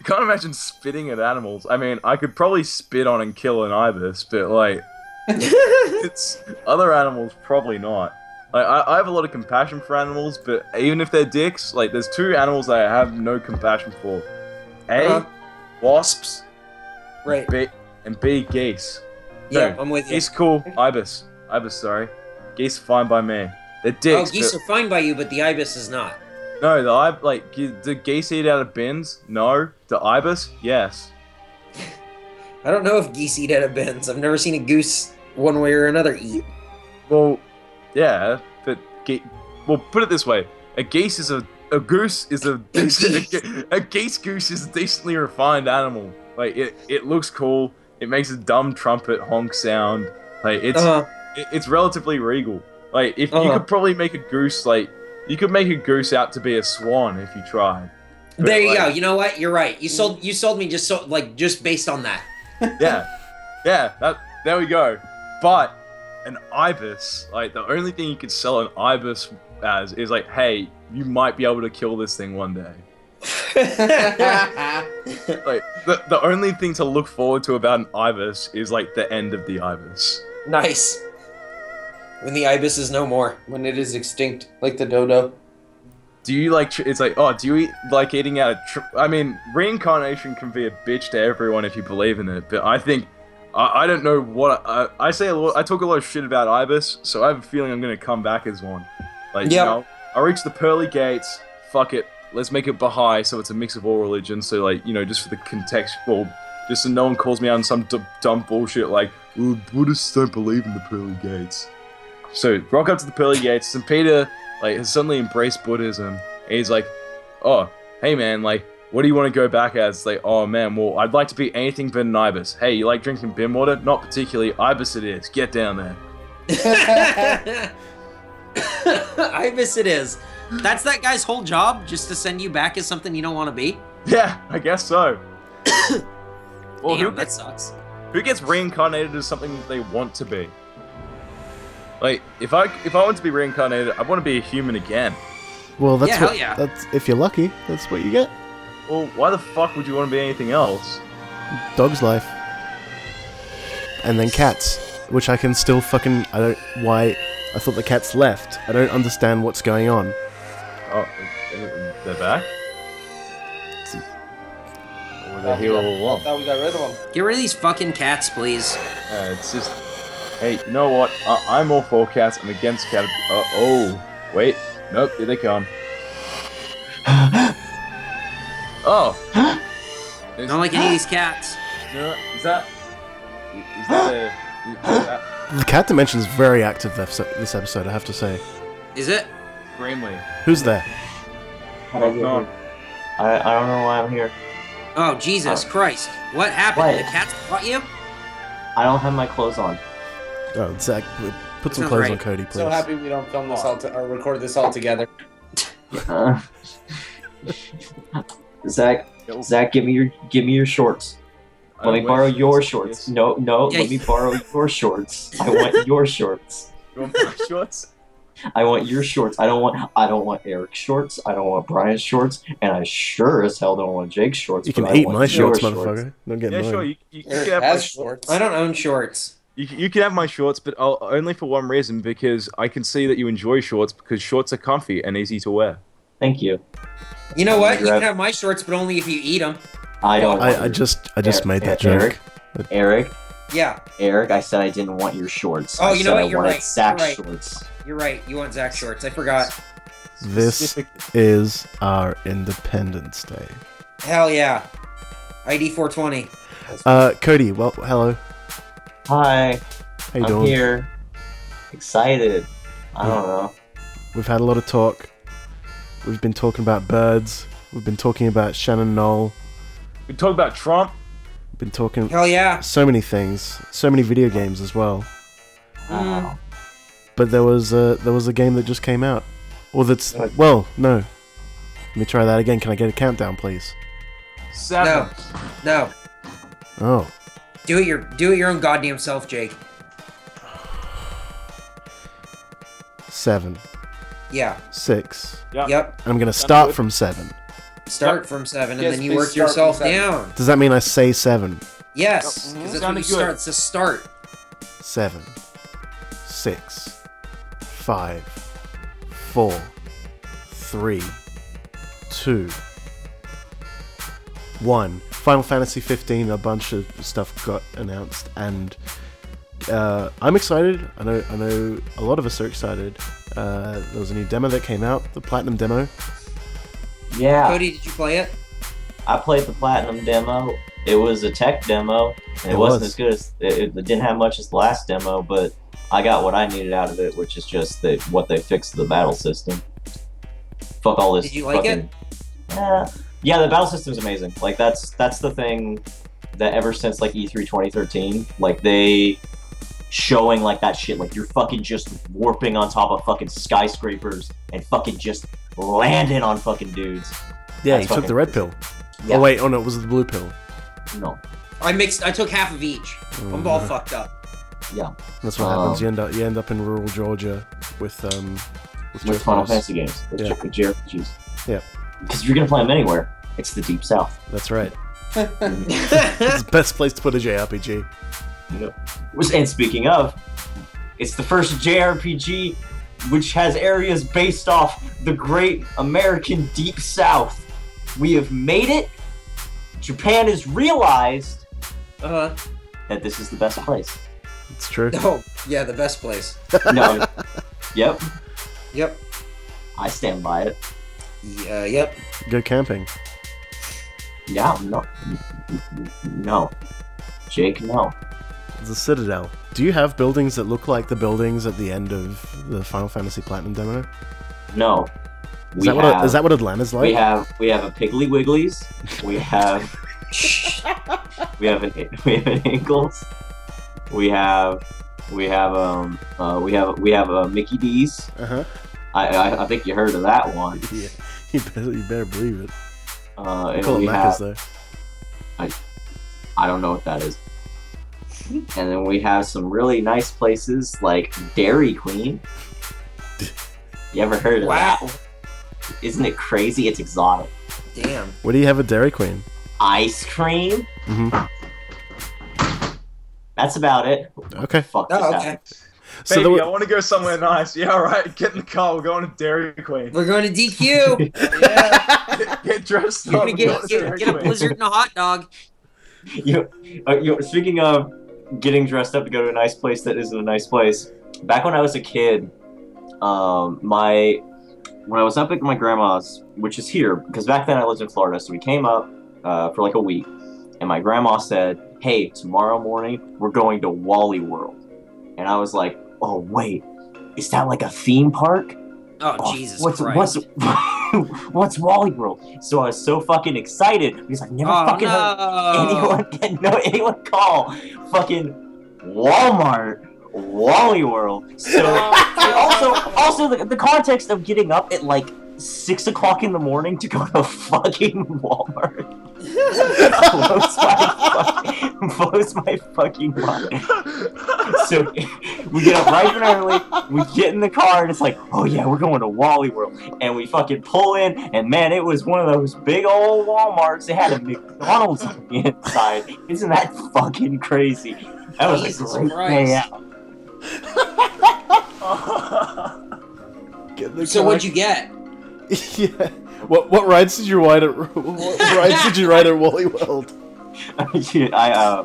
S5: I can't imagine spitting at animals. I mean, I could probably spit on and kill an ibis, but like, it's other animals probably not. Like, I, I have a lot of compassion for animals, but even if they're dicks, like, there's two animals that I have no compassion for: a,
S6: Uh-huh.
S5: wasps,
S6: Right.
S5: b, and b, geese.
S6: Yeah,
S5: No,
S6: I'm with you.
S5: Geese cool, ibis, ibis. Sorry, geese fine by me. They're
S6: oh,
S5: dicks.
S6: geese
S5: but-
S6: are fine by you, but the ibis is not.
S5: no, the ib like, g- do geese eat out of bins? No. Do ibis? Yes.
S6: I don't know if geese eat out of bins. I've never seen a goose one way or another eat.
S5: Well, yeah, but ge- well, put it this way: a geese is a a goose is a decent, a, ge- a geese goose is a decently refined animal. Like it, it looks cool. It makes a dumb trumpet honk sound. Like it's
S6: Uh,
S5: it- it's relatively regal. Like if you
S6: Uh-huh.
S5: could probably make a goose like you could make a goose out to be a swan if you tried. But,
S6: there you
S5: like,
S6: go. You know what? You're right. You sold you sold me just so like just based on that.
S5: yeah, yeah. That there we go. But an ibis, like the only thing you could sell an ibis as is like, hey, you might be able to kill this thing one day. Like the the only thing to look forward to about an ibis is like the end of the ibis.
S6: nice. When the ibis is no more.
S9: When it is extinct, like the dodo.
S5: Do you like? tr- It's like, oh, do you eat like eating out of? Tr- I mean, reincarnation can be a bitch to everyone if you believe in it. But I think, I, I don't know what I, I say. A lot, I talk a lot of shit about ibis, so I have a feeling I'm gonna come back as one. Like,
S6: Yep.
S5: you know, I reach the pearly gates. Fuck it, let's make it Baha'i, so it's a mix of all religions. So like, you know, just for the contextual, just so no one calls me out on some d- dumb bullshit like, well, Buddhists don't believe in the pearly gates. So rock up to the pearly gates. St. Peter like has suddenly embraced Buddhism. And he's like, oh, hey man, like, what do you want to go back as? It's like, oh man, well, I'd like to be anything but an ibis. Hey, you like drinking bin water? Not particularly. Ibis it is. Get down there.
S6: ibis it is. That's that guy's whole job, just to send you back as something you don't want to be.
S5: Yeah, I guess so. well, who
S6: Damn, that
S5: gets,
S6: sucks.
S5: who gets reincarnated as something that they want to be? Like, if I if I want to be reincarnated, I want to be a human again.
S3: Well, that's
S6: Yeah,
S3: what.
S6: hell yeah.
S3: That's if you're lucky. That's what you get.
S5: Well, why the fuck would you want to be anything else?
S3: Dog's life. And then cats, which I can still fucking. I don't. Why? I thought the cats left. I don't understand what's going on.
S5: Oh, they're back. Or were they here all along?
S9: Thought we got rid of him.
S6: Get rid of these fucking cats, please.
S5: Uh, it's just, hey, you know what? I- I'm all for cats. I'm against cats. Uh, oh, wait, nope, here they come. oh,
S6: I
S5: is,
S6: don't like any of these cats.
S5: no, is that? Is that a? Is that
S3: The cat dimension is very active this this episode. I have to say.
S6: Is it?
S5: Grimly?
S3: Who's there?
S5: Rock on.
S7: I, I don't know why I'm here.
S6: Oh Jesus Christ! What happened?
S7: Wait.
S6: The cats brought you?
S7: I don't have my clothes on.
S3: Oh, Zach. w- Put some
S6: Sounds
S3: clothes
S6: right.
S3: on Cody, please.
S9: So happy we don't film this all to- or record this all together.
S7: Uh, Zach, Zach, give me your give me your shorts.
S5: I
S7: Let me
S5: wish-
S7: borrow your shorts.
S5: Yes.
S7: No,
S8: Oh,
S7: no,
S6: Yeah,
S7: let me
S6: you-
S7: borrow your shorts. I want your shorts.
S5: You want my shorts?
S7: I want your shorts. I don't want I don't want Eric's shorts. I don't want Brian's shorts, and I sure as hell don't want Jake's shorts.
S3: You
S7: but
S3: can
S7: I
S3: eat
S7: want
S3: my
S7: your
S3: shorts, motherfucker. Not getting
S5: Yeah,
S3: mine.
S5: sure. You, you, you
S9: Eric
S5: can have my
S9: has
S5: shorts.
S9: shorts.
S6: I don't own shorts.
S5: You, you can have my shorts, but I'll, only for one reason because I can see that you enjoy shorts because shorts are comfy and easy to wear.
S7: Thank you.
S6: You know what? You
S7: Grab-
S6: can have my shorts, but only if you eat them.
S8: I don't. want
S3: I, I
S8: your-
S3: just I just
S8: Eric-
S3: made that
S8: Eric-
S3: joke.
S8: Eric,
S6: Yeah,
S8: Eric, I said I didn't want your shorts.
S6: Oh,
S8: I
S6: you know
S8: said
S6: what?
S8: I
S6: You're
S8: wanted
S6: right. You're
S8: sack
S6: right.
S8: shorts.
S6: you're right. You want Zach shorts. I forgot.
S3: This
S5: Specific-
S3: is our Independence Day.
S6: Hell yeah. ID 420.
S3: Uh, Cody, well, hello.
S8: Hi,
S3: How you
S8: I'm
S3: doing?
S8: here. Excited. I don't know.
S3: We've had a lot of talk. We've been talking about birds. We've been talking about Shannon Knoll.
S5: We talk about Trump.
S3: We've been talking
S6: Hell yeah.
S3: so many things, so many video games as well.
S8: Wow.
S3: But there was a there was a game that just came out, or that's well, no. Let me try that again. Can I get a countdown, please?
S5: Seven.
S6: No.
S3: Oh,
S6: Do it your do it your own goddamn self, Jake.
S3: seven,
S6: Yeah.
S3: six.
S5: Yeah.
S6: Yep.
S3: I'm gonna start from seven.
S6: Start from seven and
S10: Yes,
S6: then you
S10: please
S6: work
S10: start from
S6: yourself
S10: seven.
S6: down.
S3: Does that mean I say seven?
S6: Yes.
S5: Yep.
S6: Because that's when
S5: Sounded
S6: you
S5: good.
S6: start. It's a start.
S3: seven, six, five, four, three, two, one. Final Fantasy 15, a bunch of stuff got announced, and uh, I'm excited. I know, I know, a lot of us are excited. Uh, there was a new demo that came out, the platinum demo.
S8: Yeah.
S6: Cody, did you play it?
S8: I played the platinum demo. It was a tech demo, and it,
S3: It
S8: wasn't
S3: was.
S8: as good as it, it didn't have much as the last demo, but I got what I needed out of it, which is just the, what they fixed the battle system. Fuck all this.
S6: Did you like it?
S8: fucking- Yeah. yeah, the battle system's amazing. Like that's that's the thing that ever since like E E3 2013, like they showing like that shit, like you're fucking just warping on top of fucking skyscrapers and fucking just landing on fucking dudes.
S3: Yeah, you
S8: That's
S3: took
S8: fucking
S3: the red
S8: crazy.
S3: pill.
S8: Yeah.
S3: Oh wait, oh no, it was the blue pill.
S8: No,
S6: I mixed I took half of each. I'm
S3: Mm-hmm.
S6: all fucked up.
S3: That's what happens.
S8: Oh.
S3: You end up, you end up in rural Georgia with um, with,
S8: with
S3: Joe
S8: Final
S3: Frost.
S8: Fantasy games, with
S3: Yeah.
S8: J- with JRPGs.
S3: Yeah.
S8: Because you're gonna play them anywhere. It's the deep south.
S3: That's right. It's the best place to put a JRPG.
S8: Which- And speaking of, it's the first JRPG which has areas based off the great American deep south. We have made it. Japan has realized
S6: Uh
S8: that this is the best place.
S3: It's true.
S6: oh yeah, the best place.
S8: No. yep.
S6: Yep.
S8: I stand by it.
S6: Yeah, yep.
S3: Go camping.
S8: Yeah. No. No. Jake, no.
S3: It's a citadel. Do you have buildings that look like the buildings at the end of the Final Fantasy Platinum demo? Is,
S8: No. We
S3: that, what,
S8: have-
S3: is that what Atlanta's like?
S8: We have we have a Piggly Wigglies. We have we have an we have an Ingles. We have we have um uh, we have we have a Mickey D's.
S3: Uh-huh.
S8: I, I I think you heard of that one.
S3: Yeah. You better, you better believe it.
S8: Uh,
S3: I
S8: and
S3: call it
S8: we
S3: Macca's,
S8: have
S3: though.
S8: I don't know what that is. And then we have some really nice places like Dairy Queen. You ever heard of
S6: Wow.
S8: that? Isn't it crazy? It's exotic.
S6: Damn.
S3: Where do you have a Dairy Queen?
S8: Ice cream.
S3: Mhm.
S8: That's about it.
S3: Okay.
S8: Fuck
S6: Oh,
S8: just
S6: okay.
S8: happened?
S3: So
S5: Baby,
S3: there
S5: I
S3: were,
S5: want to go somewhere nice. Yeah, all right. Get in the car. We're going to Dairy Queen.
S6: We're going to DQ. yeah.
S5: Get, get dressed
S6: You're
S5: up.
S6: gonna
S5: We're
S6: get,
S5: going to
S6: get,
S5: Dairy
S6: get a
S5: Queen.
S6: blizzard and a hot dog.
S8: you, uh, you, speaking of getting dressed up to go to a nice place that isn't a nice place, back when I was a kid, um, my when I was up at my grandma's, which is here, because back then I lived in Florida, so we came up uh, for like a week, and my grandma said, "Hey, tomorrow morning we're going to Wally World," and I was like, "Oh wait, is that like a theme park?"
S6: Oh,
S8: Oh,
S6: Jesus
S8: what's,
S6: Christ.
S8: What's what's Wally World? So I was so fucking excited because I never
S6: oh,
S8: fucking heard anyone can no anyone call fucking Walmart Wally World. So and also also the, the context of getting up at like six o'clock in the morning to go to fucking Walmart blows my fucking, blows my fucking mind. So we get up right and early, we get in the car, and it's like, oh yeah, we're going to Wally World. And we fucking pull in, and man, it was one of those big old Walmarts. They had a McDonald's on the inside. Isn't that fucking crazy? That was
S6: Jesus
S8: a great
S6: Christ.
S8: day out.
S3: Get in the
S6: So
S3: car.
S6: what'd you get?
S3: yeah. What what rides did you ride at? What rides did you ride at Wally World?
S5: Yeah, I uh,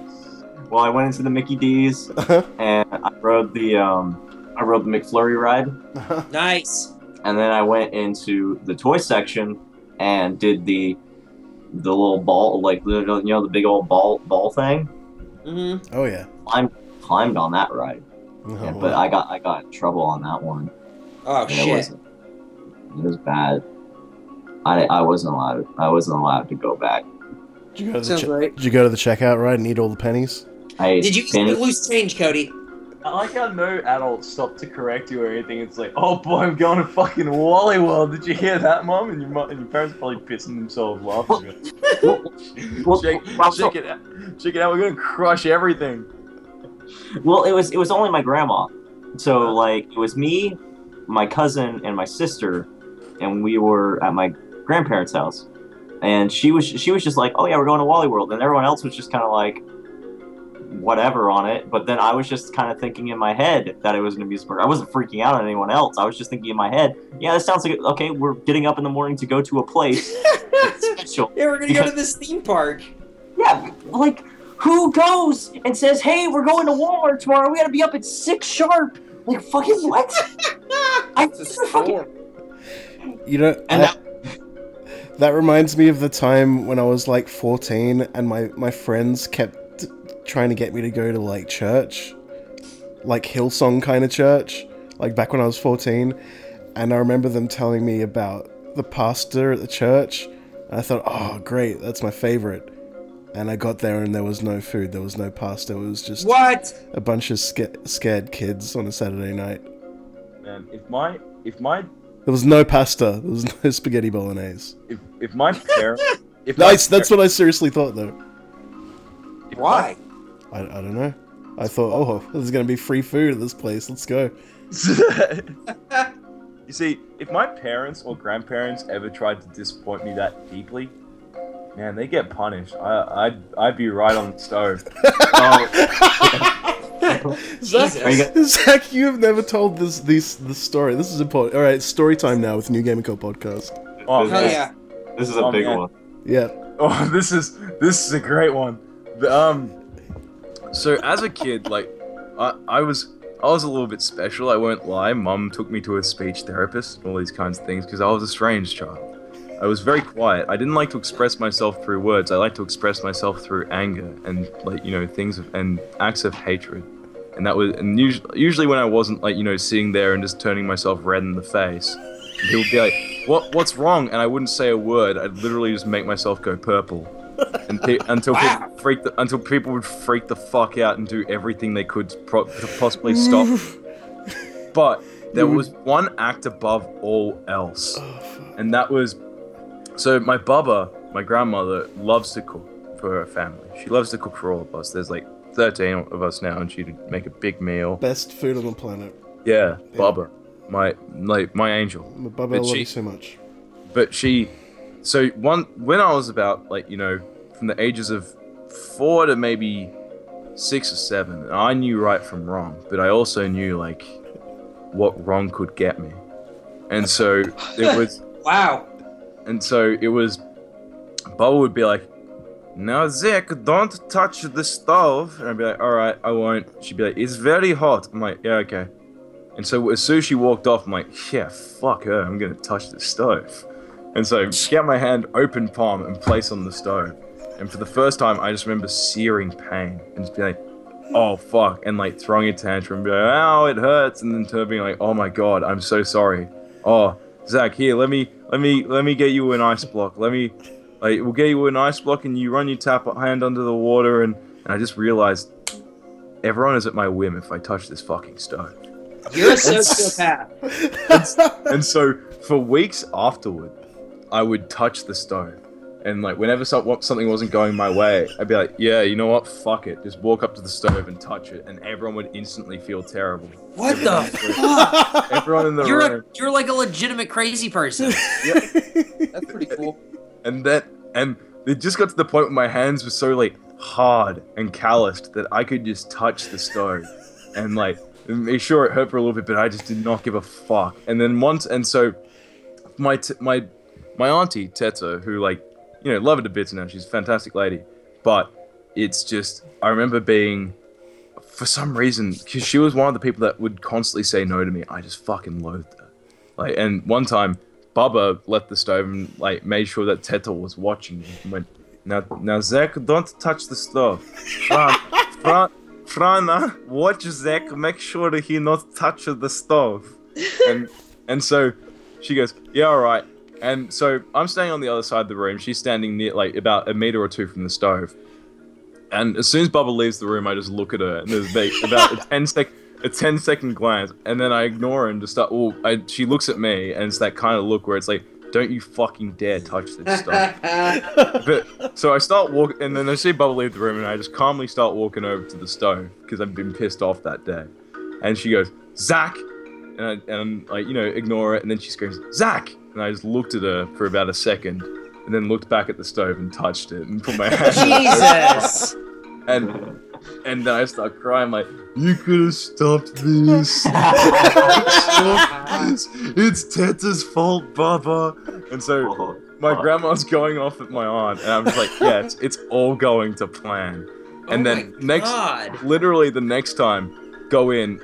S5: well, I went into the Mickey D's
S3: Uh-huh.
S5: and I rode the um, I rode the McFlurry ride,
S6: Nice.
S5: and then I went into the toy section and did the the little ball, like the- you know, the big old ball ball thing.
S6: Mm-hmm.
S3: Oh yeah.
S5: Climbed climbed on that ride,
S3: Oh,
S5: yeah, but
S3: wow.
S5: I got I got in trouble on that one.
S6: Oh
S5: and It,
S6: shit.
S5: wasn't, it was bad. I, I wasn't allowed I wasn't allowed to go back.
S3: did, you go to the
S11: Sounds
S3: che-
S11: right.
S3: did you go to the checkout ride and eat all the pennies?
S5: I ate
S6: Did you eat
S5: penny-
S6: the loose change, Cody?
S12: I like how no adult stopped to correct you or anything. It's like, oh boy, I'm going to fucking Wally World. Did you hear that, mom? And your mom, and your parents probably pissing themselves laughing.
S5: well,
S12: check,
S5: well,
S12: check it out. Check it out. We're gonna crush everything.
S5: Well, it was it was only my grandma.
S12: Uh-huh.
S5: So like it was me, my cousin, and my sister, and we were at my grandparents' house. And she was she was just like, "Oh yeah, we're going to Wally World," and everyone else was just kind of like, whatever on it. But then I was just kind of thinking in my head that it was an amusement park. I wasn't freaking out on anyone else. I was just thinking in my head, "Yeah, this sounds like okay. We're getting up in the morning to go to a place that's special."
S6: Yeah, we're gonna go to this theme park.
S5: Yeah, like who goes and says, "Hey, we're going to Walmart tomorrow. We got to be up at six sharp." Like fucking what? I
S11: It's a
S5: fucking
S11: storm.
S3: You know,
S5: And
S3: I- that reminds me of the time when I was like 14 and my, my friends kept trying to get me to go to like church, like Hillsong kind of church, like back when I was 14. And I remember them telling me about the pastor at the church. And I thought, oh, great, that's my favorite. And I got there and there was no food, there was no pasta, it was just
S6: What?
S3: a bunch of sca- scared kids on a Saturday night.
S8: Man, if my if my
S3: There was no pasta, there was no spaghetti bolognese.
S8: if if my parents if my
S3: Nice, that's
S8: par-
S3: what I seriously thought though.
S8: if
S6: Why?
S8: my-
S3: I, I don't know. I thought, oh, there's going to be free food at this place. Let's go.
S8: you see, if my parents or grandparents ever tried to disappoint me that deeply, man, they get punished. I I'd I'd be right on the stove. Um,
S5: Are you
S6: Jesus.
S5: guys-
S3: Zach, you have never told this this this story. This is important. All right, story time now with New Gaming Co podcast.
S8: Oh,
S6: Hell yeah.
S5: this is
S8: Oh, man.
S3: Yeah.
S8: Oh, this is this is a great one. The, um, so as a kid, like, I, I was I was a little bit special. I won't lie. Mum took me to a speech therapist and all these kinds of things because I was a strange child. I was very quiet. I didn't like to express myself through words. I liked to express myself through anger and like you know things of, and acts of hatred. And that was and usually, usually when I wasn't like you know sitting there and just turning myself red in the face. He would be like, "What? What's wrong?" And I wouldn't say a word. I'd literally just make myself go purple, and pe- until people freak the, until people would freak the fuck out and do everything they could to pro- to possibly stop. but there was one act above all else, and that was so my baba, my grandmother, loves to cook for her family. She loves to cook for all of us. There's like 13 of us now, and she'd make a big meal.
S3: Best food on the planet.
S8: Yeah, baba, my like my angel
S3: My Bubba, I
S8: But
S3: love
S8: she-
S3: you so much.
S8: but she so one when i was about like you know from the ages of four to maybe six or seven i knew right from wrong but i also knew like what wrong could get me and so it was
S6: Wow.
S8: and so it was Bubba would be like now Zach don't touch the stove and I'd be like alright I won't she'd be like it's very hot I'm like yeah okay and so as soon as she walked off I'm like yeah fuck her I'm gonna touch the stove and so get my hand open palm and place on the stove and for the first time I just remember searing pain and just being like oh fuck and like throwing a tantrum and be like oh it hurts and then turning being like oh my god I'm so sorry oh Zach here let me let me let me get you an ice block let me like we'll get you an ice block and you run your tap hand under the water and, and I just realized everyone is at my whim if I touch this fucking stone
S6: You're a sociopath.
S8: and so for weeks afterward, I would touch the stone. And like whenever so- something wasn't going my way, I'd be like, "Yeah, you know what? Fuck it. Just walk up to the stove and touch it." And everyone would instantly feel terrible.
S6: What the fuck?
S8: Everyone in the
S6: You're
S8: room.
S6: a, you're like a legitimate crazy person.
S11: That's pretty cool.
S8: and that and it just got to the point where my hands were so like hard and calloused that I could just touch the stone and like make sure it hurt for a little bit, but I just did not give a fuck. And then once and so my t- my my auntie Teta, who like, you know, love her to bits now. She's a fantastic lady, but it's just I remember being, for some reason, because she was one of the people that would constantly say no to me. I just fucking loathed her. Like, and one time, Bubba left the stove and like made sure that Teta was watching me and went, now, now, Zach, don't touch the stove. Fran, Fran, Frana, watch Zach. Make sure that he not touch the stove. And and so she goes, yeah, all right. And so I'm standing on the other side of the room. She's standing near, like, about a meter or two from the stove. And as soon as Bubba leaves the room, I just look at her, and there's like, about a 10 sec, a 10 second glance, and then I ignore her and just start. Well, I, she looks at me, and it's that kind of look where it's like, "Don't you fucking dare touch this stuff." but so I start walking, and then I see Bubba leave the room, and I just calmly start walking over to the stove because I've been pissed off that day. And she goes, "Zach," and I, and I, you know, ignore it, and then she screams, "Zach!" And I just looked at her for about a second, and then looked back at the stove and touched it and put my hand.
S6: Jesus.
S8: and and then I start crying like, "You could have stopped this. Stop this. It's Teta's fault, Bubba." And so my grandma's going off at my aunt, and I'm just like, "Yeah, it's, it's all going to plan." And then next,
S6: Oh God.
S8: literally the next time, go in.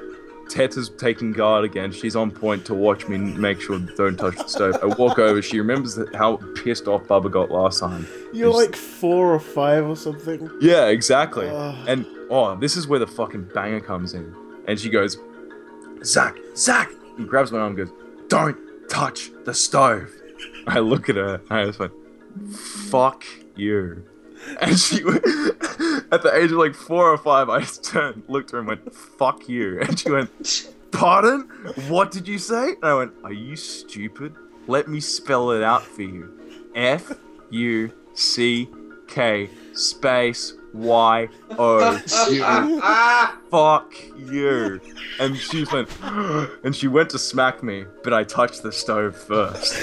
S8: Teta's taking guard again. She's on point to watch me make sure don't touch the stove. I walk over. She remembers how pissed off Bubba got last time.
S3: You're
S8: It's-
S3: like four or five or something.
S8: yeah, exactly.
S3: Ugh.
S8: And oh, this is where the fucking banger comes in. And she goes, Zach, Zach! And grabs my arm and goes, Don't touch the stove. I look at her and I just went, Fuck you. And she, went- at the age of like four or five, I just turned, looked at her and went, Fuck you. And she went, Pardon? What did you say? And I went, Are you stupid? Let me spell it out for you. F U C K space Y O U. Oh, Fuck you. And she went, and she went to smack me, but I touched the stove first.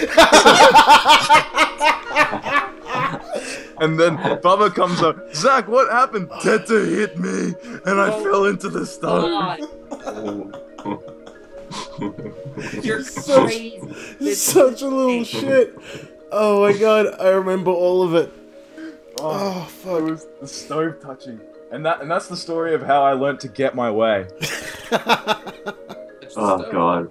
S8: and then Bubba comes up, Zach, what happened? Teta hit me, and I fell into the stove.
S6: You're
S3: So-
S6: crazy.
S3: Such a little shit. Oh my god, I remember all of it.
S8: Oh, fuck. It was the stove touching. And that and that's the story of how I learnt to get my way.
S5: Oh god.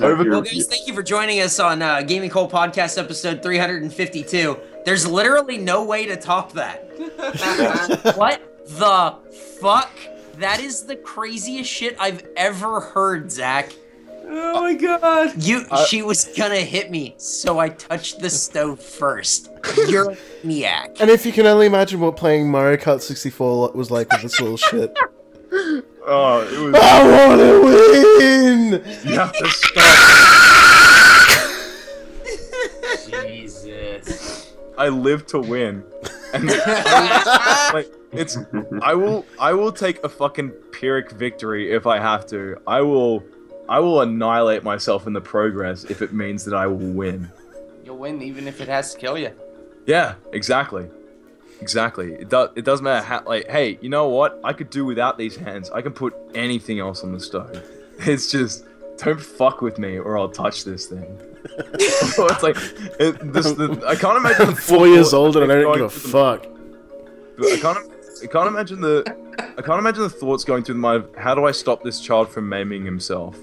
S8: Over-
S6: Well, guys, thank you for joining us on uh, Gaming Cold Podcast episode 352. There's literally no way to top that. what the fuck? That is the craziest shit I've ever heard, Zach.
S7: Oh my god. Uh,
S6: You, she was gonna hit me, so I touched the stove first. You're a maniac.
S3: And if you can only imagine what playing Mario Kart 64 was like with this little shit.
S8: Oh, it was.
S3: I wanna win!
S8: you have to stop.
S5: Jesus.
S8: I live to win. And like it's I will I will take a fucking Pyrrhic victory if I have to. I will I will annihilate myself in the progress if it means that I will win.
S7: You'll win even if it has to kill you.
S8: Yeah, exactly. Exactly. It does it doesn't matter how like hey, you know what? I could do without these hands. I can put anything else on the stove. It's just don't fuck with me or I'll touch this thing. it's like it, this, the, I can't imagine
S3: I'm four years old and I don't give a fuck.
S8: But I can't. I can't imagine the. I can't imagine the thoughts going through my. How do I stop this child from maiming himself?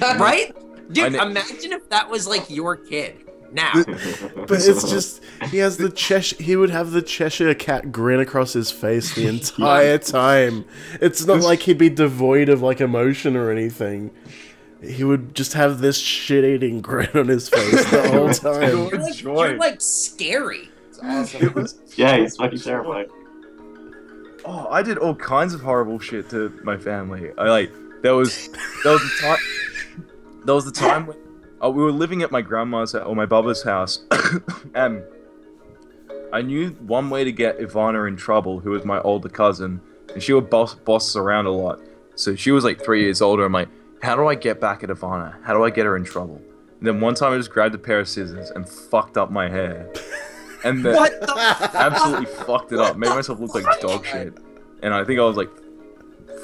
S6: Right?
S8: I
S6: Dude,
S8: kn-
S6: imagine if that was like your kid. Now,
S3: But it's just, he has the Chesh he would have the Cheshire cat grin across his face the entire time. It's not like he'd be devoid of like emotion or anything. He would just have this shit-eating grin on his face the whole time.
S6: you're like,
S8: joy.
S6: you're like scary.
S5: Yeah, he's fucking terrified.
S8: Oh, I did all kinds of horrible shit to my family. I like there was there was a time there was the time when uh, we were living at my grandma's or my baba's house, and I knew one way to get Ivana in trouble, who was my older cousin, and she would boss boss us around a lot. So she was like three years older. I'm like, how do I get back at Ivana? How do I get her in trouble? And then one time I just grabbed a pair of scissors and fucked up my hair, and then
S6: What the
S8: absolutely fucked it up. Made myself look like dog shit. And I think I was like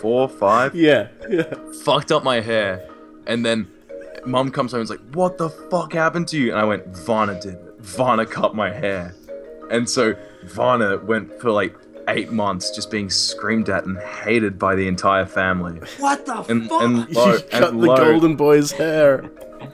S8: four, five.
S3: Yeah, yeah.
S8: Fucked up my hair, and then Mom comes home and is like, "What the fuck happened to you?" And I went, "Vana did it. Vana cut my hair." And so Vana went for like eight months just being screamed at and hated by the entire family.
S6: What the
S8: And
S6: fuck?
S8: and
S3: You
S8: Lo-
S3: cut
S8: and
S3: the
S8: Lo-
S3: golden boy's hair.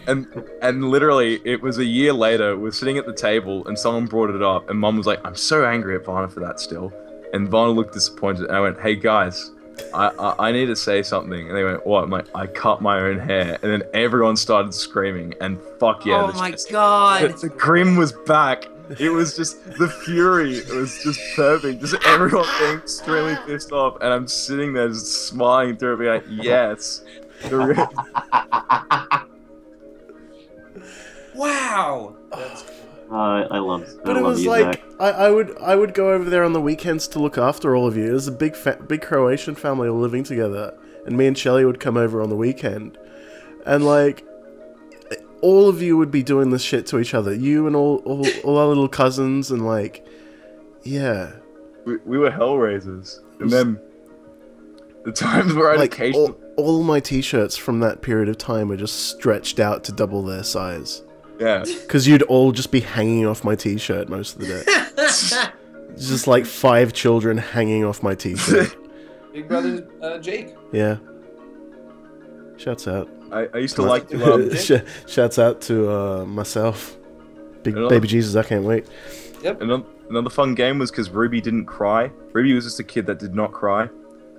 S8: and and literally it was a year later we're sitting at the table and someone brought it up and mum was like i'm so angry at varna for that still and varna looked disappointed and i went hey guys I, I, I need to say something and they went what I'm like I cut my own hair and then everyone started screaming and fuck yeah
S6: oh
S8: the,
S6: my
S8: just- the,
S6: god.
S8: the grim was back it was just the fury it was just perfect just everyone being extremely pissed off and I'm sitting there just smiling through it being like yes the real
S6: Wow.
S5: Uh, I love. I
S3: But it
S5: love
S3: was
S5: you,
S3: like
S5: Zach.
S3: I, I would I would go over there on the weekends to look after all of you. There's a big fa- big Croatian family all living together, and me and Shelly would come over on the weekend, and like all of you would be doing this shit to each other. You and all all, all our little cousins and like yeah,
S8: we, we were hellraisers, and then the times where I
S3: like
S8: occasionally
S3: all, all my t-shirts from that period of time were just stretched out to double their size.
S8: yeah
S3: Because you'd all just be hanging off my t shirt most of the day. just like five children hanging off my t shirt.
S7: Big brother uh, Jake.
S3: Yeah. Shouts out.
S8: I, I used to like to um,
S3: Sh- Shouts out to uh, myself. Big
S8: Hello.
S3: baby Jesus, I can't wait.
S8: another, another fun game was because Ruby didn't cry. Ruby was just a kid that did not cry.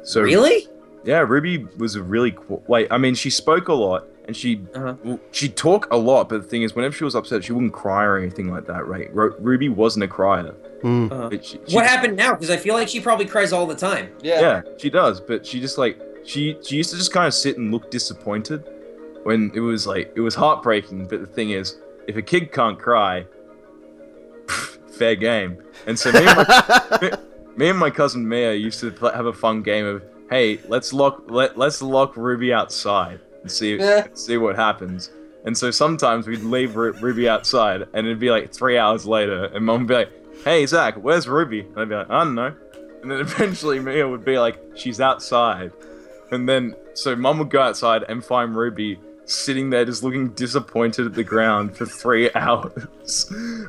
S8: So
S6: Really?
S8: yeah, Ruby was a really qu- like I mean she spoke a lot and she
S6: Uh-huh.
S8: w she'd talk a lot, but the thing is whenever she was upset she wouldn't cry or anything like that. Right? Ru- Ruby wasn't a crier.
S3: Hmm.
S6: Uh-huh.
S8: But she- she-
S6: What happened now? Because I feel like she probably cries all the time.
S7: Yeah.
S8: yeah she does but she just like she she used to just kind of sit and look disappointed when it was like it was heartbreaking but the thing is if a kid can't cry pff, fair game and so me and my, me and my cousin mia used to pl- have a fun game of hey let's lock let, let's lock ruby outside and see
S7: Yeah.
S8: see what happens and so sometimes we'd leave Ru- Ruby outside, and it'd be like three hours later, and Mum would be like, "Hey Zach, where's Ruby?" And I'd be like, "I don't know." And then eventually Mia would be like, "She's outside," and then so Mum would go outside and find Ruby sitting there just looking disappointed at the ground for three hours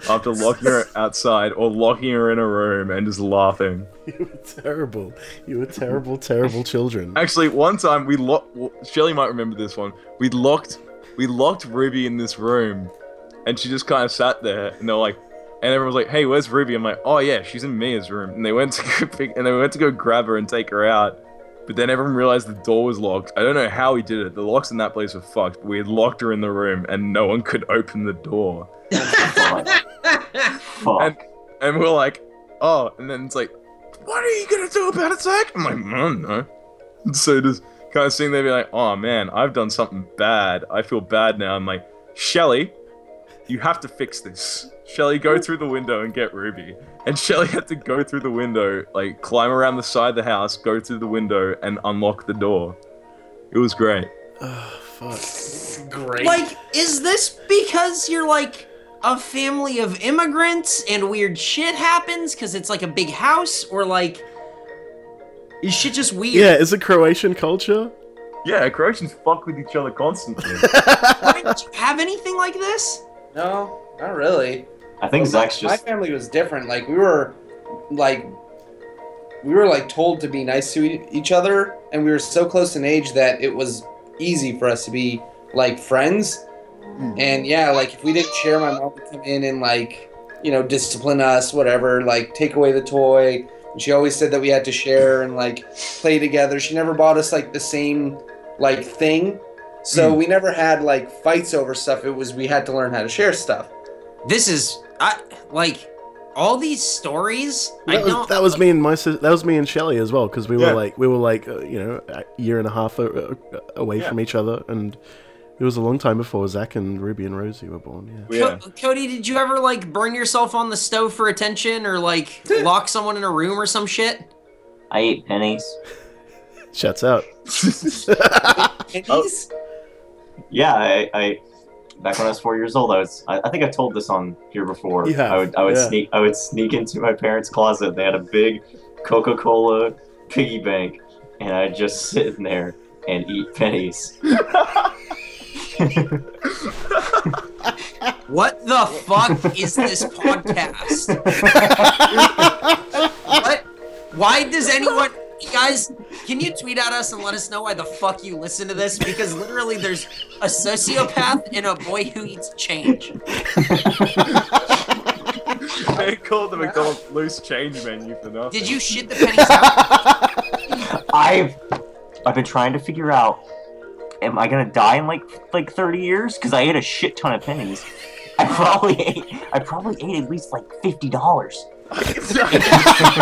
S8: after locking her outside or locking her in a room and just laughing.
S3: You were terrible. You were terrible, terrible children.
S8: Actually, one time we locked. Shelly might remember this one. We locked. We locked Ruby in this room, and she just kind of sat there. And they're like, and everyone's like, "Hey, where's Ruby?" I'm like, "Oh yeah, she's in Mia's room." And they went to go pick, and they went to go grab her and take her out. But then everyone realized the door was locked. I don't know how we did it. The locks in that place were fucked. But we had locked her in the room, and no one could open the door.
S5: Fuck.
S8: And and we're like, "Oh," and then it's like, "What are you gonna do about it, Zach?" I'm like, "I don't know." So just kind of sitting there, be like, "Oh man, I've done something bad. I feel bad now." I'm like, "Shelly, you have to fix this. Shelly, go through the window and get Ruby." And Shelly had to go through the window, like climb around the side of the house, go through the window, and unlock the door. It was great.
S7: Great.
S6: Like, is this because you're like a family of immigrants and weird shit happens because it's like a big house, or like is shit just weird?
S3: Yeah, is it Croatian culture?
S8: Yeah, Croatians fuck with each other constantly.
S6: Why did you have anything like this?
S7: No, not really.
S5: I think Zach's
S7: my
S5: just.
S7: family was different. Like we were, like we were like told to be nice to e- each other, and we were so close in age that it was easy for us to be like friends. And yeah, like if we didn't share, my mom would come in and like you know discipline us, whatever. Like take away the toy. And she always said that we had to share and like play together. She never bought us like the same like thing. So we never had like fights over stuff. It was we had to learn how to share stuff.
S6: This is I like all these stories. I
S3: That was,
S6: don't.
S3: that was me and my sis- that was me and Shelly as well because we
S8: Yeah.
S3: were like we were like uh, you know a year and a half uh, uh, away
S8: Yeah.
S3: from each other and it was a long time before Zach and Ruby and Rosie were born. Yeah.
S8: yeah.
S6: Co- Cody, did you ever like burn yourself on the stove for attention, or like lock someone in a room or some shit?
S5: I ate pennies.
S3: Shuts out.
S5: Yeah, I, I back when I was four years old, I was I, I think I've told this on here before.
S3: You have,
S5: I would I would
S3: yeah.
S5: sneak I would sneak into my parents' closet. They had a big Coca Cola piggy bank, and I'd just sit in there and eat pennies.
S6: What the fuck is this podcast? what? Why does anyone. Guys, can you tweet at us and let us know why the fuck you listen to this? Because literally, there's a sociopath and a boy who eats change.
S8: they called the McDonald's loose change menu for nothing.
S6: Did you shit the pennies out?
S5: I've I've been trying to figure out am I gonna die in like like 30 years? Because I ate a shit ton of pennies. I probably ate I probably ate at least like fifty dollars.
S6: Fuck you.
S8: I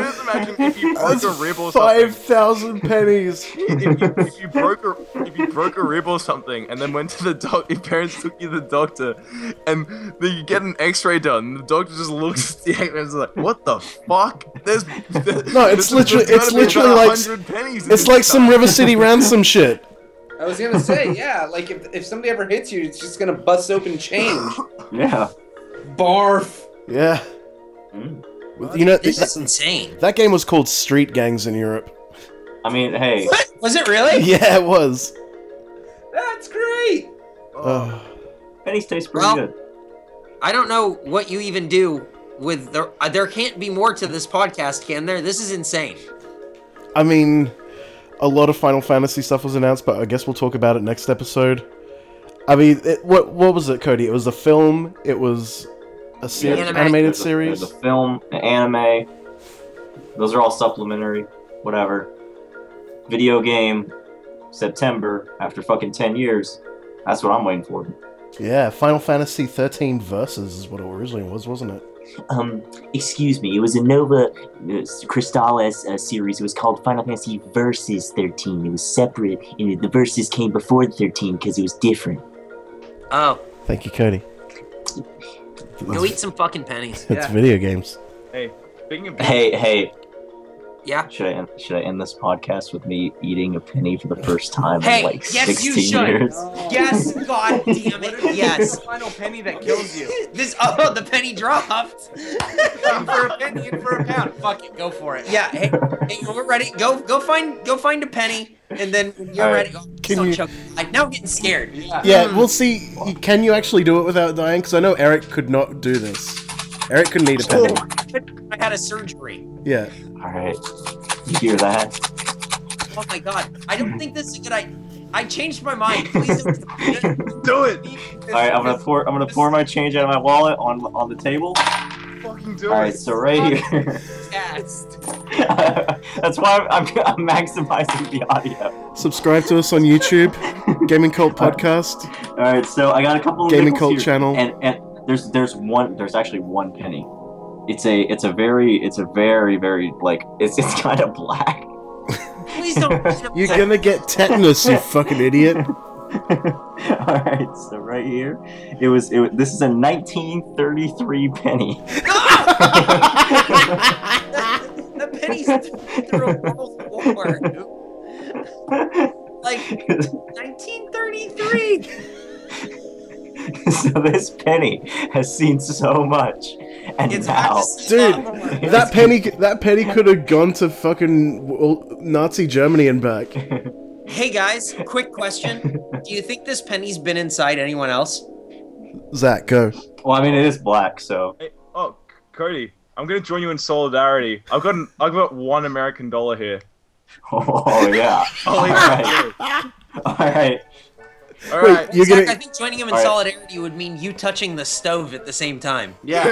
S8: just imagine if you broke a rib or something.
S3: Five thousand pennies.
S8: If you, if you broke a if you broke a rib or something, and then went to the doc, your parents took you to the doctor, and then you get an X-ray done, and the doctor just looks at the X-ray and is like, "What the fuck?" There's
S3: No, it's literally- it's literally like- It's like some River City ransom shit.
S9: I was gonna say, yeah, like if, if somebody ever hits you, it's just gonna bust open change.
S5: Yeah.
S9: Barf.
S3: Yeah.
S5: Mm.
S3: You know
S6: This
S3: that,
S6: is insane.
S3: that game was called Street Gangs in Europe.
S5: I mean, hey.
S6: What? Was it really?
S3: Yeah, it was.
S9: That's great.
S3: Ugh.
S5: Pennies taste pretty
S6: Well-
S5: good.
S6: I don't know what you even do with the. Uh, there can't be more to this podcast, can there? This is insane.
S3: I mean, a lot of Final Fantasy stuff was announced, but I guess we'll talk about it next episode. I mean, it, what what was it, Cody? It was a film. It was a ser-
S6: Yeah, anime.
S3: animated
S5: There's a-
S3: series.
S5: There's a film, an anime. Those are all supplementary, whatever. Video game, September, after fucking 10 years. That's what I'm waiting for.
S3: Yeah, Final Fantasy thirteen versus is what it originally was, wasn't it?
S5: Um, excuse me, it was a Nova uh, Crystallis uh, series. It was called Final Fantasy Versus 13. It was separate, and the verses came before the 13 because it was different.
S6: Oh,
S3: Thank you, Cody.
S6: go eat some fucking pennies.
S3: It's
S8: Yeah.
S3: video games.
S8: Hey, speaking of
S5: Hey, hey,
S6: Yeah.
S5: should I end, should I end this podcast with me eating a penny for the first time
S6: Hey,
S5: in like
S6: yes,
S5: 16
S6: you should.
S5: years?
S6: Yes, god damn it, yes.
S13: final penny that kills you.
S6: This oh the penny dropped. in for a penny, in for a pound. Fuck it, go for it. Yeah, hey, hey, we're ready. Go go find go find a penny and then when you're
S5: All right.
S6: ready. Oh,
S3: Can
S6: don't
S3: you-
S6: choke. I now I'm getting scared.
S3: Yeah,
S6: Hmm.
S3: we'll see. Can you actually do it without dying? Because I know Eric could not do this. Eric couldn't eat a penny.
S6: I had a surgery.
S3: Yeah.
S5: All right, you hear that?
S6: Oh my god. I don't think this is a good idea. I changed my mind. Please don't
S8: do it,
S5: All right, I'm gonna pour. I'm gonna pour my change out of my wallet on on the table.
S8: fucking do
S5: All right,
S8: it.
S5: so right here.
S6: yes.
S5: That's why I'm, I'm, I'm maximizing the audio.
S3: Subscribe to us on YouTube, Gaming Cult Podcast.
S5: All right, so I got a couple of
S3: Gaming
S5: nickels
S3: Cult
S5: here,
S3: channel.
S5: and and there's there's one there's actually one penny. It's a it's a very it's a very very like it's it's kind of black.
S6: Please don't
S3: You're gonna get tetanus, you fucking idiot.
S5: All right, so right here, it was it. was- This is a 1933 penny.
S6: the pennies through a world war. Like 1933.
S5: so this penny has seen so much, and
S6: It's
S5: now
S6: hard to see
S3: Dude,
S6: that one.
S3: That penny, that penny could have gone to fucking well, Nazi Germany and back.
S6: Hey guys, quick question. Do you think this penny's been inside anyone else?
S3: Zach, go.
S5: well, I mean, it is black, so
S8: Hey, oh, C- Cody, I'm gonna join you in solidarity. I've got an, I've got one American dollar here.
S5: oh yeah.
S8: Oh,
S5: All right, all right.
S8: All
S3: Wait,
S8: right.
S3: you're
S6: Zach, I
S3: gonna.
S6: think joining him in
S5: All right.
S6: solidarity would mean you touching the stove at the same time.
S8: Yeah.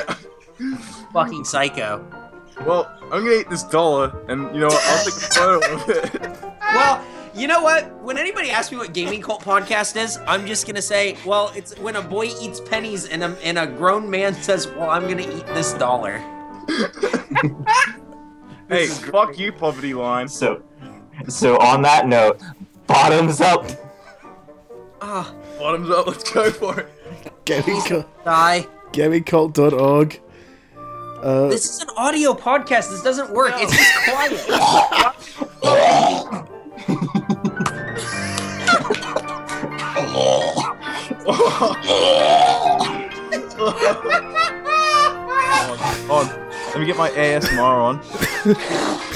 S6: Fucking psycho.
S8: Well, I'm gonna eat this dollar, and you know what? I'll take a photo of it.
S6: Well, you know what? When anybody asks me what Gaming Cult podcast is, I'm just gonna say, well, it's when a boy eats pennies and a, and a grown man says, well, I'm gonna eat this dollar.
S8: hey, fuck you, poverty line.
S5: So, so on that note, bottoms up.
S6: Ah,
S8: Bottoms up. Let's go for it.
S3: Gaming Cult-
S6: die.
S3: GamingCult.org. Uh,
S6: This is an audio podcast. This doesn't work. It's just quiet.
S8: Hold on, hold on. Let me get my ASMR on.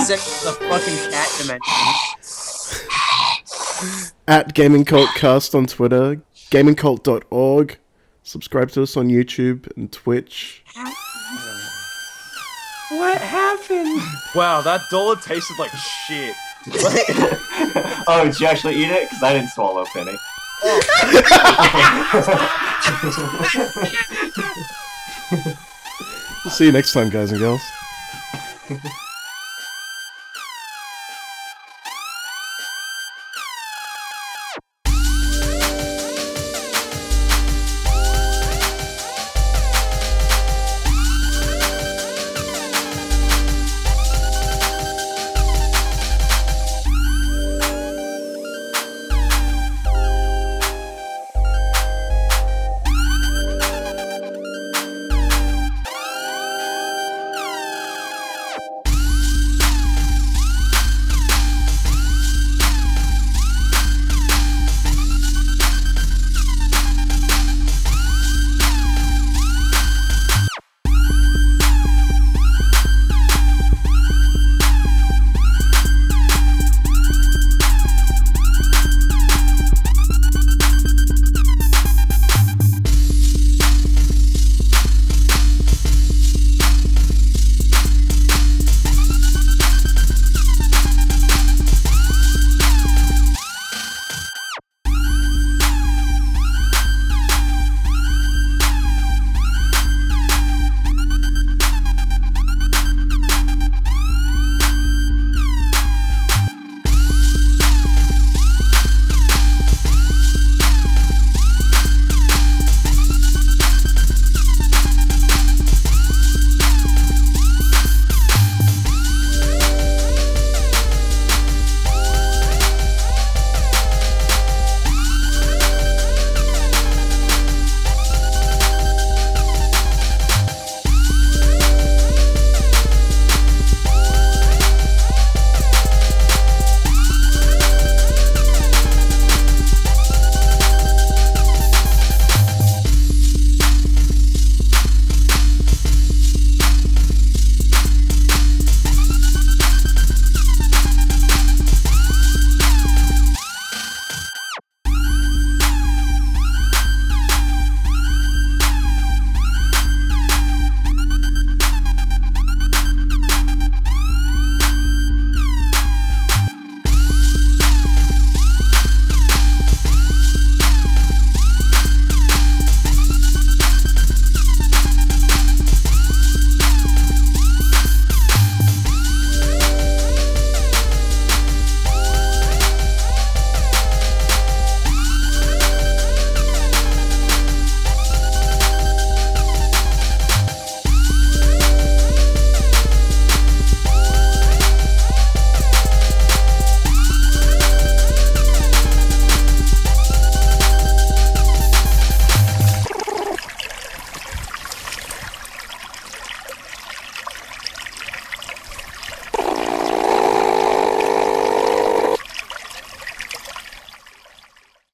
S6: except the fucking cat dimension.
S3: At Gaming Cult Cast on Twitter, gamingcult.org. Subscribe to us on YouTube and Twitch.
S6: What happened?
S9: Wow, that dollar tasted like shit.
S5: oh, did you actually eat it? Because I didn't swallow, Penny.
S3: We'll see you next time, guys and girls.